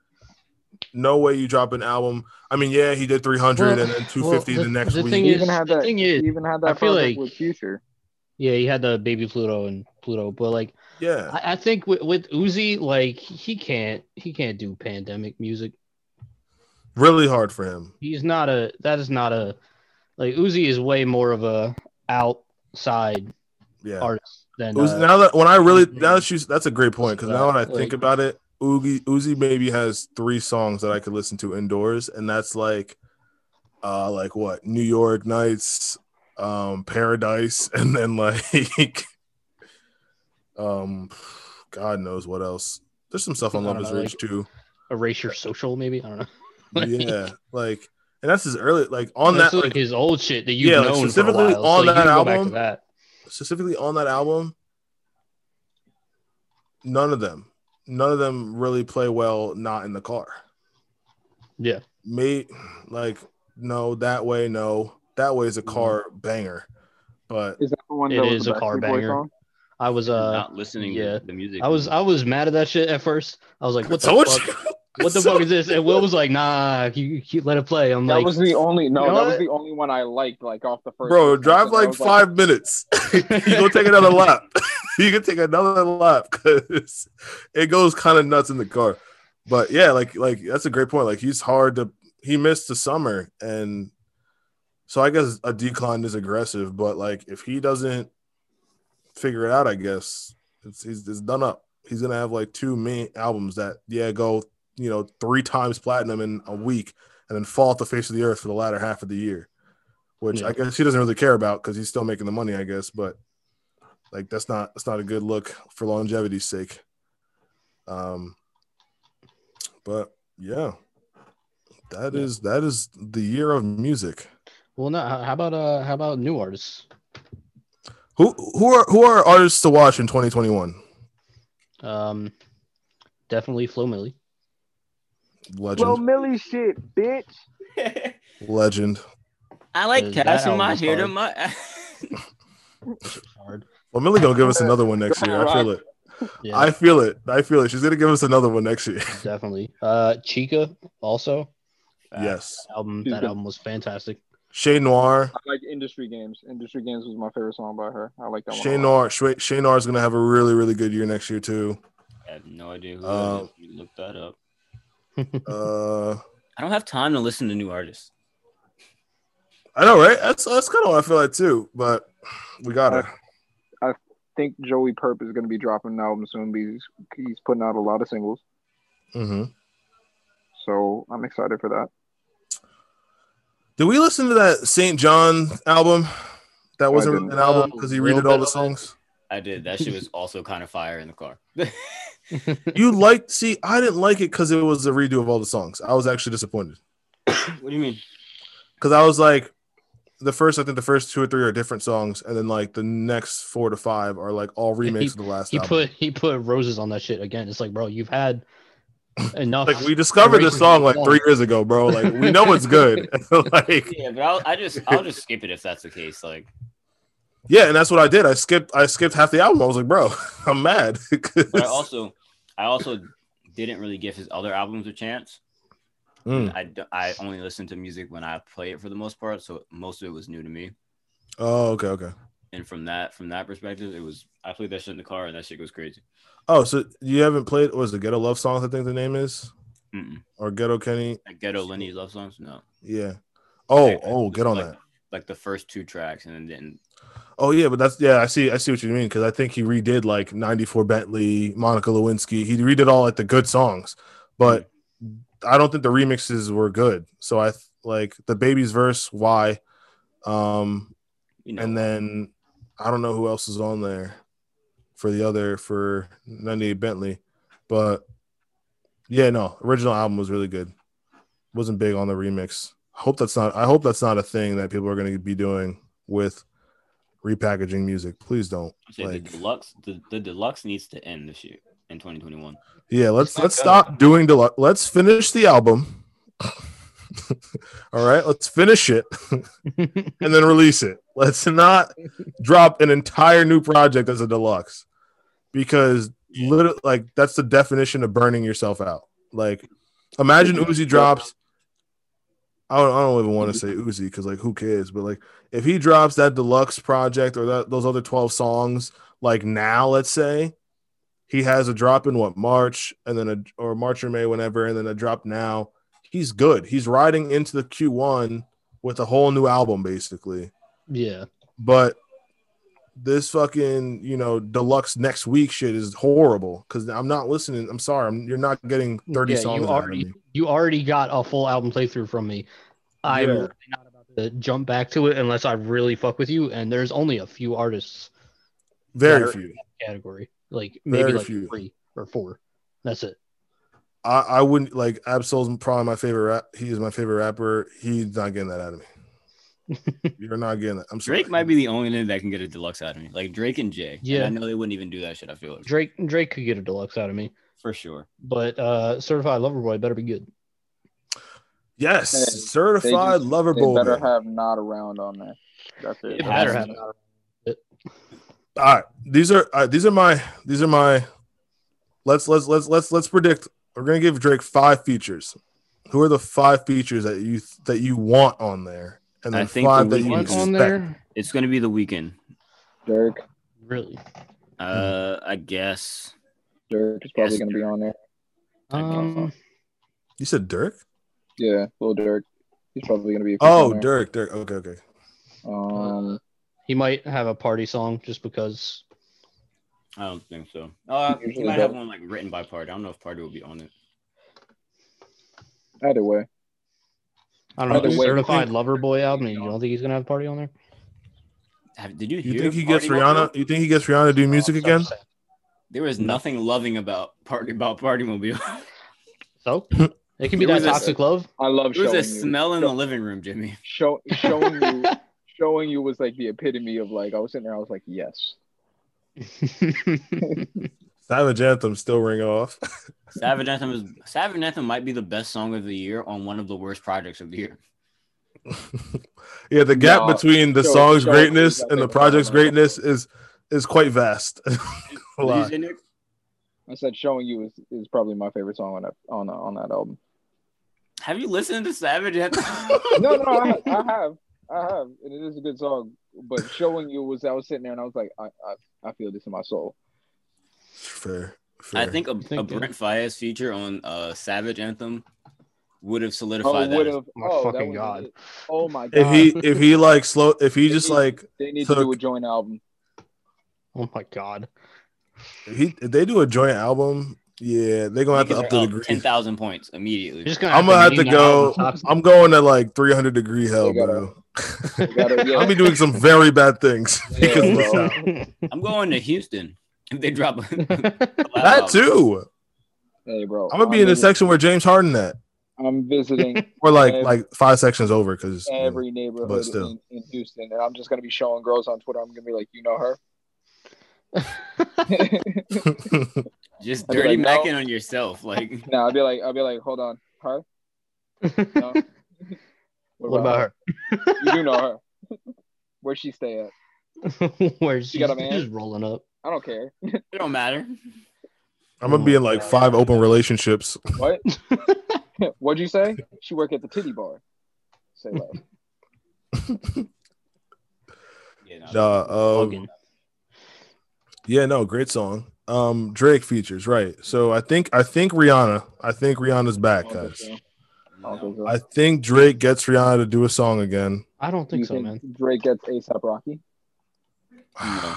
S1: no way you drop an album. I mean, yeah, he did 300 and then 250
S3: well,
S1: the, next
S3: the
S1: week.
S3: thing
S2: He
S3: is,
S2: even had
S3: the
S2: that-
S3: thing
S2: He
S3: is,
S2: even had that
S3: I feel
S2: project
S3: like-
S2: with Future.
S3: yeah, he had the baby Pluto and Pluto, but like
S1: yeah.
S3: I, I think with, with Uzi, like he can't he can't do pandemic music.
S1: really hard for him.
S3: He's not a that is not a like Uzi is way more of a outside
S1: Yeah.
S3: artist than
S1: Uzi-
S3: uh,
S1: now that when I really
S3: Mhm.
S1: now that she's that's a great point because now when I
S3: Like-
S1: think about it, Uzi Uzi maybe has three songs that I could listen to indoors, and that's like, uh, like what New York Nights, um, Paradise, and then like, um, God knows what else. There's some stuff on
S3: I
S1: Love
S3: don't
S1: Is
S3: know,
S1: Rich too.
S3: erase your social maybe I don't know. Like-
S1: yeah, like, and that's his early like on
S3: That's
S1: that
S3: like,
S1: like,
S3: his old shit that you've
S1: Yeah, like,
S3: known
S1: specifically
S3: for a while.
S1: on
S3: so
S1: that
S3: you can go back
S1: album,
S3: to that.
S1: specifically on that album, none of them, none of them really play well not in the car.
S3: Yeah.
S1: May like no that way, no that way is a car banger, but
S2: Is that the one
S3: It
S2: that
S3: is
S2: was the
S3: a car
S2: Backstreet Boy
S3: banger.
S2: song?
S3: I was uh
S4: not listening
S3: yeah.
S4: to the music.
S3: I was I was mad at that shit at first. I was like, what the
S1: Told
S3: fuck?
S1: you.
S3: What the
S1: So-
S3: fuck is this? And Will was like, nah, you, you let it play. I'm
S2: That
S3: like,
S2: was the only no,
S3: You know
S2: that was
S3: what?
S2: the only one I liked, like off the first.
S1: bro?
S2: listen.
S1: Drive
S2: I
S1: like
S2: was
S1: five minutes. you go take another lap. you can take another lap because it goes kind of nuts in the car. But yeah, like like that's a great point. Like he's hard to he missed the summer and so I guess a decline is aggressive, but like if he doesn't figure it out, I guess it's he's it's done up. He's gonna have like two main albums that yeah go you know three times platinum in a week and then fall off the face of the earth for the latter half of the year, which I
S3: Yeah.
S1: guess he doesn't really care about because he's still making the money, I guess. But like that's not that's not a good look for longevity's sake. Um, but yeah, that
S3: Yeah.
S1: is that is the year of music.
S3: well, no. How how about uh, how about new artists?
S1: Who who are who are artists to watch in 2021?
S3: Um, definitely Flo Millie.
S2: Like, Little
S1: Legend,
S2: Millie shit, bitch.
S1: legend.
S4: I like
S3: Is that
S4: Cass and
S3: album
S4: my
S3: is
S4: hair to
S3: hard?
S4: my.
S3: Hard.
S1: Well, Millie gonna give us another one next
S2: Go
S1: year. I
S2: on,
S1: feel it.
S3: Yeah,
S1: I feel it. I feel it. She's gonna give us another one next year.
S3: definitely. Uh, Chica also. Uh,
S1: Yes,
S3: that album.
S2: She's
S3: That
S2: good.
S3: album was fantastic.
S1: Shay Noir.
S2: I like Industry Games. Industry Games was my favorite song by her. I like that
S1: Shay
S2: one. a lot.
S1: Noir. Shay Noir is gonna have a really really good year next year too.
S4: I have no idea who
S1: Uh,
S4: that is. You look that up.
S1: Uh,
S4: I don't have time to listen to new artists.
S1: I know, right? That's that's kind of what I feel like too. But we gotta.
S2: I think Joey Perp is going to be dropping an album soon because he's putting out a lot of singles.
S1: hmm
S2: So I'm excited for that.
S1: Did we listen to that St. John album? That wasn't
S2: didn't.
S1: an album because he
S3: Uh, little
S1: redid all
S3: bit
S1: the
S3: of it.
S1: songs.
S4: I did. That shit was also kind of fire in the car.
S1: You liked? See, I didn't like it because it was a redo of all the songs. I was actually disappointed.
S4: what do you mean?
S1: because I was like, the first I think the first two or three are different songs, and then like the next four to five are like all
S3: Yeah, he-
S1: remakes of the last.
S3: He
S1: album.
S3: put he put roses on that shit again. It's like, bro, you've had enough.
S1: like we discovered this song like three years ago, bro. Like we know it's good. like
S4: Yeah, but I'll I just I'll just skip it if that's the case. Like
S1: yeah, and that's what I did. I skipped I skipped half the album. I was like, bro, I'm mad. 'Cause-
S4: but I also I also didn't really give his other albums a chance.
S1: Mm.
S4: I, d- I only listen to music when I play it for the most part, so most of it was new to me.
S1: Oh okay okay.
S4: And from that from that perspective, it was I played that shit in the car and that shit was crazy.
S1: Oh, so you haven't played was it Ghetto Love Songs? I think the name is
S4: Mm-mm.
S1: or Ghetto Kenny.
S4: Like Ghetto Lenny's love songs, no.
S1: Yeah. Oh
S4: Like,
S1: oh, get on
S4: like,
S1: that.
S4: Like the first two tracks, and then didn't.
S1: Oh yeah, but that's yeah. I see. I see what you mean because I think he redid like '94 Bentley, Monica Lewinsky. He redid all like the good songs, but
S4: Mm.
S1: I don't think the remixes were good. So I th- like the baby's verse. Why? Um,
S4: You know,
S1: and then I don't know who else is on there for the other for '98 Bentley, but yeah, no. Original album was really good. Wasn't big on the remix. Hope that's not. I hope that's not a thing that people are going to be doing with repackaging music. Please don't.
S4: I'd say
S1: Like,
S4: the deluxe, the, the deluxe needs to end this year in 2021.
S1: yeah, let's
S4: not
S1: let's
S4: good.
S1: stop doing deluxe. Let's finish the album. All right, let's finish it and then release it. Let's not drop an entire new project as a deluxe because literally, like that's the definition of burning yourself out. Like Imagine Uzi drops. I don't, I don't even want to say Uzi because like who cares? But like if he drops that deluxe project or that those other twelve songs like now, let's say he has a drop in what March and then a or March or May whenever and then a drop now. He's good. He's riding into the Q one with a whole new album basically.
S3: Yeah.
S1: But this fucking you know deluxe next week shit is horrible because I'm not listening. I'm sorry, I'm, you're not getting thirty
S3: yeah,
S1: songs.
S3: you
S1: out of
S3: already
S1: me.
S3: you already got a full album playthrough from me. I'm
S1: Yeah.
S3: really not about to jump back to it unless I really fuck with you. And there's only a few artists
S1: very
S3: Better.
S1: few.
S3: category, like maybe
S1: Very
S3: like
S1: few.
S3: three or four. That's it.
S1: I, I wouldn't like Absol's probably my favorite rap. He is my favorite rapper. He's not getting that out of me. You're not getting that. I'm sorry.
S4: Drake might be the only name that can get a deluxe out of me. Like Drake and Jay.
S3: Yeah.
S4: Yeah. I know they wouldn't even do that shit. I feel like
S3: Drake Drake could get a deluxe out of me,
S4: for sure.
S3: but uh Certified Lover Boy better be good.
S1: yes,
S2: Hey,
S1: certified
S2: just-
S1: lover
S2: They
S1: boy.
S2: better
S1: man.
S2: have not around on there. That's it.
S4: It
S3: I better
S4: has
S3: have
S4: to.
S3: it.
S1: All right, these are all right, these are my these are my. Let's let's let's let's let's predict. We're gonna give Drake five features. Who are the five features that you that you want on there, and
S4: I
S1: then
S4: think
S1: five
S4: the
S1: that you
S4: Weeknd
S3: What's
S4: is
S1: expect?
S3: on there?
S4: It's gonna be the weekend.
S2: Dirk,
S3: Really?
S4: Uh,
S1: Mm-hmm.
S4: I guess.
S2: Dirk is probably
S4: Yes,
S2: going to be on there.
S3: Um,
S1: You said Dirk.
S2: Yeah, little Dirk. He's probably going to be.
S1: Oh,
S2: on there.
S1: Dirk, Dirk. Okay, okay.
S2: Um,
S3: he might have a party song just because.
S4: I don't think so. Uh,
S2: Usually
S4: he might have
S2: don't.
S4: one like written by Party. I don't know if Party will be on it.
S2: either way,
S3: I don't know.
S2: Either
S3: the
S2: way, you
S3: certified
S1: think-
S3: Lover Boy album. You don't think he's gonna have a party on there?
S4: Have, did you hear?
S1: You think he gets
S4: Party Mobile?
S1: Rihanna? You think he gets Rihanna to do music
S3: Oh, So
S1: again?
S3: sad.
S4: There is nothing loving about Party about Party Mobile.
S3: So it can be
S4: There
S3: that
S4: was a-
S3: toxic love.
S2: I love
S4: There was
S2: showing
S4: a
S2: you.
S4: smell in the living room, Jimmy.
S2: Show, showing you, showing you was like the epitome of like I was sitting there. I was like, yes.
S1: Savage Anthem still ring off.
S4: Savage Anthem is Savage Anthem might be the best song of the year on one of the worst projects of the year.
S1: yeah, the gap
S2: No,
S1: between the
S2: show-
S1: song's
S2: show
S1: greatness
S2: me that
S1: and the
S2: they-
S1: project's greatness is is quite vast. A
S4: What did you
S1: lot.
S4: say, Nick?
S2: I said showing you is, is probably my favorite song on that on that- on that album.
S4: Have you listened to Savage Anthem?
S2: No, no, I, I have, I have, and it is a good song. But showing you was I was sitting there and I was like, I, I, I feel this in my soul.
S1: fair, fair.
S4: I think a,
S3: think,
S4: a
S3: yeah.
S4: Brent Fias feature on uh, Savage Anthem would have
S2: Oh,
S4: solidified
S2: would
S4: that.
S2: have.
S3: My
S2: oh, that
S3: fucking
S2: would've
S3: god.
S2: been it. Oh my god.
S1: if he if he like slow if he just like
S2: they need
S1: took-
S2: to do a joint album.
S3: Oh my god.
S1: if he if they do a joint album, yeah, they're gonna have to
S4: Because
S1: up
S4: they're
S1: the
S4: up ten
S1: degree.
S4: thousand points
S3: You're
S4: immediately.
S3: Just gonna
S1: I'm gonna have to
S3: name that
S1: go.
S3: album toxic.
S1: I'm going to like 300 degree hell,
S2: They gotta-
S1: bro.
S2: They gotta- yeah.
S1: I'll be doing some very bad things
S2: Yeah,
S1: because of this
S2: bro.
S1: album.
S4: I'm going to Houston if they drop a,
S1: That too.
S2: Hey, bro.
S1: I'm gonna be in the
S2: the
S1: section where James Harden at,
S2: I'm visiting
S1: or like
S2: Every-
S1: like five sections over because
S2: every neighborhood
S1: still.
S2: in, in Houston, and I'm just gonna be showing girls on Twitter. I'm gonna be like, you know her.
S4: Just
S2: I'd be
S4: dirty
S2: like, no.
S4: macking on yourself, like
S2: no, I'll be like, I'll be like, hold on, her. No.
S3: what about her?
S2: You do know her. Where she stay at?
S3: Where's she?
S2: You got a man?
S3: Just rolling up.
S2: I don't care.
S4: it don't matter.
S1: I'm gonna be in like five open relationships.
S2: What? What'd you say? She work at the titty bar. Say
S1: Oh
S2: less.
S4: Yeah, no.
S1: Nah, um,
S3: Fucking-
S1: Yeah, no, great song. Um, Drake features right. So I think I think Rihanna. I think Rihanna's
S2: I
S1: back,
S2: don't think
S1: guys.
S2: so. I don't
S4: No.
S2: think so.
S1: I think Drake gets Rihanna to do a song again.
S3: I don't think
S2: You
S3: so,
S2: think
S3: man.
S2: Drake gets ASAP Rocky.
S4: No.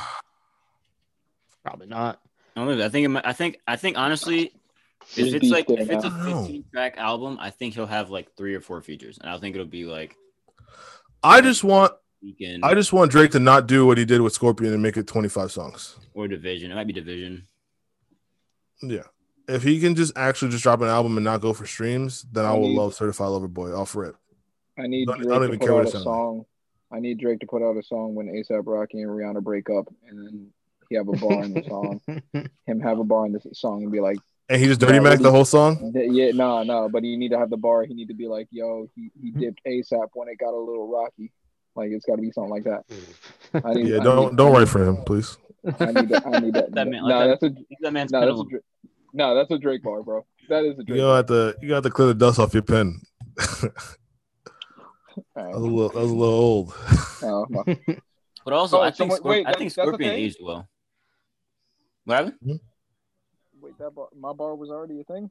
S3: Probably not.
S4: I don't know. I think. it might- I think. I think. Honestly, if
S2: Just
S4: it's
S2: be
S4: like
S2: fair
S4: if it's a
S1: now.
S4: 15 track album, I think he'll have like three or four features, and I think it'll be like
S1: I just want
S4: Weekend
S1: I just want Drake to not do what he did with Scorpion and make it 25 songs.
S4: or Division. It might be Division.
S1: Yeah. If he can just actually just drop an album and not go for streams, then I
S2: I
S1: will
S2: need-
S1: love Certified Lover Boy off rip.
S2: I need
S1: Don't- I
S2: Drake
S1: don't
S2: to
S1: even
S2: put
S1: care what
S2: out
S1: it
S2: a
S1: sounds like.
S2: song. I need Drake to put out a song when ASAP Rocky and Rihanna break up, and then he have a bar in the song. Him have a bar in the song and be like,
S1: And he just dirty
S2: Yeah,
S1: Mac
S2: we-
S1: the whole song.
S2: "Th- yeah, no, no. But you need to have the bar. He need to be like, yo, he, he
S4: Mm-hmm.
S2: dipped ASAP when it got a little rocky. Like it's got to be something like that. I need,
S1: Yeah,
S2: I
S1: don't
S2: need-
S1: don't write for him, please.
S2: I need that. I need that.
S4: That man-
S2: no,
S4: like
S2: that's a
S4: That man's
S2: no,
S4: kind
S2: that's
S4: of
S2: a Dra- no, that's a Drake bar, bro. That is a
S1: You
S2: drink.
S1: gonna have to you got to clear the dust off your pen. that was a
S2: Oh,
S1: little that was a little old.
S2: oh, my-
S4: But also,
S2: Oh,
S4: I think
S2: someone-
S4: Scorp-
S2: wait,
S4: I
S2: that's-
S4: think
S2: that's a
S4: Scorpion
S2: thing?
S4: aged well. What happened?
S2: Wait, that bar, my bar was already a thing?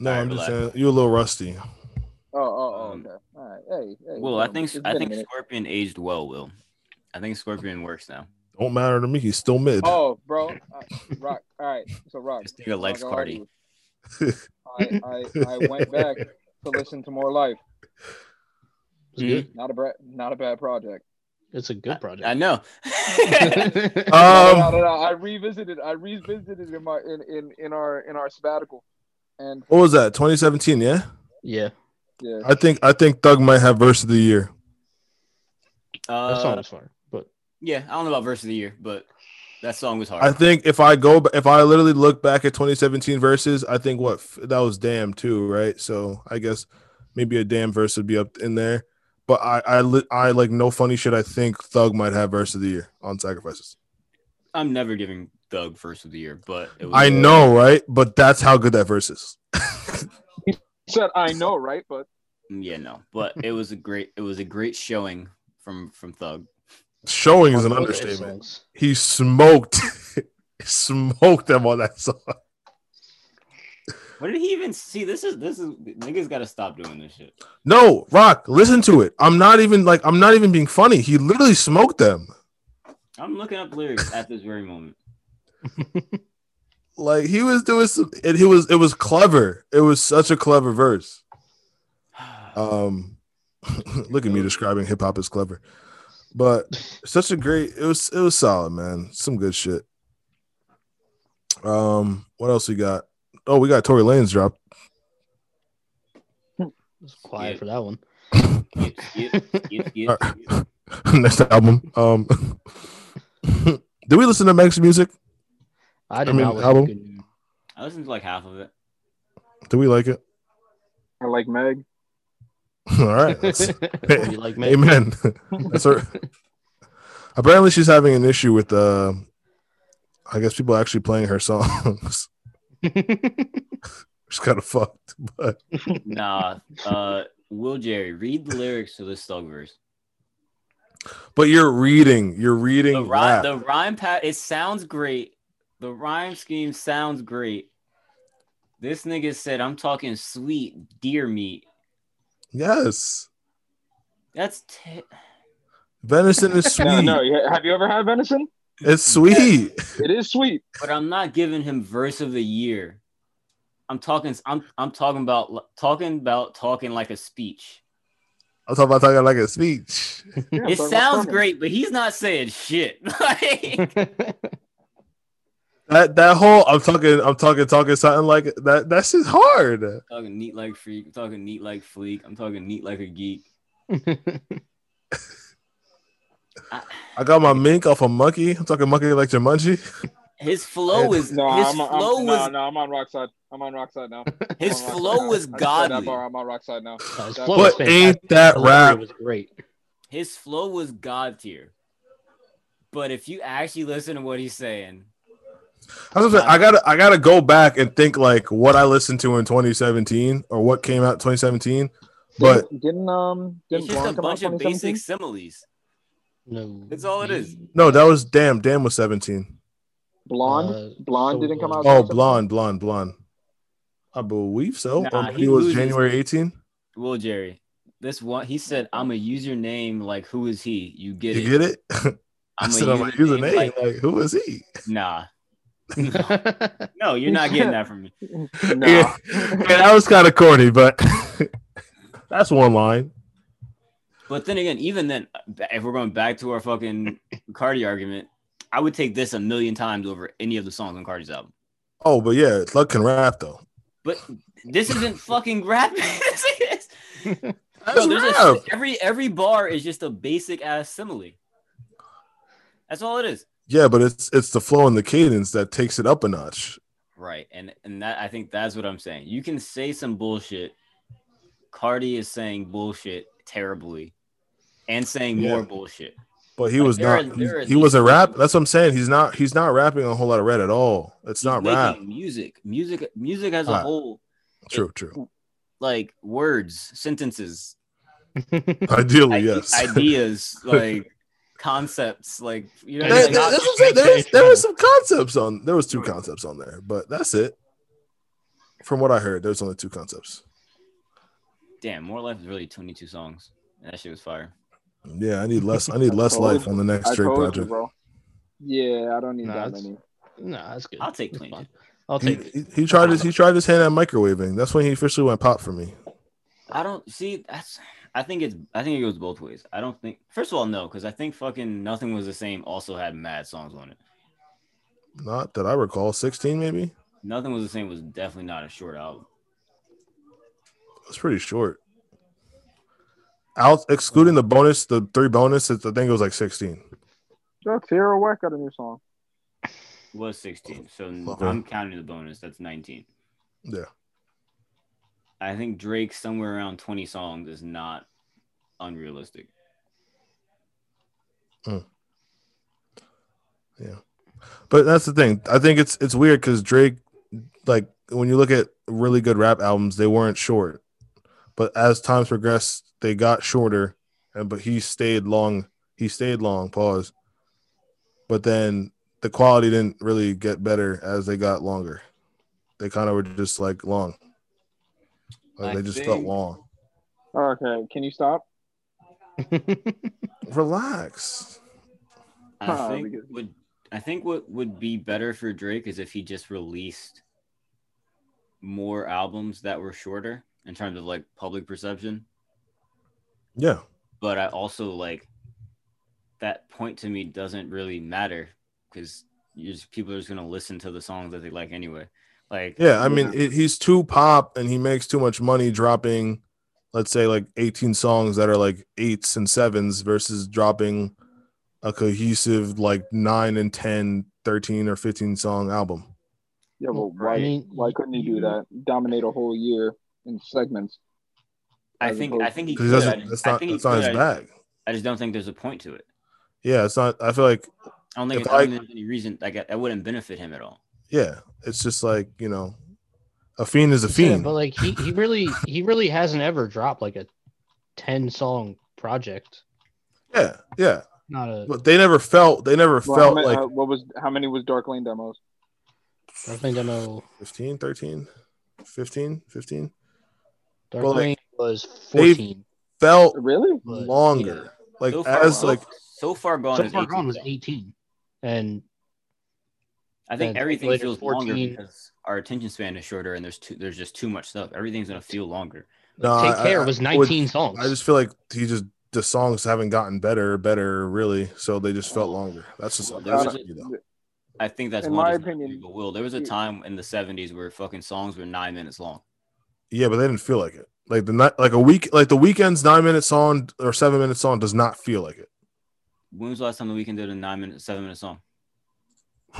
S1: No,
S4: Alright,
S1: I'm just saying
S4: relax.
S1: you're a little rusty.
S2: Oh, oh, oh
S4: Um,
S2: okay. All right. Hey, hey.
S4: Will, I
S2: whatever.
S4: think
S2: It's
S4: I
S2: been a
S4: think
S2: minute.
S4: Scorpion aged well. Will, I think Scorpion works now.
S1: Don't matter to me. He's still mid.
S2: Oh, bro. Uh, rock. All right. So, Rock.
S4: This nigga likes
S2: I'll argue
S4: Cardi.
S2: with you. I, I, I went back to listen to more life.
S3: It's
S1: Hmm.
S3: good.
S2: Not a bra- not a bad project.
S3: It's a good project.
S4: I know.
S2: No,
S1: Um,
S2: no, no, no, I revisited. I revisited it in my in, in, in our in our sabbatical, and
S1: what was that? 2017, yeah?
S3: yeah,
S2: yeah,
S1: I think I think Thug might have verse of the year.
S4: Uh,
S3: that song was fire. But
S4: yeah, I don't know about verse of the year, but that song was hard.
S1: I think if I go if I literally look back at 2017 verses, I think what that was damn too, right? So I guess maybe a damn verse would be up in there. But I I li- I like no funny shit. I think Thug might have verse of the year on sacrifices.
S4: I'm never giving Thug verse of the year, but it was
S1: I know, right? But that's how good that verse is.
S2: said I know, right? But
S4: Yeah, no, but it was a great it was a great showing from from Thug.
S1: Showing is an
S3: Both of his
S1: understatement.
S3: songs.
S1: He smoked, smoked them on that song.
S4: What did he even see? This is this is niggas got to stop doing this shit.
S1: No, Rock, listen to it. I'm not even like I'm not even being funny. He literally smoked them.
S4: I'm looking up lyrics at this very moment.
S1: Like he was doing some. It, he was. It was clever. It was such a clever verse. Um, look at me describing hip hop as clever, but such a great. It was. It was solid, man. Some good shit. Um, what else we got? Oh, we got Tory Lanez drop.
S3: It's quiet
S4: Yeah.
S3: for that one.
S4: Skip, skip, skip, skip, skip.
S1: next album. Um, do we listen to Meg's music?
S3: I did
S1: I mean,
S3: not listen
S1: album?
S3: to Good News.
S4: I listened to like half of it.
S1: Do we like it?
S2: I like Meg.
S1: All right. That's,
S3: you like me?
S1: amen. That's her. Apparently, she's having an issue with uh, I guess people actually playing her songs. She's kind of fucked, but
S4: Nah, uh, Will Jerry read the lyrics to this Thug verse?
S1: but you're reading, you're reading.
S4: The rhyme,
S1: rap.
S4: the rhyme pat. It sounds great. The rhyme scheme sounds great. This nigga said, "I'm talking sweet deer meat."
S1: yes,
S4: That's t-
S1: venison is sweet.
S2: No, no. yeah, Have you ever had venison?
S1: It's sweet.
S2: It is sweet.
S4: but I'm not giving him verse of the year. I'm talking. I'm I'm talking about talking about talking like a speech.
S1: I'm talking about talking like a speech.
S2: Yeah,
S4: it
S2: so what's
S4: sounds
S2: wrong?
S4: great, but he's not saying shit. Like,
S1: That that whole I'm talking, I'm talking, talking something like that. That's just hard.
S4: talking neat like freak. I'm talking neat like fleek. I'm talking neat like a geek. I,
S1: I got my mink off a monkey. I'm talking monkey like Jumanji.
S4: his flow is
S2: No,
S4: his
S2: I'm,
S4: flow
S2: I'm,
S4: was
S2: no, no, I'm on rock side. I'm on rock side now. I'm
S4: his
S2: on rock
S4: flow
S2: side now.
S4: was
S2: I just said that
S4: godly.
S2: bar, I'm on rock side now.
S3: No, his
S2: That
S3: flow
S2: was-
S3: was
S1: But ain't that
S3: fantastic.
S1: rap?
S3: It was great.
S4: His flow was god tier. But if you actually listen to what he's saying,
S1: That's what I'm saying. I gotta I gotta go back and think like what I listened to in 2017 or what came out 2017. But
S2: Didn't- didn't um
S4: it's
S2: didn't
S4: just
S2: Blonde
S4: a
S2: come out
S4: bunch of
S2: 2017?
S4: basic similes.
S3: No,
S4: That's all it is.
S1: no, that was damn. Damn was 17.
S2: Blonde.
S3: Uh,
S2: blonde
S3: so
S2: didn't come
S3: was-
S2: out.
S1: Oh, blonde, blonde, blonde. I believe so.
S4: Nah,
S1: or
S4: he
S1: maybe it was
S4: loses.
S1: January 18.
S4: Will Jerry. This one, he said, "I'm a username like who is he? You get
S1: You
S4: it?
S1: get it? I
S4: I'm a
S1: said I'm like username.
S4: username,
S1: Like,
S4: like-
S1: who is he?
S4: Nah, no, you're not getting that from me.
S1: Uh,
S2: No.
S1: Yeah, yeah, that was kind of corny, but that's one line.
S4: But then again, even then, if we're going back to our fucking Cardi argument, I would take this a million times over any of the songs on Cardi's album.
S1: Oh, but yeah, Luck can rap though.
S4: But this isn't fucking rap. This is-
S1: That's
S4: Bro, there's
S1: rap.
S4: a, every every bar is just a basic ass simile. That's all it is.
S1: Yeah, but it's it's the flow and the cadence that takes it up a notch.
S4: Right. And and that I think that's what I'm saying. You can say some bullshit. Cardi is saying bullshit terribly and saying
S1: Yeah.
S4: more bullshit.
S1: But he was
S4: There are-
S1: not.
S4: there
S1: he-
S4: are
S1: he wasn't
S4: these-
S1: rap. That's what I'm saying. He's not. He's not rapping a whole lot of red at all. It's
S4: He's
S1: not
S4: making
S1: rap.
S4: Music, music, music as a
S1: Alright.
S4: whole,
S1: True. True.
S4: like words, sentences,
S1: Ideally,
S4: ide-
S1: Oh, yes.
S4: ideas, like concepts, like you know.
S1: That-
S4: what I
S1: that-
S4: mean? Like,
S1: that's what I'm saying. There was, there was some concepts on. There was two concepts on there, but that's it. From what I heard, there's only two concepts.
S4: damn, more life is really 22 songs. And that shit was fire.
S1: Yeah, I need less. I need less
S2: told-
S1: life on the next
S2: I
S1: straight
S2: told you,
S1: project.
S2: bro. Yeah, I don't need
S3: Nah,
S2: that
S3: it's-
S2: many.
S3: Nah, that's good.
S4: I'll take
S3: That's
S4: 22.
S3: fine. I'll
S1: He,
S3: take it.
S1: he, he tried his. He tried his hand at microwaving. That's when he officially went pop for me.
S4: I don't see that's I think it's I think it goes both ways. I don't think first of all, no, because I think fucking nothing was the same also had mad songs on it.
S1: Not that I recall. Sixteen maybe.
S4: Nothing was the same was definitely not a short album.
S1: It's pretty short. Out excluding the bonus, the three bonus, it's, I think it was like sixteen.
S2: Yo, Tierra Whack got a new song.
S4: It was 16. So
S1: Okay.
S4: I'm counting the bonus. That's 19.
S1: Yeah.
S4: I think Drake somewhere around 20 songs is not unrealistic.
S1: But that's the thing. I think it's it's weird because Drake, like when you look at really good rap albums, they weren't short. But as times progressed, they got shorter, and but he stayed long. He stayed long. Pause. But then the quality didn't really get better as they got longer. They kind of were just like long. Like
S4: I
S1: they just felt
S4: think-
S1: long.
S2: Okay, can you stop?
S1: Relax.
S4: I
S2: Huh,
S4: think
S2: because-
S4: would I think what would be better for Drake is if he just released more albums that were shorter in terms of like public perception.
S1: Yeah.
S4: but I also like that point to me doesn't really matter because you just people are just gonna listen to the songs that they like anyway. Like
S1: Yeah, I mean,
S2: Yeah.
S1: it, he's too pop and he makes too much money dropping, let's say, like 18 songs that are like eights and sevens versus dropping a cohesive, like nine and 10, 13 or 15 song album.
S2: Yeah, well,
S4: Right.
S2: why,
S3: I mean,
S2: why couldn't he do
S3: you-
S2: that? Dominate a whole year in segments.
S4: I
S2: as
S4: think
S2: opposed
S4: I think he
S1: Because he
S4: could. I
S1: doesn't,
S4: just-
S1: that's
S4: I
S1: not,
S4: think he
S1: that's not
S4: could.
S1: his
S4: I-
S1: bag.
S4: I just don't think there's a point to it.
S1: Yeah, it's not, I feel like,
S4: I don't think,
S1: If
S4: I don't
S1: I-
S4: think there's any reason like that wouldn't benefit him at all.
S1: yeah, it's just like, you know, a fiend is a
S3: Yeah,
S1: fiend.
S3: but like he, he really he really hasn't ever dropped like a ten song project.
S1: Yeah, yeah.
S3: Not a
S1: But they never felt, they never
S2: Well, how
S1: felt
S2: ma-
S1: like
S2: uh, what was how many was Dark Lane demos?
S3: Dark Lane demo.
S1: 15, 13, 15, 15.
S3: Dark
S1: Well, like,
S3: Lane was fourteen.
S1: Felt
S2: Really?
S3: but-
S1: longer. Like,
S4: so far,
S1: as
S4: so,
S1: like,
S4: so far gone.
S3: So
S4: is
S3: far
S4: 18
S3: gone was
S4: songs.
S3: eighteen, and
S4: I think
S3: and
S4: everything
S3: later
S4: feels
S3: 14.
S4: longer because our attention span is shorter and there's too there's just too much stuff. Everything's gonna feel longer.
S1: No,
S3: Take
S1: I-
S3: Care
S1: I-
S3: was
S1: I would-
S3: nineteen songs.
S1: I just feel like he just the songs haven't gotten better, better really. So they just felt longer. That's just
S4: Well,
S1: that's
S4: there
S1: just
S4: was
S1: me, though.
S4: I think that's
S2: In
S4: one
S2: my
S4: does not
S2: opinion,
S4: leave a will. There was a
S2: you-
S4: time in the '70s where fucking songs were nine minutes long.
S1: yeah, but they didn't feel like it. Like the night, like a week, like the weekend's nine minute song or seven minute song does not feel like it.
S4: When was the last time the weekend did a nine minute, seven minute song?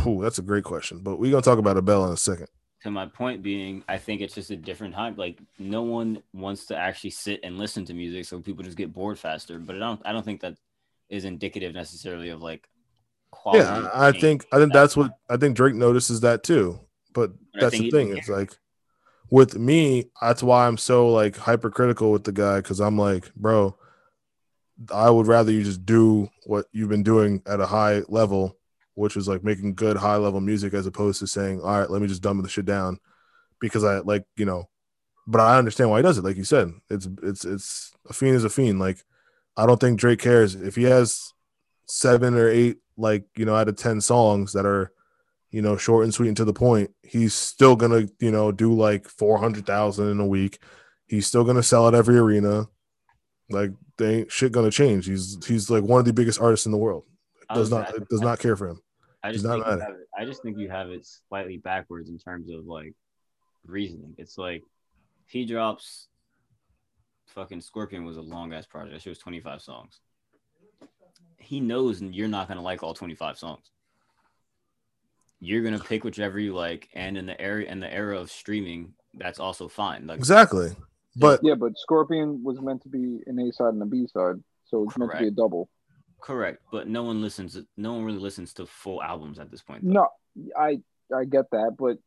S1: Ooh, that's a great question. But we're gonna talk about a bell in a second.
S4: To my point being, I think it's just a different time. Like no one wants to actually sit and listen to music, so people just get bored faster. But I don't, I don't think that is indicative necessarily of like quality.
S1: yeah, I, I
S4: change.
S1: think I think that's what I think Drake notices that too. But
S4: But I
S1: that's
S4: think
S1: the
S4: he-
S1: thing. It's like with me, that's why I'm so like hypercritical with the guy because I'm like, bro, I would rather you just do what you've been doing at a high level, which is like making good high level music as opposed to saying, all right, let me just dumb the shit down because I like you know. But I understand why he does it. Like you said, it's it's it's a fiend is a fiend. Like I don't think Drake cares if he has seven or eight like you know out of ten songs that are you know, short and sweet and to the point. He's still gonna, you know, do like four hundred thousand in a week. He's still gonna sell at every arena. Like they ain't shit gonna change. He's he's like one of the biggest artists in the world.
S4: I
S1: Does
S4: was-
S1: not
S4: I-
S1: it does
S4: I-
S1: not care for him.
S4: I
S1: Does
S4: just
S1: not
S4: think you
S1: matter.
S4: have it, I just think you have it slightly backwards in terms of like reasoning. It's like if he drops fucking Scorpion was a long ass project. That shit was 25 songs. He knows you're not gonna like all 25 songs. You're gonna pick whichever you like, and in the area in the era of streaming, that's also fine. Like
S1: Exactly. But
S2: Yeah, but Scorpion was meant to be an A side and a B side, so it's meant to be a double.
S4: Correct, but no one listens. No one really listens to full albums at this point. though.
S2: No, I I get that, but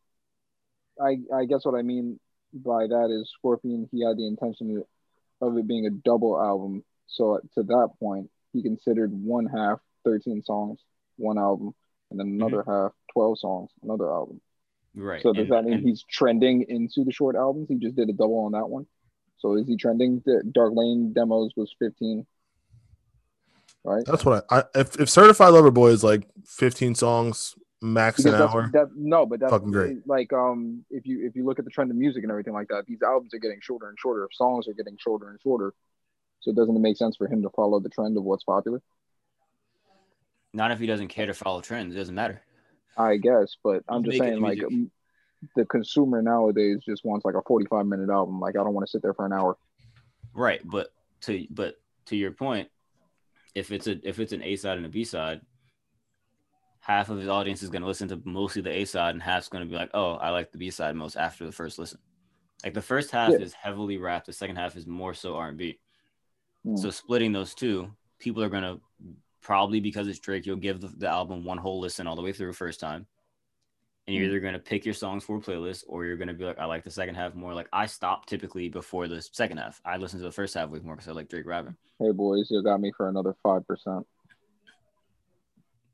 S2: I I guess what I mean by that is Scorpion. He had the intention of it being a double album, so uh, to that point, he considered one half thirteen songs, one album, and then another half twelve songs, another album.
S4: right.
S2: So does
S4: and-
S2: that mean
S4: and-
S2: he's trending into the short albums? He just did a double on that one. So is he trending? The Dark Lane demos was fifteen, right?
S1: That's what I, I if, if Certified Lover Boy is like 15 songs max an
S2: Because that's,
S1: hour.
S2: that, no, but that's
S1: Fucking great.
S2: Like, um, if you if you look at the trend of music and everything like that, these albums are getting shorter and shorter. Songs are getting shorter and shorter. So doesn't it make sense for him to follow the trend of what's popular?
S4: Not if he doesn't care to follow trends. It doesn't matter.
S2: I guess, but I'm
S4: He's
S2: just saying,
S4: making
S2: like,
S4: music.
S2: um, the consumer nowadays just wants like a 45 minute album. Like, I don't want to sit there for an hour.
S4: Right, but to but to your point, if it's a if it's an A side and a B side, half of his audience is going to listen to mostly the A side, and half's going to be like, "Oh, I like the B side most." After the first listen, like the first half
S2: Yeah.
S4: is heavily rap, the second half is more so R and B.
S2: Hmm.
S4: So splitting those two, people are going to probably because it's Drake, you'll give the, the album one whole listen all the way through first time. And you're
S2: Hmm.
S4: either going to pick your songs for a playlist or you're going to be like, I like the second half more. Like, I stop typically before the second half. I listen to the first half way more because I like Drake rapping.
S2: Hey, boys, you got me for another five percent.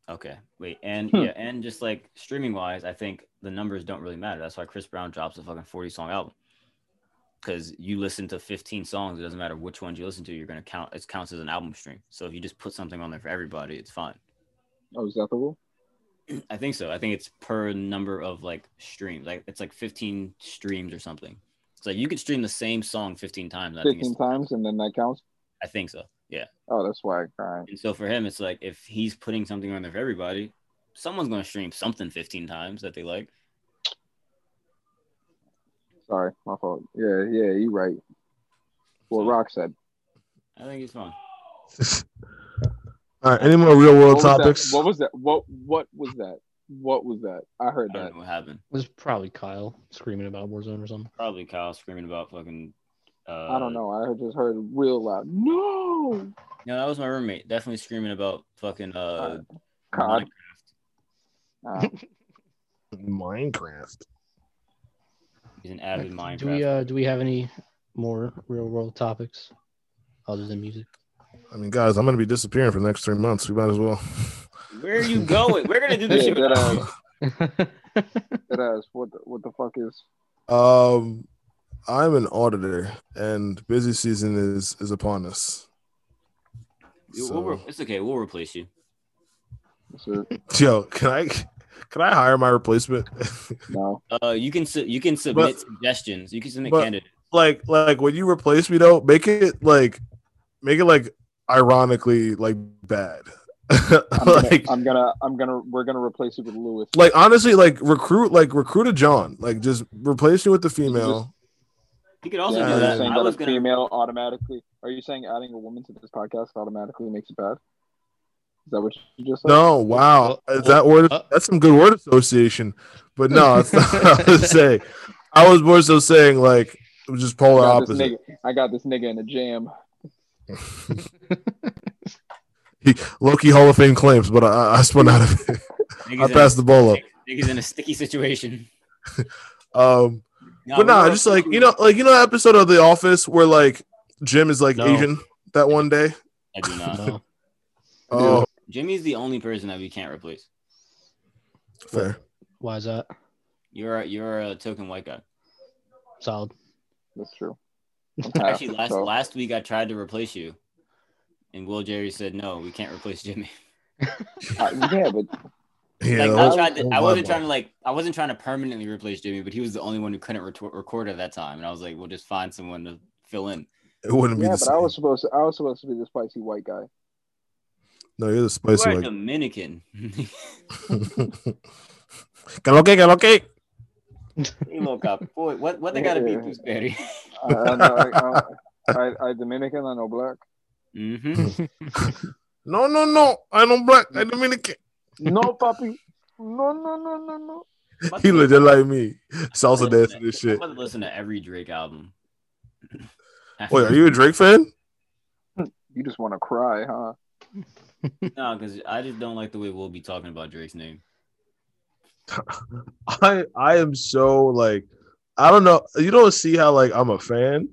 S4: Okay. Wait. And
S2: Hmm.
S4: yeah, and just like streaming wise, I think the numbers don't really matter. That's why Chris Brown drops a fucking 40 song album. Because you listen to 15 songs, it doesn't matter which ones you listen to, you're going to count, it counts as an album stream. So if you just put something on there for everybody, it's fine.
S2: Oh, is that the rule?
S4: I think so. I think it's per number of like streams. Like it's like 15 streams or something. It's like you could stream the same song 15 times. I think
S2: 15
S4: it's,
S2: times, and then that counts.
S4: I think so. Yeah.
S2: Oh, that's why. All right.
S4: And so for him, it's like if he's putting something on there for everybody, someone's gonna stream something 15 times that they like.
S2: Sorry, my fault. Yeah, yeah, you're right. What
S4: So-
S2: Rock said.
S4: I think it's fun.
S1: All right, any more real world
S2: What was that-
S1: topics?
S2: What was that? What What was that? What was that? I heard
S4: I don't
S2: that.
S4: know what happened.
S3: It was probably Kyle screaming about Warzone or something.
S4: Probably Kyle screaming about fucking. Uh,
S2: I don't know. I heard- just heard real loud. No,
S4: No, that was my roommate. Definitely screaming about fucking. Uh,
S2: God. Uh,
S1: Minecraft.
S4: he's an avid Minecraft.
S3: Do we uh, do we have any more real world topics other than music?
S1: I mean, guys, I'm gonna be disappearing for the next three months. We might as well.
S4: Where are you going? We're gonna do this
S2: Yeah,
S4: shit. without
S2: that, uh,
S4: you.
S2: that ass. What the, What the fuck is?
S1: Um, I'm an auditor, and busy season is is upon us.
S4: Dude, we'll re-
S1: So-
S4: it's okay. We'll replace you.
S2: Is it-
S1: Yo, can I can I hire my replacement?
S2: No.
S4: Uh, you can su- you can submit
S1: But-
S4: suggestions. You can submit
S1: but-
S4: candidates.
S1: like like when you replace me though, make it like make it like ironically like bad.
S2: I'm gonna,
S1: like
S2: I'm gonna. I'm gonna. We're gonna replace it with Lewis.
S1: like honestly, like recruit like recruit a John. Like just replace me with the female.
S4: You could also
S1: Yeah,
S4: do
S2: are you
S4: that.
S2: saying
S4: I
S2: that
S4: was
S2: a
S4: gonna.
S2: female automatically? Are you saying adding a woman to this podcast automatically makes it bad? Is that what you just said?
S1: No, wow. Is that word
S3: Uh,
S1: that's some good word association. But no, that's not what I was saying. I was more so saying like it was just polar
S2: I got, this
S1: opposite.
S2: nigga, I got this nigga in a jam.
S1: Loki Hall of Fame claims, but I, I spun out of it.
S4: Niggas
S1: I
S4: in a-
S1: passed the ball up.
S4: Niggas in a sticky situation.
S1: Um but
S4: we'll
S1: no,
S4: replace
S1: just like you know, like you know that episode of The Office where like Jim is like
S3: No.
S1: Asian that one day.
S4: I do not.
S3: no.
S1: Oh,
S4: Jimmy's the only person that we can't replace.
S1: fair.
S3: Why is that?
S4: You're a, you're a token white guy.
S3: Solid.
S2: That's true. I'm half,
S4: Actually, last
S2: so-
S4: last week I tried to replace you, and Will Jerry said no, we can't replace Jimmy.
S2: I- yeah, but
S1: Yeah,
S4: like
S1: that
S4: I
S1: was-
S4: tried to,
S1: that
S4: I
S1: was
S4: wasn't
S1: my
S4: trying to like I wasn't trying to permanently replace Jimmy, but he was the only one who couldn't retor- record at that time, and I was like, we'll just find someone to fill in.
S1: It wouldn't be
S2: yeah,
S1: the
S2: but I
S1: same.
S2: was supposed to. I was supposed to be the spicy white guy.
S1: No, you're the
S4: You
S1: spicy
S4: are a
S1: one.
S4: Dominican.
S1: Can okay, can okay.
S4: You look up. Boy, what what they gotta be too scary.
S2: I, I, I, I, I Dominican. I know black.
S4: hmm
S1: No, no, no. I don't black. I Dominican.
S2: No, papi. No, no, no, no, no.
S1: He looked just like me. Salsa dancing and shit.
S4: I'm about to listen to every Drake album.
S1: Wait, are you a Drake fan?
S2: You just want to cry, huh?
S4: no, because I just don't like the way we'll be talking about Drake's name.
S1: I I am so like I don't know. You don't see how like I'm a fan.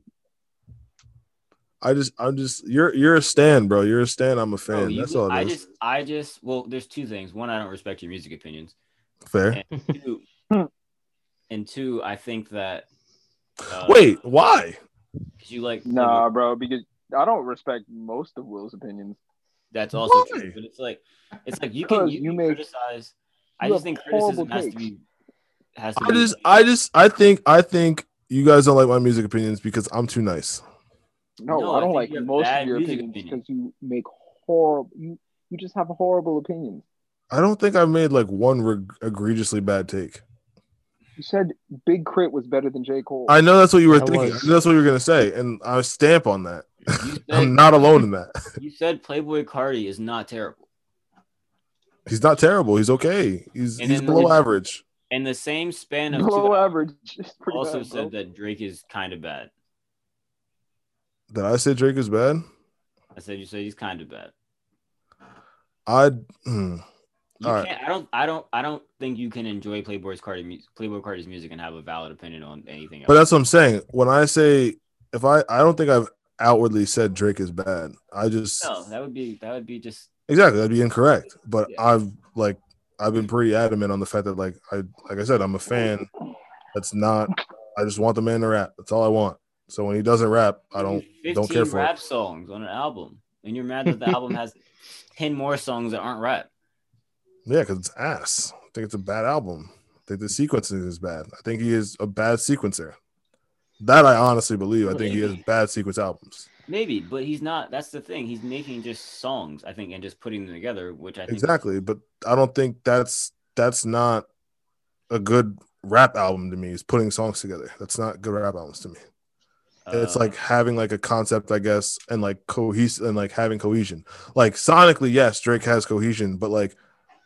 S1: I just I'm just you're you're a stan, bro. You're a stan. I'm a fan.
S4: Bro, you-
S1: That's all.
S4: I
S1: it is.
S4: just, I just, well, there's two things. One, I don't respect your music opinions.
S1: Fair.
S4: And two, and two I think that. Uh,
S1: Wait, why?
S4: 'cause you like
S2: Nah, bro, because I don't respect most of Will's opinions.
S4: That's also
S1: Why?
S4: true. But it's like it's like you can
S2: Because
S4: you,
S2: you
S4: can
S2: make-
S4: criticize. I
S2: you
S4: just
S2: have
S4: think criticism
S2: horrible
S4: has to
S2: takes.
S4: be has to
S1: I
S4: be
S1: just I just I think I think you guys don't like my music opinions because I'm too nice.
S2: No,
S4: No, I
S2: I don't
S4: think
S2: like
S4: you have
S2: most
S4: bad
S2: of your
S4: music
S2: opinions
S4: opinion.
S2: because you make horrible. You, you just have horrible opinions.
S1: I don't think I made like one reg- egregiously bad take.
S2: You said Big Crit was better than J Cole.
S1: I know that's what you were
S3: I
S1: thinking.
S3: was.
S1: I know that's what you were gonna say, and I stamp on that.
S4: you said,
S1: I'm not alone in that.
S4: you said Playboy Cardi is not terrible.
S1: He's not terrible. He's okay. He's
S4: And
S1: he's
S4: then
S1: below
S4: it's-
S1: average.
S4: And the same span of two,
S2: Below
S4: I
S2: average. It's pretty
S4: also
S2: bad, bro.
S4: said that Drake is kind of bad.
S1: Did I say Drake is bad?
S4: I said you said he's kind of bad.
S1: I hmm.
S4: You
S1: All right.
S4: can't, I don't I don't I don't think you can enjoy Playboy's Cardi mu- Playboy Cardi's music and have a valid opinion on anything else.
S1: But that's what I'm saying. When I say if I I don't think I've outwardly said Drake is bad. I just
S4: no, that would be that would be just
S1: exactly that'd be incorrect. But
S4: Yeah.
S1: I've like I've been pretty adamant on the fact that like I like I said I'm a fan. That's not. I just want the man to rap. That's all I want. So when he doesn't rap, I don't don't care for
S4: rap
S1: it.
S4: songs on an album, and you're mad that the album has ten more songs that aren't rap.
S1: Yeah, because it's ass. I think it's a bad album. I think the sequencing is bad. I think he is a bad sequencer. That I honestly believe. I think he has bad sequence albums.
S4: Maybe, but he's not. That's the thing. He's making just songs, I think, and just putting them together, which I think
S1: Exactly, but I don't think that's that's not a good rap album to me. Is putting songs together. That's not good rap albums to me. it's
S4: uh,
S1: like having like a concept, I guess, and like cohesive and like having cohesion. Like sonically, yes, Drake has cohesion, but like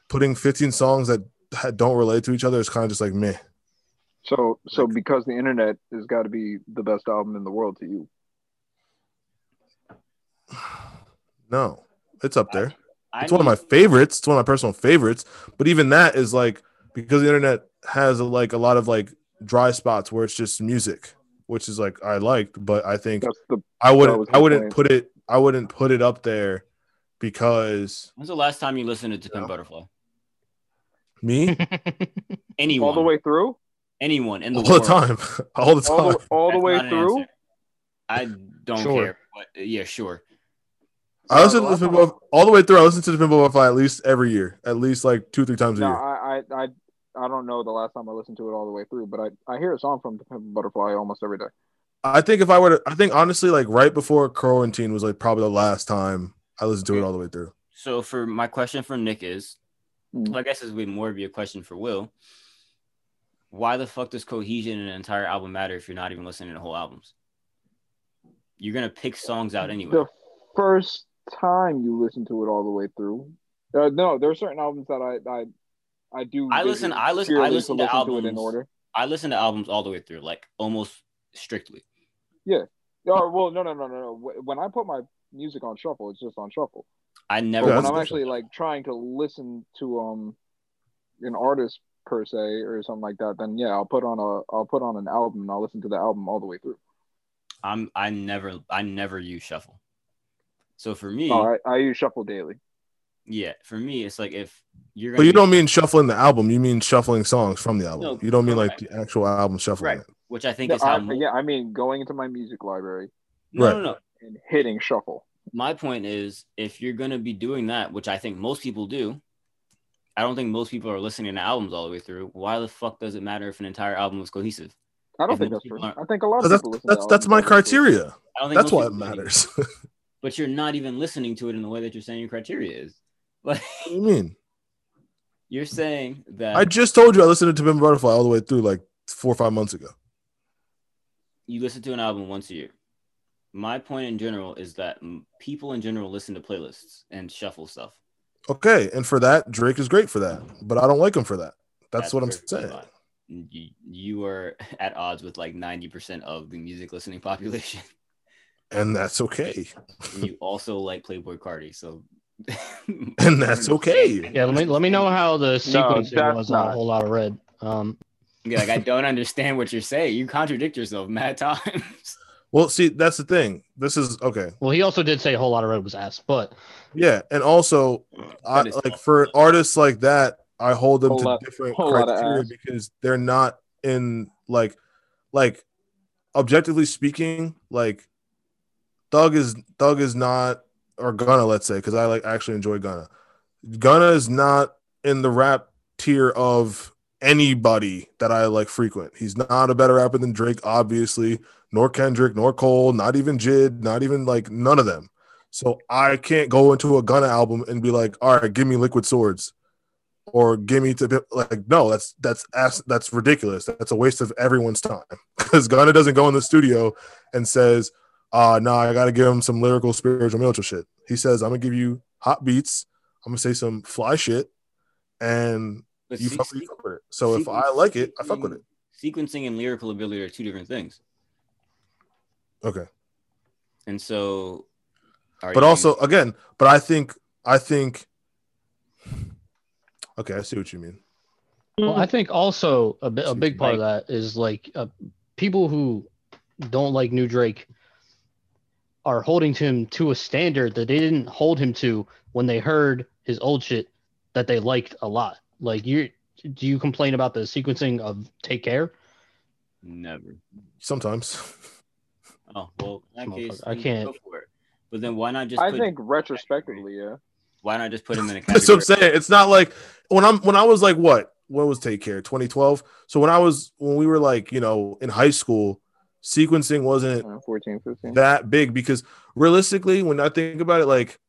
S1: putting 15 songs that ha- don't relate to each other is kind of just like meh.
S2: So, so because the internet has got to be the best album in the world to you.
S1: No, it's up there.
S4: I
S1: it's one of
S4: need-
S1: my favorites. It's one of my personal favorites. But even that is like because the internet has like a lot of like dry spots where it's just music, which is like I liked, but I think
S2: That's the
S1: I
S2: was
S1: wouldn't I
S2: my
S1: wouldn't
S2: point.
S1: put it I wouldn't put it up there because
S4: When's the last time you listened to Pimp
S1: Yeah.
S4: Butterfly?
S1: me
S4: Anyone?
S2: all the way through,
S4: Anyone in the
S1: all
S4: world?
S1: the time. All the
S2: all
S1: time.
S2: the all the
S4: That's
S2: way
S4: not an
S2: through.
S4: answer. I don't
S3: Sure.
S4: care. But, yeah, sure.
S1: I listen to
S2: No,
S1: the Pinball all the way through. I listen to the Pinball Butterfly at least every year, at least like two, three times a
S2: No,
S1: year.
S2: I, I, I, I don't know the last time I listened to it all the way through, but I, I hear a song from the Pimp a Butterfly almost every day.
S1: I think if I were to, I think honestly, like right before quarantine was like probably the last time I listened to it all the way through.
S4: So for my question for Nick is,
S2: Mm.
S4: well, I guess this would be more of your question for Will. Why the fuck does cohesion in an entire album matter if you're not even listening to whole albums? You're gonna pick songs out anyway.
S2: The first time you listen to it all the way through. Uh, no, there are certain albums that I, I, I do.
S4: I listen- I listen- I
S2: purely
S4: listen to
S2: in
S4: albums.
S2: order.
S4: I listen to albums all the way through, like almost strictly.
S2: Oh well, no, no, no, no, no. Wh- When I put my music on shuffle, it's just on shuffle.
S4: I never.
S2: But
S1: Yeah,
S2: when
S1: that's
S2: I'm
S1: good.
S2: actually like trying to listen to um an artist per se or something like that, then yeah, I'll put on a I'll put on an album and I'll listen to the album all the way through.
S4: I'm. I never. I never use shuffle. So for me,
S2: No, Oh, I, I use shuffle daily.
S4: yeah, for me, it's like if you're.
S1: But you
S4: do
S1: don't mean shuffling the album. You mean shuffling songs from the album.
S4: No,
S1: you don't mean like
S4: correct.
S1: the actual album shuffling.
S4: Right.
S1: it.
S4: which I think
S2: No,
S4: is how.
S2: I-
S4: mo-
S2: yeah, I mean going into my music library
S4: no,
S1: right.
S4: no, no.
S2: and hitting shuffle.
S4: My point is, if you're gonna be doing that, which I think most people do, I don't think most people are listening to albums all the way through. Why the fuck does it matter if an entire album is cohesive?
S2: I don't
S4: If
S2: think
S4: most
S2: that's
S4: people
S2: true.
S4: aren't-
S2: I think a lot
S1: 'Cause
S2: of
S1: That's
S2: people listen
S1: that's
S2: to
S1: that's my
S2: albums all the way through.
S1: criteria.
S4: I don't think
S1: That's
S4: most
S1: why it
S4: people do.
S1: matters.
S4: But you're not even listening to it in the way that you're saying your criteria is. Like
S1: what do you mean?
S4: you're saying that
S1: I just told you I listened to Pimp a Butterfly all the way through like four or five months ago.
S4: you listen to an album once a year. My point in general is that m- people in general listen to playlists and shuffle stuff.
S1: Okay, and for that, Drake is great for that, but I don't like him for that. That's, what I'm
S4: perfectly
S1: saying.
S4: fine. You, you are at odds with like 90% of the music listening population.
S1: And that's okay.
S4: and you also like Playboy Cardi. So
S1: and that's okay.
S3: Yeah, let me let me know how the sequence
S2: that's
S3: was on
S2: not-
S3: a whole lot of red. Um,
S4: Yeah, like I don't understand what you're saying. You contradict yourself mad times.
S1: Well, see, that's the thing. This is okay.
S3: well, he also did say a whole lot of red was ass, but
S1: Yeah, and also, I,
S4: That is
S1: like
S4: tough.
S1: for artists like that, I hold them
S2: Whole
S1: to
S2: lot-
S1: different
S2: whole lot of
S1: criteria
S2: ass.
S1: because they're not in like, like, objectively speaking, like, Thug is Thug is not or Gunna, let's say, because I like actually enjoy Gunna. Gunna is not in the rap tier of anybody that I like frequent. He's not a better rapper than Drake, obviously, nor Kendrick, nor Cole, not even Jid, not even like none of them. So I can't go into a Gunna album and be like, all right, give me Liquid Swords, or give me to like, no, that's that's ass, that's ridiculous. That's a waste of everyone's time because Gunna doesn't go in the studio and says, uh, no, I gotta give him some lyrical, spiritual, military shit. He says, I'm gonna give you hot beats. I'm gonna say some fly shit, and
S4: But
S1: you
S4: se-
S1: fuck, you
S4: se-
S1: fuck with it. So if
S4: sequence-
S1: I like it, I fuck with it.
S4: Sequencing and lyrical ability are two different things,
S1: Okay.
S4: and so. are
S1: But
S4: you-
S1: also again, but I think I think Okay, I see what you mean.
S2: Hmm.
S3: Well, I think also a, bi- a
S4: Seems
S3: big part of that is like uh, people who don't like New Drake are holding to him to a standard that they didn't hold him to when they heard his old shit that they liked a lot. Like you, do you complain about the sequencing of "Take Care"?
S4: never.
S1: Sometimes.
S4: Oh well, in that
S3: Motherfucker,
S4: case,
S3: I
S4: then
S3: can't-
S4: Go for it. But then why not just?
S2: I
S4: put,
S2: think retrospectively, yeah.
S4: Why not just put him in a category?
S1: That's what I'm saying. It's not like when I'm when I was like what? What was Take Care? 2012. So when I was when we were like, you know, in high school, sequencing wasn't
S2: Uh, 14, 15.
S1: that big because realistically, when I think about it, like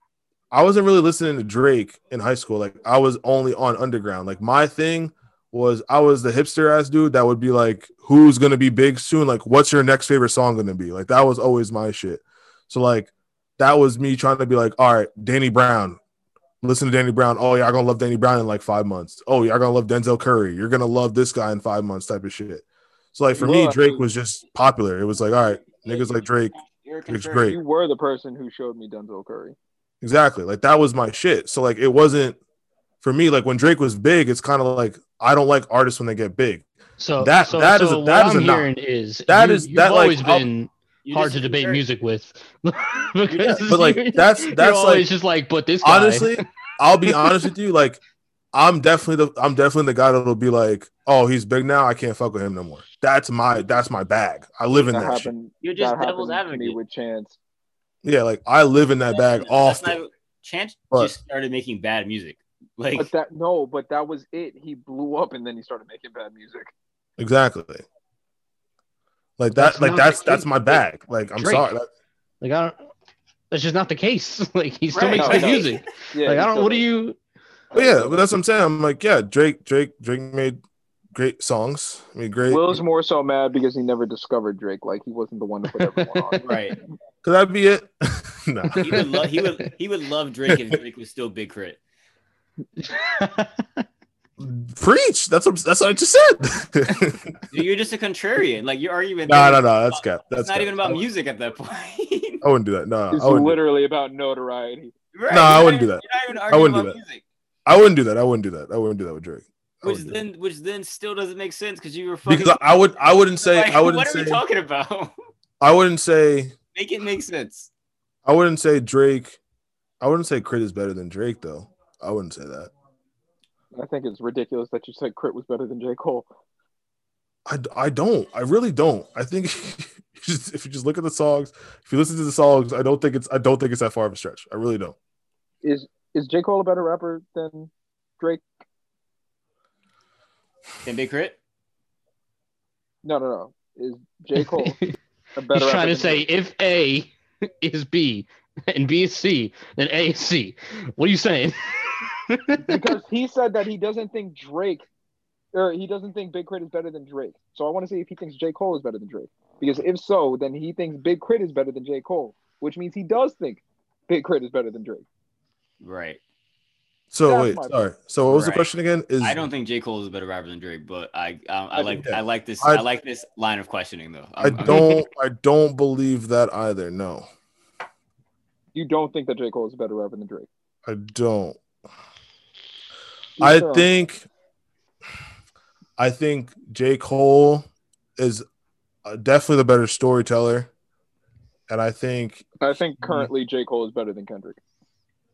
S1: I wasn't really listening to Drake in high school. Like I was only on underground. Like my thing was I was the hipster ass dude that would be like, who's gonna be big soon? Like, what's your next favorite song gonna be? Like that was always my shit. So like that was me trying to be like, all right, Danny Brown. Listen to Danny Brown. Oh, y'all gonna love Danny Brown in like five months. Oh, y'all gonna love Denzel Curry. You're gonna love this guy in five months, type of shit. So like for me,
S2: Well,
S1: Drake was just popular. It was like, all right, niggas like Drake,
S4: You're a
S1: Drake's
S4: conservative.
S1: great.
S2: You were the person who showed me Denzel Curry.
S1: Exactly. Like that was my shit. So like it wasn't for me. Like when Drake was big, it's kind of like I don't like artists when they get big.
S3: So
S1: That-
S3: so,
S1: that
S3: so
S1: is a-
S3: what
S1: that is
S3: I'm
S1: a knock.
S3: hearing is
S1: That
S3: that
S1: is-
S3: is you,
S1: that,
S3: have
S1: like,
S3: always
S1: I'll-
S3: been
S4: You
S3: hard
S4: just
S3: to debate
S4: compare-
S3: music with. because
S1: But, like,
S3: you-
S1: that's-
S3: you're
S1: that's,
S3: always
S1: like,
S3: just like, but this guy,
S1: Honestly, I'll be honest with you. Like I'm definitely the I'm definitely the guy that'll be like, oh, he's big now. I can't fuck with him no more. That's my that's my bag. I live in
S2: That
S1: that. shit.
S2: happened.
S4: You're
S2: That
S4: just
S2: happened
S4: devil's
S2: to me
S4: advocate.
S2: with Chance.
S1: Yeah, like I live in that bag
S4: That's
S1: often.
S4: not- Chance
S1: But-
S4: just started making bad music. Like
S2: But that no, but that was it. He blew up and then he started making bad music.
S1: Exactly. Like that.
S3: That's
S1: like
S3: not
S1: that's
S3: the
S1: that's
S3: case.
S1: my bag. Like I'm
S3: Drake.
S1: sorry. Like,
S3: like I don't. That's just not the case. Like he still
S4: Right.
S3: makes
S2: No,
S3: good
S2: no.
S3: music.
S2: Yeah,
S3: like
S2: he
S3: I don't.
S2: still
S3: What do
S2: does.
S3: you?
S1: but Oh, yeah, but that's what I'm saying. I'm like, yeah, Drake, Drake, Drake made great songs. I mean, great.
S2: Will's more so mad because he never discovered Drake. Like he wasn't the one to put everyone on.
S4: right.
S1: Could that be it? no.
S4: He would love he would he would love Drake if Drake was still big crit.
S1: Preach. That's what that's what I just said.
S4: Dude, You're just a contrarian. Like you're arguing.
S1: no, no, no. That's cap. That's
S4: It's not
S1: cap.
S4: even about music at that point.
S1: I wouldn't do that.
S3: Uh,
S1: No,
S2: It's
S1: I wouldn't. Do
S2: literally about notoriety.
S4: Right,
S1: No, I
S4: you're
S1: wouldn't
S4: not
S1: do
S4: even-
S1: that.
S4: You're not even arguing
S1: wouldn't do
S4: about
S1: that.
S4: music.
S1: that. I wouldn't do that. I wouldn't do that. I wouldn't do that with Drake. I
S4: Which
S1: wouldn't do
S4: then, which then still doesn't make sense because you were
S1: that.
S4: fucking.
S1: because I would. I wouldn't say.
S4: Like,
S1: I wouldn't
S4: What are
S1: say.
S4: we talking about?
S1: I wouldn't say.
S4: make it make sense.
S1: I wouldn't say Drake. I wouldn't say Crit is better than Drake though. I wouldn't say that.
S2: I think it's ridiculous that you said Crit was better than J. Cole.
S1: I, I don't. I really don't. I think you just- if you just look at the songs, if you listen to the songs, I don't think it's. I don't think it's that far of a stretch. I really don't.
S2: Is is J. Cole a better rapper than Drake?
S4: Can big crit?
S2: No, no, no. Is J. Cole
S3: He's
S2: a better rapper
S3: trying to
S2: than
S3: say
S2: Drake?
S3: if A is B and B is C, then A is C. What are you saying?
S2: because he said that he doesn't think Drake or he doesn't think Big Crit is better than Drake. So I want to see if he thinks J. Cole is better than Drake. Because if so, then he thinks Big Crit is better than J. Cole, which means he does think Big Crit is better than Drake.
S4: Right.
S1: So
S2: That's
S1: wait,
S2: my point.
S1: sorry. So what was the
S4: Right.
S1: question again? Is
S4: I don't think J Cole is a better rapper than Drake, but I I, I
S1: I
S4: like
S1: think-
S4: I like this
S1: I-
S4: I, like this line of questioning though.
S1: I
S4: I'm- I'm-
S1: don't I don't believe that either. No.
S2: You don't think that J. Cole is a better rapper than Drake.
S1: I don't. I
S2: Sure.
S1: think I think J. Cole is uh, definitely the better storyteller. And I think
S2: I think currently J Cole is better than Kendrick.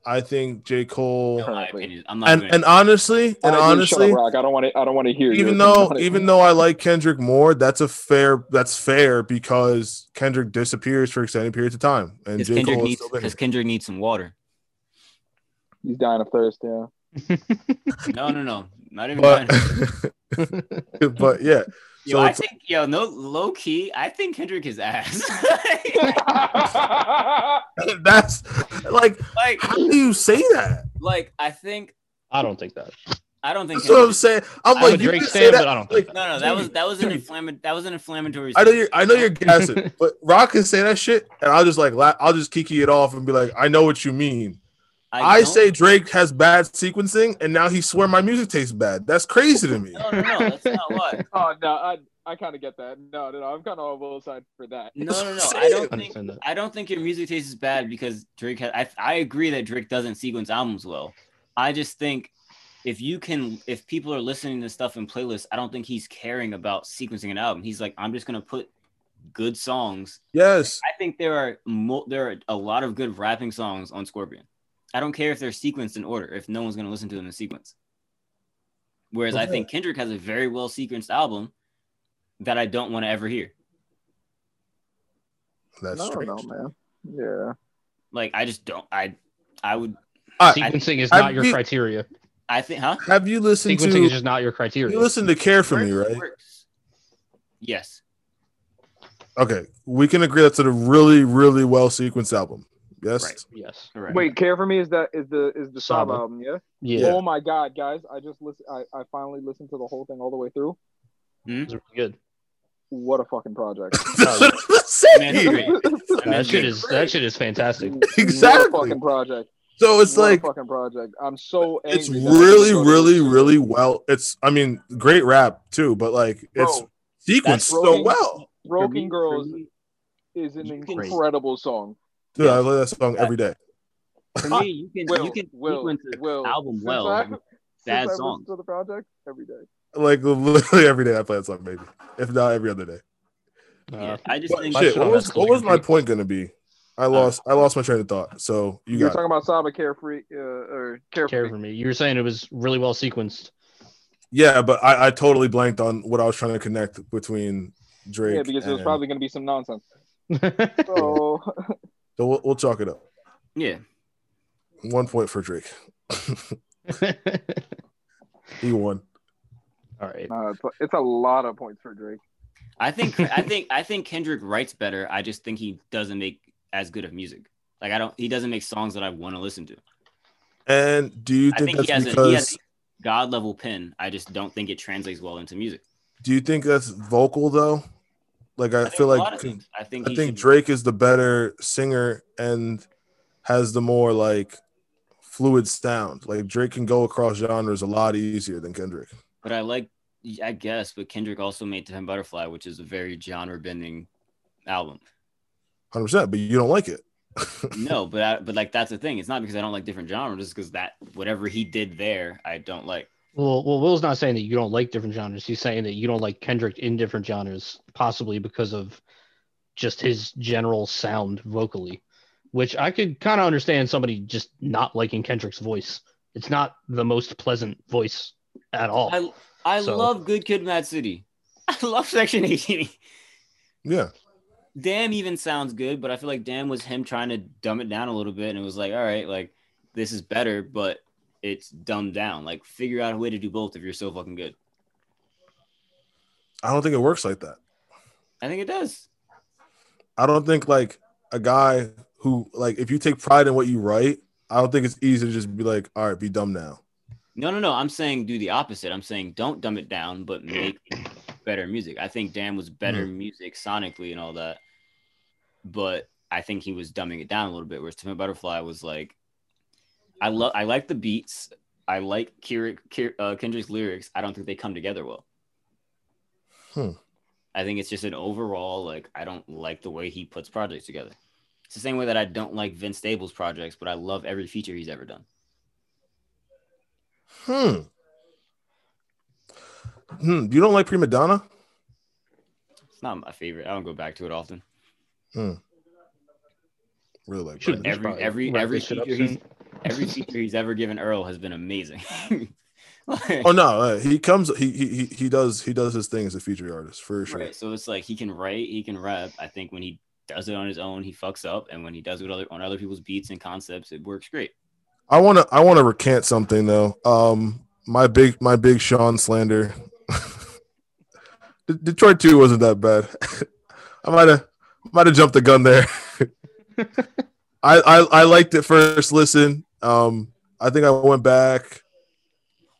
S1: I think J. Cole
S4: No, my
S2: Currently.
S4: opinion. I'm not.
S1: and,
S4: doing
S1: and honestly and
S2: I mean, shut up,
S1: honestly
S2: Rock. I don't want to. I don't want to hear. your
S1: even
S2: opinion
S1: though
S2: on it.
S1: even though I like Kendrick more, that's a fair that's fair because Kendrick disappears for extended periods of time. And
S4: because
S1: J.
S4: Kendrick
S1: Cole is
S4: needs
S1: still there.
S4: because Kendrick needs some water.
S2: he's dying of thirst, yeah.
S4: No, no, no, not even.
S1: But
S4: mine.
S1: but yeah.
S4: yo,
S1: so
S4: I
S1: it's-
S4: think yo, no, low key, I think Kendrick is ass.
S1: That's like
S4: like,
S1: how do you say that?
S4: like I think
S3: I don't think that.
S4: I don't think.
S1: That's what I'm
S4: Kendrick,
S1: saying. I'm
S3: I'm
S1: like
S3: a
S1: you
S3: Drake
S1: can say
S3: stan,
S1: that-
S3: but I don't think
S1: like,
S4: no, no, that was that was an inflammatory. That was an inflammatory.
S1: I know
S4: statement.
S1: you're I know you're gassing, but Rock can say that shit, and I'll just like la- I'll just kiki it off and be like, I know what you mean. I,
S4: don't-
S1: say Drake has bad sequencing, and now he swear my music tastes bad. That's crazy to me.
S4: No, no, no. That's not what.
S2: oh no, I I kind of get that. No, no, no, I'm kind of on both sides for that.
S4: No, no, no. I
S1: Say
S4: don't
S1: it.
S3: I
S4: think.
S3: understand that.
S4: I don't think your music taste is bad because Drake has. I, I agree that Drake doesn't sequence albums well. I just think if you can, if people are listening to stuff in playlists, I don't think he's caring about sequencing an album. He's like, I'm just gonna put good songs.
S1: Yes,
S4: I think there are mo- there are a lot of good rapping songs on Scorpion. I don't care if they're sequenced in order if no one's gonna listen to them in sequence. Whereas I
S1: Okay.
S4: think Kendrick has a very well sequenced album that I don't want to ever hear.
S1: that's
S2: no,
S1: strange.
S2: no, man. Yeah,
S4: Like I just don't. I I would.
S3: Sequencing is
S1: I-
S3: not your
S1: I-
S3: criteria.
S4: I think, huh?
S1: Have you listened
S3: Sequencing
S1: to
S3: is just not your criteria.
S1: you listen to Care for Me,
S4: Works-
S1: right?
S4: works. Yes.
S1: Okay, we can agree that's a really really well sequenced album. Yes,
S4: Right.
S3: yes.
S4: Correct.
S2: wait, care for me is that is the is the Sob
S3: Saba.
S2: album, yeah?
S3: Yeah.
S2: Oh my god, guys, I just listen. I I finally listened to the whole thing all the way through.
S3: It's really good.
S2: What a fucking project!
S1: that's what I'm saying.
S4: Man, it's great. I mean,
S3: That shit
S4: it's
S3: is
S4: great.
S3: that shit is fantastic.
S1: Exactly.
S2: What a fucking project.
S1: So it's
S2: What a
S1: like
S2: fucking project. I'm so angry.
S1: it's
S2: that I
S1: really
S2: didn't go to
S1: really
S2: this shit.
S1: really well. It's I mean great rap too, but like it's
S2: Bro,
S1: sequenced
S4: that's
S1: so
S2: broken-
S1: well.
S4: For
S2: Broken
S4: me- for
S2: Girls
S4: me-
S2: is an
S4: You can-
S2: incredible song.
S1: Dude, I love that song every day.
S4: For
S1: Uh,
S4: me, you can
S2: Will,
S4: you can
S2: Will,
S4: sequence an
S2: Will.
S4: album
S2: Since
S4: well.
S2: I- since
S4: sad
S2: I've listened
S4: songs.
S2: To the project every day.
S1: Like literally every day I play that song, maybe if not every other day.
S4: Yeah,
S3: Uh,
S4: I just
S1: But
S4: think
S1: shit,
S3: shit
S1: what
S3: on
S1: was
S3: that
S1: what
S3: still
S1: was my
S3: complete.
S1: point gonna be? I lost I lost my train of thought. So you
S2: You were
S1: got
S2: talking about Saba Carefree uh, or Carefree.
S3: care for me. You were saying it was really well sequenced.
S1: yeah, but I, I totally blanked on what I was trying to connect between Drake.
S2: Yeah, because it was
S1: and-
S2: probably going to be some nonsense.
S3: That's
S2: So
S1: so we'll, we'll chalk it up.
S4: yeah.
S1: One point for Drake. he won.
S3: All right.
S2: uh, it's, it's a lot of points for Drake.
S4: I think I think I think Kendrick writes better. I just think he doesn't make as good of music. Like I don't. He doesn't make songs that I want to listen to.
S1: And do you
S4: I
S1: think,
S4: think he
S1: that's
S4: has
S1: because
S4: a he has a god level pen. I just don't think it translates well into music.
S1: do you think that's vocal though? Like I,
S4: I
S1: feel
S4: think a lot
S1: like
S4: of things. I think
S1: I
S4: he
S1: think
S4: should-
S1: Drake is the better singer and has the more like fluid sound. Like Drake can go across genres a lot easier than Kendrick.
S4: But I like, I guess, but Kendrick also made "Time Butterfly," which is a very genre bending album.
S1: 100%, but you don't like it.
S4: No, but I, but like that's the thing. It's not because I don't like different genres, just because that whatever he did there, I don't like.
S3: Well, well, Will's not saying that you don't like different genres. He's saying that you don't like Kendrick in different genres, possibly because of just his general sound vocally, which I could kind of understand somebody just not liking Kendrick's voice. It's not the most pleasant voice at all.
S4: I I
S3: So-
S4: love Good Kid, Mad City. I love Section 80.
S1: Yeah.
S4: Damn even sounds good, but I feel like Damn was him trying to dumb it down a little bit, and it was like, all right, like this is better, but it's dumbed down. Like figure out a way to do both if you're so fucking good.
S1: I don't think it works like that.
S4: I think it does.
S1: I don't think like a guy who like if you take pride in what you write, I don't think it's easy to just be like, all right, be dumb now.
S4: No, no, no. I'm saying do the opposite. I'm saying don't dumb it down, but make better music. I think Damn was better music sonically and all that, but I think he was dumbing it down a little bit. Whereas Timmy Butterfly was like, I love, I like the beats. I like Kira, Kira, uh, Kendrick's lyrics. I don't think they come together well.
S1: Hmm.
S4: I think it's just an overall like I don't like the way he puts projects together. It's the same way that I don't like Vince Staples projects, but I love every feature he's ever done.
S1: Hmm. Hmm. You don't like prima donna?
S4: It's not my favorite. I don't go back to it often.
S1: Really like prima.
S3: Should- That's
S4: Every
S3: probably-
S4: every
S3: wrap
S4: every
S3: this shit up
S4: feature he's every feature he's ever given Earl has been amazing. Like-
S1: Oh no, uh, he comes. He he he- he does he does his thing as a featured artist for sure.
S4: Right. So it's like he can write, he can rap. I think when he does it on his own, he fucks up, and when he does it other, on other people's beats and concepts, it works great.
S1: I want to I want to recant something though. Um, my big my big Sean slander. De- Detroit two wasn't that bad. I might have might have jumped the gun there. I, I I liked it first listen. Um, I think I went back.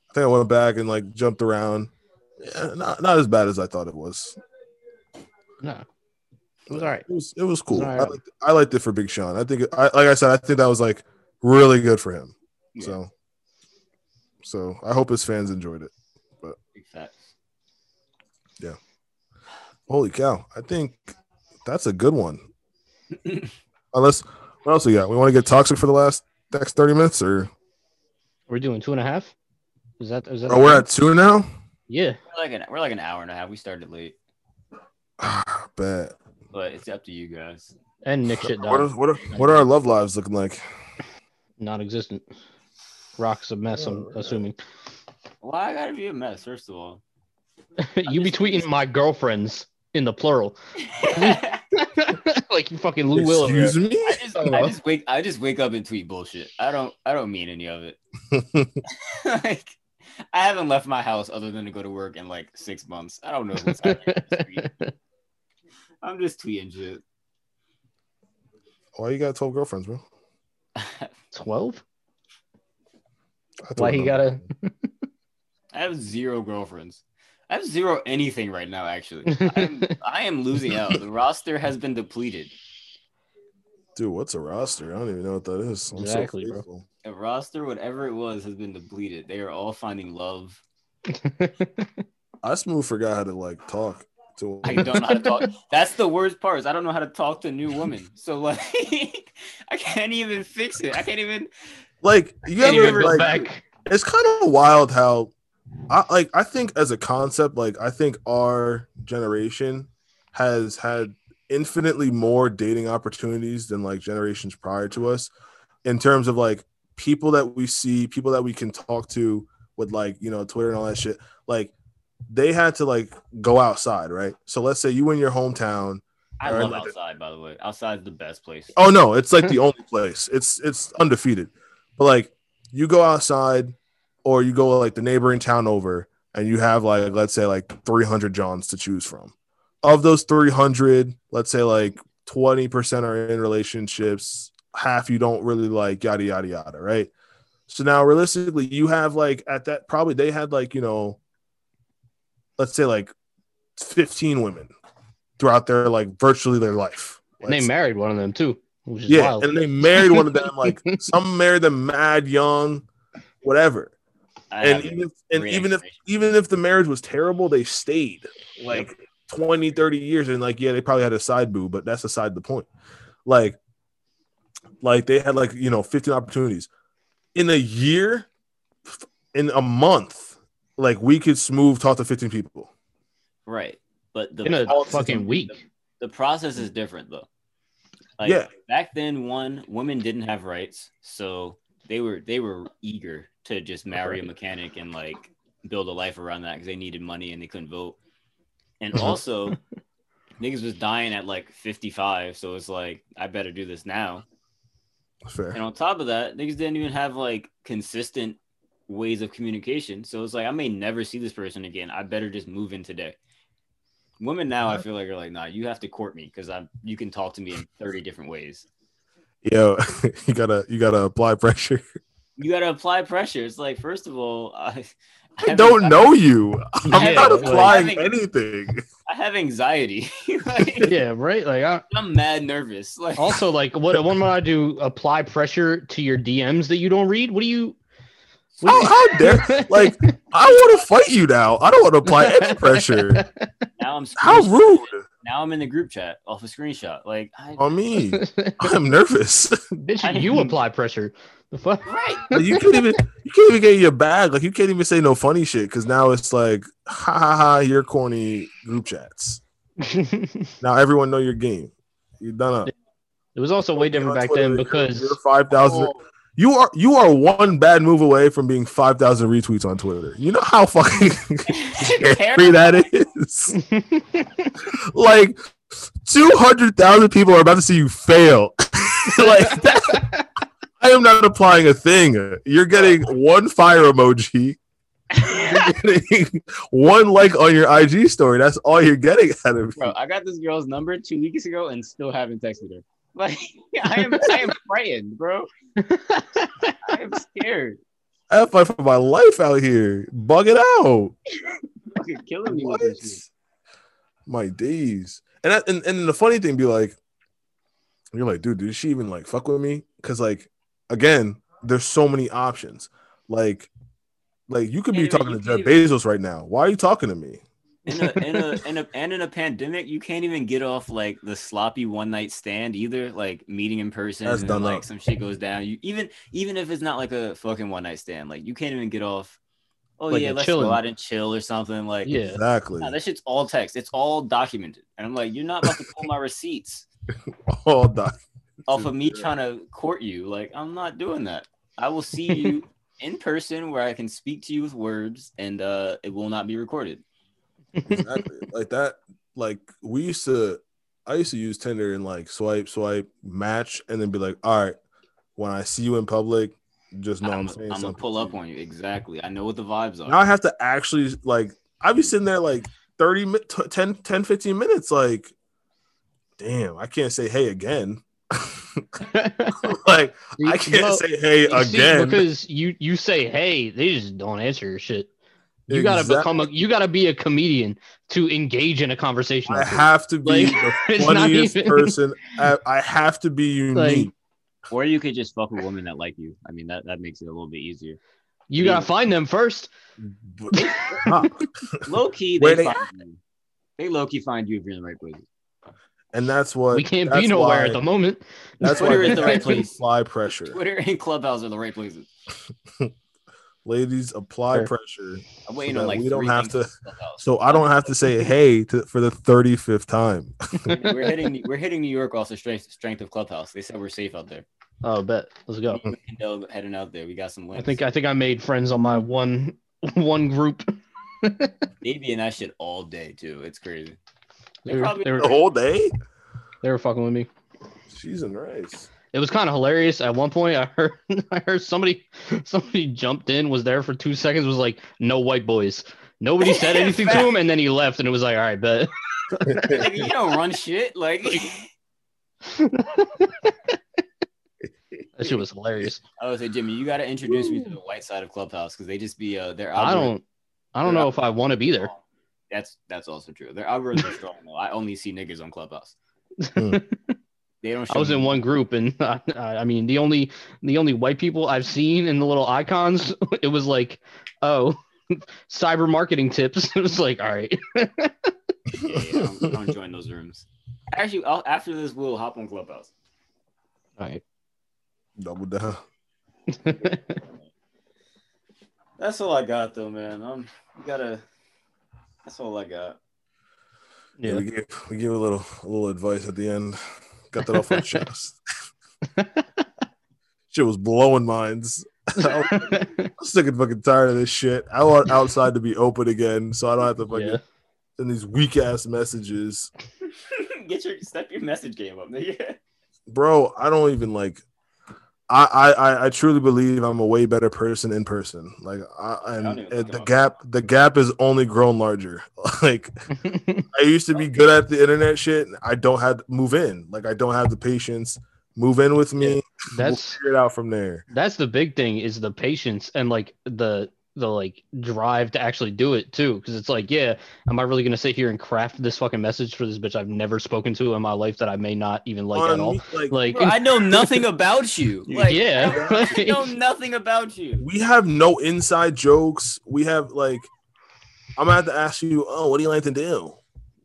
S1: I think I went back and like jumped around. Yeah, not not as bad as I thought it was.
S3: No. It was all right.
S1: It was it was cool.
S3: all
S1: I,
S3: right.
S1: liked, I liked it for Big Sean. I think I like I said I think that was like really good for him.
S4: Yeah.
S1: So so I hope his fans enjoyed it.
S4: Big facts.
S1: Holy cow. I think that's a good one. Unless what else we got? We want to get toxic for the last next 30 minutes or
S3: We're doing two and a half. Is that is that
S1: oh, we're at two now?
S3: yeah.
S4: We're like an we're like an hour and a half. We started late,
S1: Ah, bet.
S4: but it's up to you guys.
S3: And Nick shit
S1: What are, what, are, what are our love lives looking like?
S3: non existent. Rock's a mess, I'm assuming.
S4: Well, I gotta be a mess first of all.
S3: you be tweeting my girlfriends in the plural.
S4: I
S3: like you fucking Lou Will. over
S1: Excuse me?
S4: just I just wake I just wake up and tweet bullshit. I don't I don't mean any of it. like I haven't left my house other than to go to work in like six months. I don't know what's happening. in the street. I'm just tweeting shit.
S1: Why you got 12 girlfriends, bro?
S3: Twelve?
S1: I thought
S3: Why
S1: I
S3: he
S1: know.
S3: gotta
S4: I have zero girlfriends. I have zero anything right now, actually. I am, I am losing out. The roster has been depleted.
S1: Dude, what's a roster? I don't even know what that is. I'm
S3: Exactly,
S1: so
S3: bro.
S1: faithful.
S4: The roster, whatever it was, has been depleted. They are all finding love.
S1: I smooth forgot how to like talk to
S4: I don't know how to talk. That's the worst part is I don't know how to talk to new women. So like I can't even fix it. I can't even
S1: like you
S3: Can't even
S1: ever
S3: go
S1: like
S3: back.
S1: it's kind of wild how I like I think as a concept, like I think our generation has had infinitely more dating opportunities than like generations prior to us in terms of like people that we see, people that we can talk to with like, you know, Twitter and all that shit. Like they had to like go outside, right? So let's say you in your hometown.
S4: I
S1: Alright,
S4: love
S1: like-
S4: outside, by the way. Outside's the best place.
S1: Oh no, it's like the only place. It's it's undefeated. But like you go outside or you go like the neighboring town over and you have like let's say like 300 Johns to choose from. Of those 300, let's say like 20% are in relationships, half you don't really like yada yada yada, right? So now realistically, you have like at that probably they had like, you know, let's say like 15 women throughout their like virtually their life.
S3: And they
S1: Let's-
S3: married one of them too, which is
S1: yeah,
S3: wild.
S1: and they married one of them. Like some married them mad young, whatever.
S4: I
S1: And
S4: have
S1: even and
S4: great
S1: even if
S4: explanation.
S1: even if the marriage was terrible, they stayed like 20, 30 years. And like, yeah, they probably had a side boo, but that's aside the point. Like, like they had like you know fifteen opportunities in a year, in a month. Like we could smooth talk to fifteen people.
S4: right. But the
S3: in a
S1: all
S3: fucking
S1: system-
S3: week.
S4: the process is different though. Like
S1: Yeah.
S4: back then, one women didn't have rights, so they were they were eager to just marry a mechanic and like build a life around that because they needed money and they couldn't vote. And
S1: Mhm.
S4: also, niggas was dying at like 55, so it's like I better do this now. And
S1: Fair.
S4: on top of that, niggas didn't even have like consistent ways of communication. So it's like I may never see this person again. I better just move in today. Women now, I feel like are like, nah, you have to court me because I'm you can talk to me in 30 different ways.
S1: Yo, you gotta you gotta apply pressure.
S4: You gotta apply pressure. It's like, first of all, I,
S1: I
S4: have
S1: don't
S4: anxi-
S1: know you. I'm
S4: Yeah,
S1: not
S3: like-
S1: applying
S4: Having-
S1: anything.
S4: I have anxiety. Like,
S3: Yeah, right. Like I,
S4: I'm mad nervous. Like
S1: Oh,
S3: also like what what would I do? Apply pressure to your DMs that you don't read? What do you what do
S1: How,
S3: you-
S1: how dare? Oh, Like, I want to fight you now. I don't want to apply any pressure.
S4: now I'm screwed.
S1: How rude! Oh,
S4: Now I'm in the group chat off a screenshot. Like, I,
S1: on me. I'm nervous.
S3: Bitch, you apply pressure. The fuck?
S4: right?
S1: Like, you can't even you can't even get your bag. Like you can't even say no funny shit because now it's like ha ha ha you're corny group chats.
S3: it
S1: Now everyone know your game. You're done up.
S3: was also way different
S1: You're on
S3: back then
S1: Twitter, you're
S3: because Oh.
S1: five
S2: Oh,
S1: thousand. You are you are one bad move away from being five thousand retweets on Twitter. You know how fucking scary that is. like two hundred thousand people are about to see you fail. like that, I am not applying a thing. You're getting one fire emoji. You're getting one like on your IG story. That's all you're getting out of
S4: Bro,
S1: it.
S4: I got this girl's number two weeks ago and still haven't texted her. Like, I am, I am frightened, bro. I am scared.
S1: I fight for my life out here. Bug it out.
S4: Fucking killing me
S1: What?
S4: with this shit.
S1: My days. And, I, and and the funny thing be like, you're like, dude, did she even like fuck with me? Because like, again, there's so many options. Like, like you could be
S4: Yeah,
S1: talking
S4: you
S1: to Jeff
S4: can't
S1: Bezos right now. Why are you talking to me?
S4: In a, in a, in a, and in a pandemic, you can't even get off like the sloppy one night stand either. Like meeting in person,
S1: That's
S4: and then,
S1: done
S4: like
S1: up.
S4: some shit goes down. You even even if it's not like a fucking one night stand, like you can't even get off. Oh
S3: Like a
S4: yeah, let's
S3: chilling.
S4: go out and chill or something. Like
S3: yeah,
S1: Exactly.
S4: nah, that shit's all text. It's all documented, and I'm like, you're not about to pull my receipts
S1: All doc-
S4: off of me trying to court you. Like I'm not doing that. I will see you in person where I can speak to you with words, and uh, it will not be recorded.
S1: exactly. like that. Like we used to, I used to use Tinder and like swipe, swipe, match, and then be like, all right, when I see you in public, just know I'm,
S4: I'm,
S1: saying
S4: I'm gonna
S1: something.
S4: pull up on you exactly. I know what the vibes are.
S1: Now I have to actually like I be sitting there like 30 mi- t- 10 10 15 minutes like damn, I can't say hey again. like I can't
S3: Well,
S1: say hey
S3: you see,
S1: again.
S3: because you you say hey, they just don't answer your shit. You gotta
S1: Exact-
S3: become a you gotta be a comedian to engage in a conversation.
S1: I
S3: like that.
S1: have to be
S3: Like,
S1: the
S3: it's not
S1: funniest
S3: even-
S1: person. I, I have to be unique.
S4: Or you could just fuck a woman that like you. I mean, that, that makes it a little bit easier.
S3: you gotta find them first.
S1: But- Huh.
S4: Low key,
S1: Where
S4: they,
S1: they-
S4: find you. They low key find you if you're in the right place.
S1: and that's what
S3: we can't
S1: that's
S3: be nowhere
S1: why-
S3: at the moment.
S1: That's why
S4: Twitter is
S1: they
S4: the right
S1: have to
S4: place.
S1: apply pressure.
S4: Twitter and Clubhouse are the right places.
S1: Ladies, apply
S3: Sure.
S1: pressure.
S4: I'm waiting
S1: So
S4: on
S1: that
S4: like
S1: we don't
S4: three
S1: have
S4: things
S1: to-
S4: from Clubhouse.
S1: So I don't have to say hey to, for the 35th time.
S4: we're hitting we're hitting New York off the strength strength of Clubhouse. They said we're safe out there.
S3: Oh, bet. Let's go.
S1: Mm.
S4: Me and Kendall heading out there. We got some
S3: I
S4: wins.
S3: think I think I made friends on my one one group.
S4: they be in that shit all day too. It's crazy. They
S3: They were,
S4: probably-
S3: they
S1: The
S3: were
S1: whole day?
S3: they were fucking with me.
S1: She's in rice.
S3: It was kind of hilarious. At one point, I heard I heard somebody somebody jumped in, was there for two seconds, was like, "No white boys." Nobody said anything to him, and then he left, and it was like, "All right, bet."
S4: Like, you don't run shit. Like
S3: That shit was hilarious.
S4: I would say, Jimmy, you got to introduce me to the white side of Clubhouse because they just be uh, their
S3: I
S4: algorithm-
S3: don't I don't know if I want to be there.
S4: That's that's also true. Their algorithms are strong though. I only see niggas on Clubhouse.
S1: Hmm.
S4: They don't. Show
S3: I was in
S4: me-
S3: one group, and I, I mean, the only the only white people I've seen in the little icons, it was like, oh, cyber marketing tips. It was like, all right,
S4: Yeah, yeah, I don't, I don't join those rooms. Actually, I'll, after this, we'll hop on Clubhouse.
S3: all right.
S1: Double down.
S4: That's all I got though, man. Um, you gotta. That's all I got.
S1: Yeah,
S3: Yeah.
S1: we gave we gave a little a little advice at the end. Got that off our chest. shit was blowing minds. I was sick and fucking tired of this shit. I want outside to be open again, so I don't have to fucking
S3: yeah.
S1: send these weak ass messages,
S4: Get your step your message game up, nigga.
S1: bro. I don't even like. I I I- I truly believe I'm a way better person in person. Like, I, and
S4: don't even
S1: and
S4: think
S1: the
S4: about
S1: gap the gap is only grown larger. like, I used to be good at the internet shit. and I don't have move in. Like I don't have the patience. Move in with me. we'll
S3: That's
S1: figure it out from there.
S3: that's the big thing is the patience and like the the like drive to actually do it too because it's like yeah am i really going to sit here and craft this fucking message for this bitch i've never spoken to in my life that i may not even like at
S1: On
S3: all
S1: me- like,
S3: like
S4: Bro, I know nothing about you. Like,
S3: yeah
S4: I know nothing about you.
S1: we have no inside jokes. We have like I'm gonna have to ask you, oh, what do you like to do?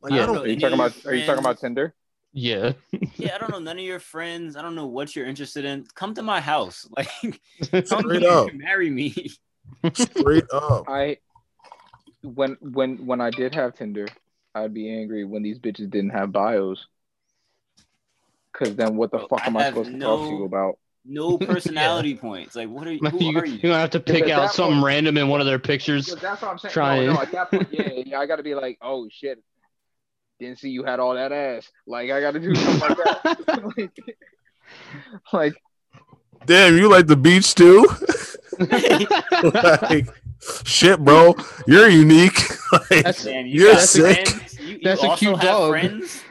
S1: Like
S3: Yeah.
S1: I don't
S2: Are you talking about? Are you talking about Tinder?
S3: Yeah.
S4: yeah, I don't know none of your friends. I don't know what you're interested in. Come to my house. Like, come
S1: Straight
S4: here
S1: up.
S4: and marry me.
S1: straight up.
S2: I when when when I did have Tinder, I'd be angry when these bitches didn't have bios. Cause then what the
S4: Bro,
S2: fuck am
S4: I
S2: I
S4: have
S2: supposed to
S4: no-
S2: talk to you about?
S4: No personality points. Like, what are you? Who
S3: you,
S4: are
S3: you
S4: you?
S3: don't have to
S2: Yeah,
S3: pick
S2: but
S3: out
S2: that
S3: something
S2: one-
S3: random in one of their pictures.
S2: But that's what I'm saying.
S3: Trying.
S2: No, no, at that point, yeah, yeah, I got to be like, oh shit, didn't see you had all that ass. Like I got to do something like that. like, like,
S1: Damn, you like the beach too? like, shit, bro, you're unique. like,
S3: That's-
S4: Damn,
S1: You're
S4: got
S1: sick.
S4: friends? You, you
S3: That's a
S4: also
S3: cute
S4: have
S3: dog.
S4: friends?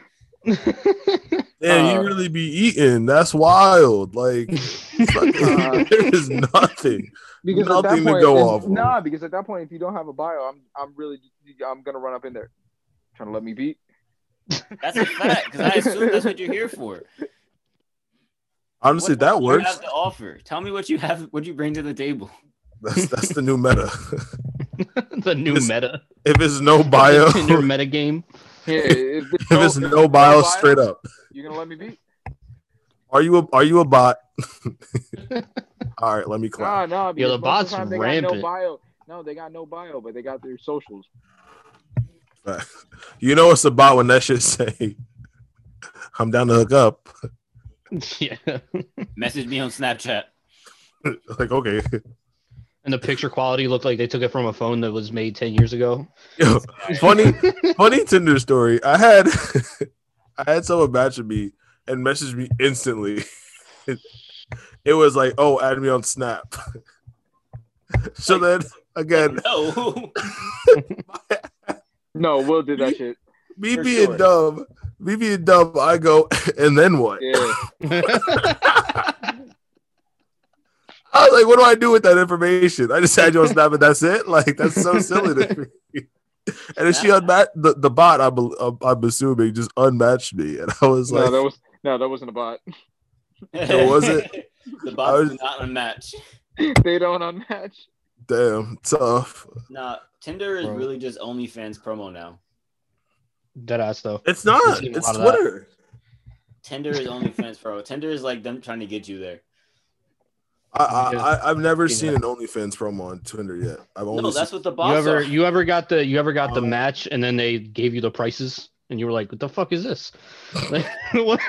S1: damn,
S2: uh,
S1: you really be eating. That's wild. Like,
S2: Uh,
S1: there is nothing.
S2: because at that
S1: Nothing
S2: point,
S1: to go
S2: if-
S1: off of.
S2: nah, because at that point, if you don't have a bio, I'm I'm really I'm gonna run up in there, trying to let me beat.
S4: That's a fact. Because I assume that's what you're here for.
S1: Honestly,
S4: What
S1: that
S4: you
S1: works.
S4: have to offer. Tell me what you have. What you bring to the table.
S1: That's that's the new meta.
S3: the new
S1: This-
S3: meta.
S1: if it's no bio,
S3: The Tinder
S1: if
S3: meta game.
S2: Yeah, if,
S1: it's
S2: there's no-
S1: no bio, straight up.
S2: You're gonna let me beat?
S1: Are you a are you a bot? All right, let me clap.
S2: Nah, nah.
S3: Yeah, the
S2: because most of
S3: bot's
S2: time they
S3: rampant.
S2: Got no bio. No, they got no bio, but they got their socials.
S1: You know it's a bot when that shit say, "I'm down to hook up."
S3: Yeah.
S4: Message me on Snapchat.
S1: like okay,
S3: And the picture quality looked like they took it from a phone that was made 10 years ago.
S1: Yo, funny funny Tinder story. I had I had someone match with me and messaged me instantly. it was like, "Oh, add me on Snap." so then again,
S4: No.
S2: No, Will did that shit.
S1: me
S2: For
S1: being
S2: sure.
S1: dumb, me being dumb, I go, and then what?
S2: Yeah.
S1: I was like, what do I do with that information? I just had you on Snap and that's it. Like that's so silly to me. And if she unmatched the, the bot, I'm, I'm, I'm assuming just unmatched me, and I was
S2: No,
S1: like,
S2: that was no, that wasn't a bot.
S1: So was it-
S4: The
S1: I
S4: bots
S1: was-
S4: do not unmatch.
S2: they don't unmatch.
S1: damn tough.
S4: Nah, Tinder is
S3: Bro.
S4: really just OnlyFans promo now.
S3: Deadass, though.
S1: It's not.
S3: I've seen a
S1: It's
S3: lot of that.
S1: Twitter.
S4: Tinder is OnlyFans promo. Tinder is like them trying to get you there.
S1: I, I, I I've never
S3: Seen
S1: seen an OnlyFans promo on Twitter yet. I've only
S4: No,
S1: seen,
S4: that's what the
S3: Oh, You
S4: bots
S3: ever
S4: are.
S3: you ever got the you ever got the
S1: Um,
S3: match and then they gave you the prices and you were like, what the fuck is this? Like, what?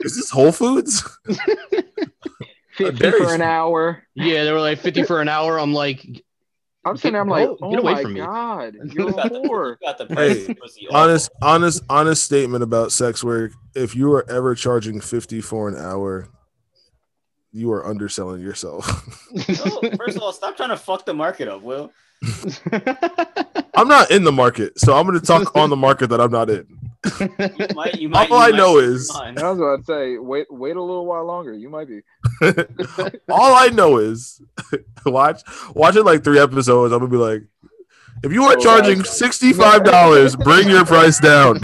S1: is this Whole Foods?
S3: Uh,
S2: Fifty
S1: dare you.
S2: for an hour.
S3: Yeah, they were like 50 for an hour. I'm like,
S2: I'm sitting there, I'm
S3: Get-
S2: like,
S3: go-
S2: oh
S3: get away
S2: my
S3: from me."
S2: god,
S4: You
S2: you're
S4: got the-
S2: poor.
S4: you got the
S1: Hey,
S4: price pussy Oh, off.
S1: honest, honest, honest statement about sex work. If you are ever charging fifty for an hour, you are underselling yourself.
S4: No, first of all, stop trying to fuck the market up, Will.
S1: I'm not in the market, so I'm going to talk on the market that I'm not in.
S4: You might, you might,
S1: All I
S4: you might
S1: know is,
S4: Come on.
S2: I was about to say, wait, wait a little while longer. You might be.
S1: all I know is, watch, watching like three episodes, I'm gonna be like, if you are
S2: Oh,
S1: charging
S2: guys.
S1: sixty five dollars, bring your price down.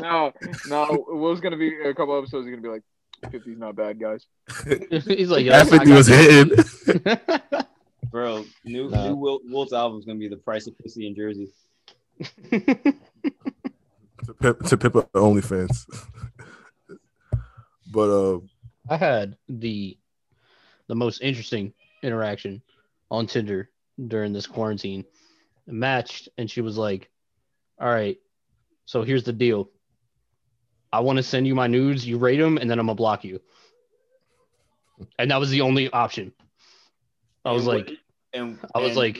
S2: no, no, Will's gonna be a couple episodes. He's gonna be like, 50's not bad, guys.
S3: He's like,
S1: That fifty was hitting.
S4: bro. New,
S3: Nah.
S4: new Will, Will's album is gonna be the price of pussy in Jersey.
S1: to pimp, to pimp up the OnlyFans. but uh,
S3: I had the the most interesting interaction on Tinder during this quarantine. Matched, and she was like, "All right, so here's the deal. I want to send you my nudes. You rate them, and then I'm gonna block you." And that was the only option. I was
S4: And what-
S3: like,
S4: and
S3: I was
S4: and
S3: like,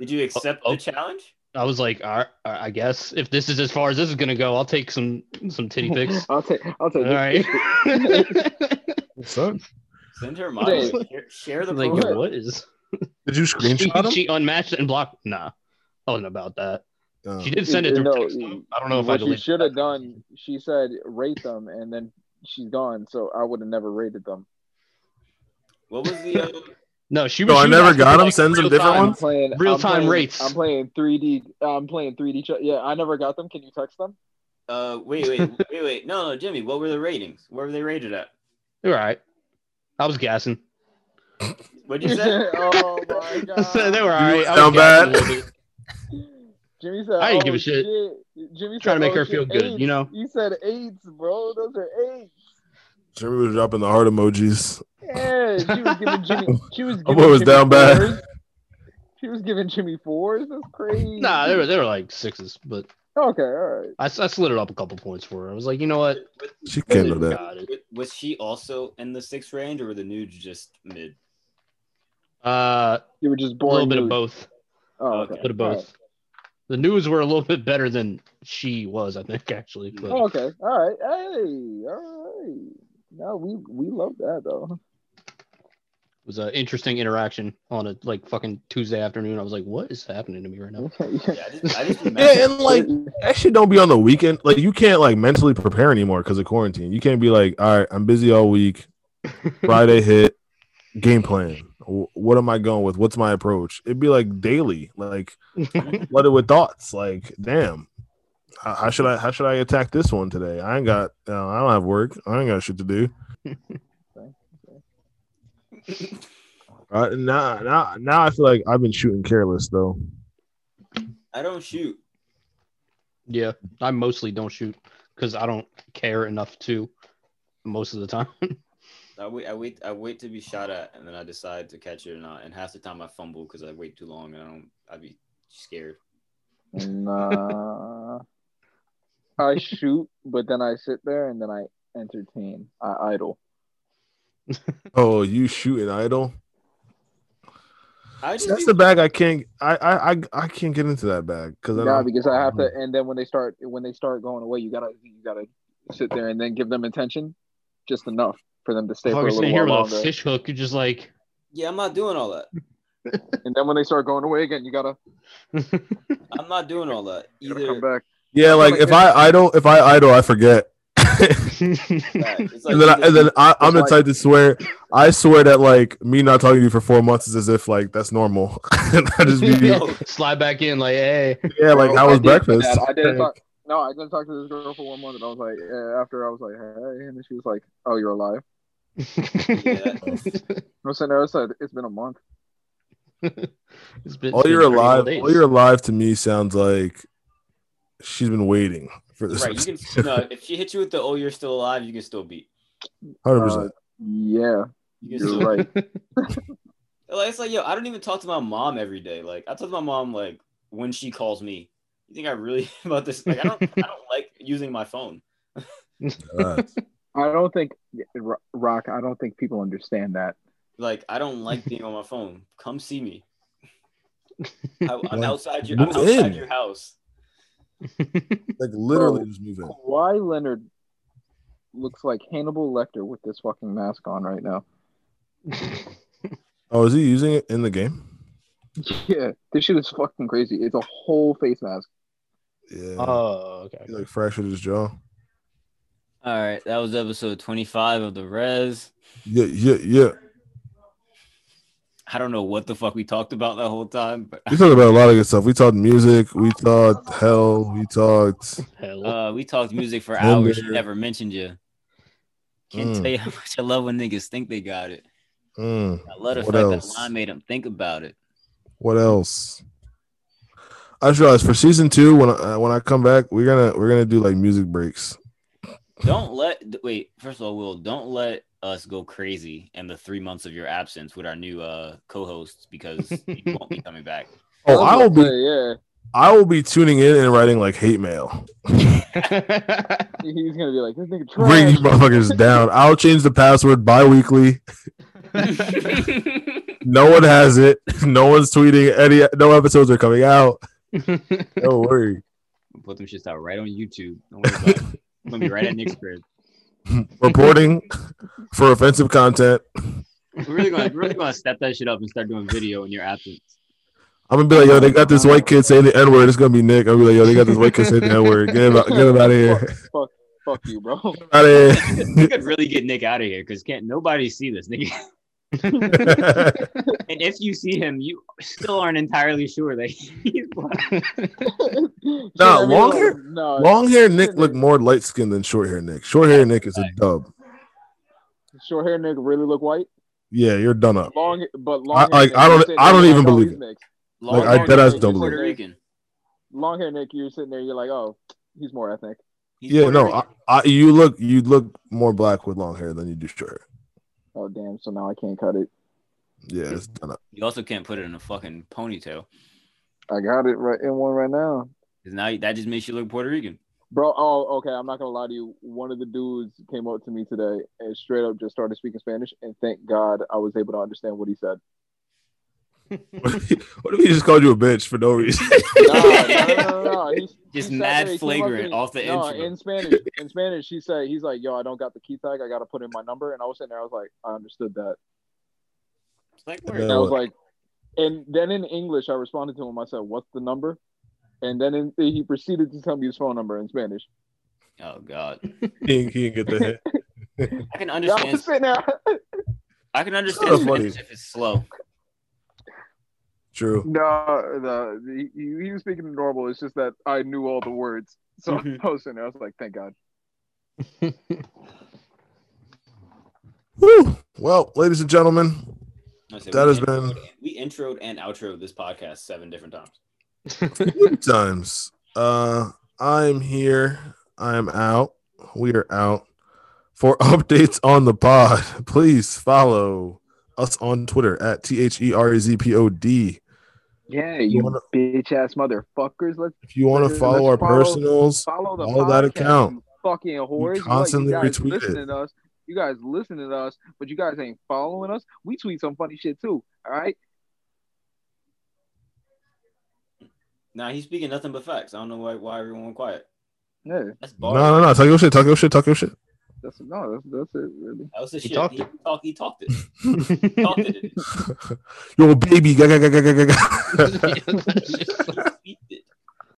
S4: did you accept
S3: oh.
S4: the challenge?
S3: I was like, all right, I guess if this is as far as this is gonna go, I'll take some some titty pics.
S2: I'll take, I'll
S3: All
S2: take. this.
S3: right. like,
S4: Send her my way. Share- Share the promo.
S3: yo, what is?
S1: did you
S3: She,
S1: screenshot them?
S3: she unmatched and blocked. Nah, I wasn't about that.
S1: Uh,
S3: She did send it through.
S2: Oh. No,
S3: text, though. I don't know if I
S2: What she
S3: deleted.
S2: should have done, she said, rate them, and then she's gone. So I would have never rated them.
S4: What was the? Uh,
S3: No, she.
S1: No,
S3: she
S1: I never
S3: asking
S1: got
S3: for,
S1: 'em. Send some
S3: real
S1: different
S3: time.
S1: ones?
S2: I'm playing
S3: Real
S2: I'm
S3: time
S2: playing-
S3: rates.
S2: I'm playing 3D. I'm playing 3D. ch- Yeah, I never got them. Can you text them?
S4: uh, wait, wait, wait, wait. No, no, Jimmy. What were the ratings? Where were they rated at?
S3: All right. I was gassing.
S4: What'd you say?
S2: oh my
S3: I said they
S2: god.
S1: You
S3: were all right. I was
S1: sound
S3: gassing
S1: bad.
S3: a little bit.
S2: Jimmy said,
S3: I didn't
S2: "Oh,
S3: give a shit."
S2: Jimmy said,
S3: Trying to make
S2: "Oh,
S3: her
S2: shit,
S3: feel good,
S2: AIDS."
S3: you know?
S2: He said AIDS, bro. Those are AIDS.
S1: Jimmy was dropping the heart emojis.
S2: Yeah, she was giving Jimmy. She was
S1: My
S2: giving
S1: boy was
S2: Jimmy
S1: down bad.
S2: fours. She was giving Jimmy fours. That's crazy.
S3: Nah, they were they were like sixes, but
S2: Okay, all right.
S3: I, s- I slid it up a couple points for her. I was like, you know what?
S1: She can't know that.
S3: Got it.
S4: Was she also in the six range, or were the nudes just mid?
S3: Uh,
S2: You were just
S3: a little
S2: born.
S3: bit of
S2: nude.
S3: both.
S2: Oh, okay.
S3: A bit of both. The news were a little bit better than she was, I think, actually. But
S2: Oh, okay. All right. Hey. All right. No, we we love that though.
S3: it was an interesting interaction on a like fucking Tuesday afternoon. I was like, what is happening to me right now?
S4: Yeah, I just, I just
S1: Yeah,
S4: remember.
S1: and like actually don't be on the weekend. Like you can't like mentally prepare anymore because of quarantine. You can't be like, all right, I'm busy all week. Friday hit, game plan. Wh- What am I going with? What's my approach? It'd be like daily, like flooded with thoughts. Like, damn, how, how should I how should I attack this one today? I ain't got uh, I don't have work. I ain't got shit to do. Uh, now, now, now I feel like I've been shooting careless though.
S4: I don't shoot.
S3: Yeah, I mostly don't shoot because I don't care enough to most of the time.
S4: I wait, I wait, I wait to be shot at, and then I decide to catch it or not. And half the time I fumble because I wait too long, and I don't. I'd be scared.
S2: Nah. I shoot, but then I sit there and then I entertain. I idle.
S1: Oh, you shooting idle?
S4: I just
S1: That's
S4: be-
S1: the bag I can't. I I I, I can't get into that bag because I
S2: Nah,
S1: don't.
S2: because I have to. And then when they start, when they start going away, you gotta, you gotta sit there and then give them attention, just enough for them to stay for
S3: Fucking
S2: a
S3: sitting
S2: little
S3: here
S2: while
S3: with a
S2: longer.
S3: fish hook, you're just like,
S4: yeah, I'm not doing all that.
S2: And then when they start going away again, you gotta,
S4: I'm not doing all that
S2: you gotta come
S4: either.
S2: back.
S1: yeah, like if I idle, if I idle, I forget.
S4: Back. It's like
S1: and then I, and then I, I'm the
S2: It's
S1: type to swear. I swear that like me not talking to you for four months is as if like that's normal. And I just be
S4: Yo,
S3: slide back in, like, hey,
S1: yeah, like
S2: Bro,
S1: how
S2: I
S1: was
S2: did do
S1: breakfast?
S2: that. I didn't talk. No, I didn't talk to this girl for one month, and I was like, eh, after I was like, hey, and then she was like, oh, you're alive.
S4: yeah.
S2: I was sitting there, I said, it's been a month.
S3: It's been-
S1: All
S3: it's
S1: you're
S3: been 30
S1: alive.
S3: days.
S1: All you're alive to me sounds like she's been waiting for this.
S4: Right, you can no. If she hits you with the "oh, you're still alive," you can still beat.
S1: Hundred
S2: Uh,
S1: percent.
S2: yeah,
S4: You can
S2: you're
S4: still,
S2: right.
S4: like, it's like yo, I don't even talk to my mom every day. Like I talk to my mom like when she calls me. You think I really about this? Like I don't, I don't like using my phone.
S2: I don't think Ro- Rock. I don't think people understand that.
S4: Like I don't like being on my phone. Come see me. I, I'm
S1: Like,
S4: outside your, I'm
S1: move in.
S4: outside your house.
S1: Like literally just moving.
S2: Kawhi Leonard looks like Hannibal Lecter with this fucking mask on right now.
S1: Oh, is he using it in the game?
S2: Yeah, this shit is fucking crazy. It's a whole face mask.
S1: Yeah.
S2: Uh,
S3: oh, okay.
S1: He, like fractured his jaw.
S4: All right, that was episode 25 of the Res.
S1: Yeah, yeah, yeah.
S4: I don't know what the fuck we talked about that whole time, but
S1: We talked about a lot of good stuff. We talked music. We talked hell. We talked.
S3: Hell.
S4: uh, we talked music for
S1: Tender.
S4: hours. She never mentioned you. Can't
S1: Mm.
S4: tell you how much I love when niggas think they got it.
S1: Mm,
S4: That letter
S1: What
S4: fact
S1: else?
S4: that line made them think about it.
S1: what else? I just realized for season two, when I when I come back, we're gonna we're gonna do like music breaks.
S4: Don't let wait. First of all, Will, don't let us go crazy in the three months of your absence with our new uh co-hosts because you won't be coming back.
S1: Oh, I will be
S2: Yeah,
S1: I will be tuning in and writing like hate mail.
S2: he's gonna be like this nigga
S1: Bring you
S2: trash.
S1: motherfuckers down. I'll change the password bi-weekly. No one has it. No one's tweeting. Any no episodes are coming out. Don't worry.
S4: Put them shits out right on YouTube. Don't worry about it. I'm gonna be right at Nick's crib.
S1: Reporting for offensive content.
S4: We're really gonna we're really gonna step that shit up and start doing video in your absence.
S1: I'm gonna be like, yo, they got this white kid saying the N word. It's gonna be Nick. I'll be like, yo, they got this white kid saying the N word. Get him out, get him out of here.
S2: Fuck, fuck you, bro.
S1: Out
S4: We
S1: of
S4: could really get Nick out of here because can't nobody see this nigga.
S1: here.
S4: And if you see him, you still aren't entirely sure that he's black.
S1: Nah,
S2: Shit, I mean,
S1: long hair-
S2: No,
S1: Long hair Nick looked more light skinned than short hair Nick. Short hair Nick is a dub.
S2: short hair nigga really look white.
S1: Yeah, you're done up.
S2: Long, but long.
S1: I- like,
S2: hair
S1: I don't- e,
S2: nigga,
S1: I don't
S2: you're
S1: even
S2: saying,
S1: believe
S2: "Oh, he's mixed."
S1: Like, I
S4: Long
S1: deadass
S4: hair,
S1: don't
S4: Puerto
S1: believe
S4: Rican.
S2: long hair Nick, you're sitting there, you're like, oh, he's more ethnic.
S4: He's
S1: yeah, no,
S4: Puerto
S1: I, I, you look you look more black with long hair than you do short hair.
S2: Oh damn, so now I can't cut it.
S1: Yeah, it's done up.
S4: Rican. You also can't put it in a fucking ponytail
S2: I got it right in one right now.
S4: because now that just makes you look Puerto Rican.
S2: Bro, oh, okay. I'm not gonna lie to you. One of the dudes came up to me today and straight up just started speaking Spanish, and thank God I was able to understand what he said.
S1: What if, he, what if he just called you a bitch for no reason?
S2: Nah, no, no, no, no. He-
S4: Just
S2: he sat
S4: mad
S2: there, he came up to
S4: flagrant
S2: me-
S4: off the
S2: no,
S4: intro.
S2: in Spanish. In Spanish, he said, "He's like, yo, I don't got the key tag. I got to put in my number." And I was sitting there, I was like, I understood that.
S4: It's like
S1: Yeah.
S4: word.
S2: And I was
S1: what?
S2: like, and then in English, I responded to him. I said, "What's the number?" And then in, he proceeded to tell me his phone number in Spanish.
S4: Oh god,
S1: he, he didn't get the hit.
S4: I can
S2: Yeah, I
S4: understand.
S2: was sitting there.
S4: I can understand
S1: That's
S4: Spanish
S1: funny.
S4: if it's slow.
S1: True.
S2: No, the he, he was speaking normal. It's just that I knew all the words, so
S4: Mhm.
S2: I was in there. I was like, "Thank God."
S1: Whew. Well, ladies and gentlemen,
S4: I said,
S1: that
S4: we
S1: has
S4: introed-
S1: been
S4: We introed and outroed this podcast seven different times.
S1: good times. Uh, I'm here. I'm out. We are out. For updates on the pod, please follow us on Twitter at T H E R E Z P O D.
S2: Yeah,
S1: you
S2: you
S1: wanna-
S2: bitch ass motherfuckers. Let's
S1: If you want to
S2: Let's
S1: follow our
S2: follow-
S1: personals,
S2: follow the
S1: Follow that
S2: podcast,
S1: account.
S2: you Fucking whores. You
S1: constantly
S2: like, you guys
S1: retweet
S2: listening to us. You guys listening to us, but you guys ain't following us. We tweet some funny shit too. All right.
S4: Now he's speaking nothing but facts. I don't know why, why everyone went quiet.
S2: Yeah.
S4: That's
S1: no,
S4: bar.
S1: no, no, talk your shit, talk your shit, talk your shit.
S2: That's no. That's, that's it. Really.
S4: That was the
S3: He
S4: shit.
S3: talked
S4: he,
S3: it.
S4: talked, he talked it. He talked it.
S1: Yo, baby, ga, ga, ga, ga, ga, ga, ga.
S3: It's just like-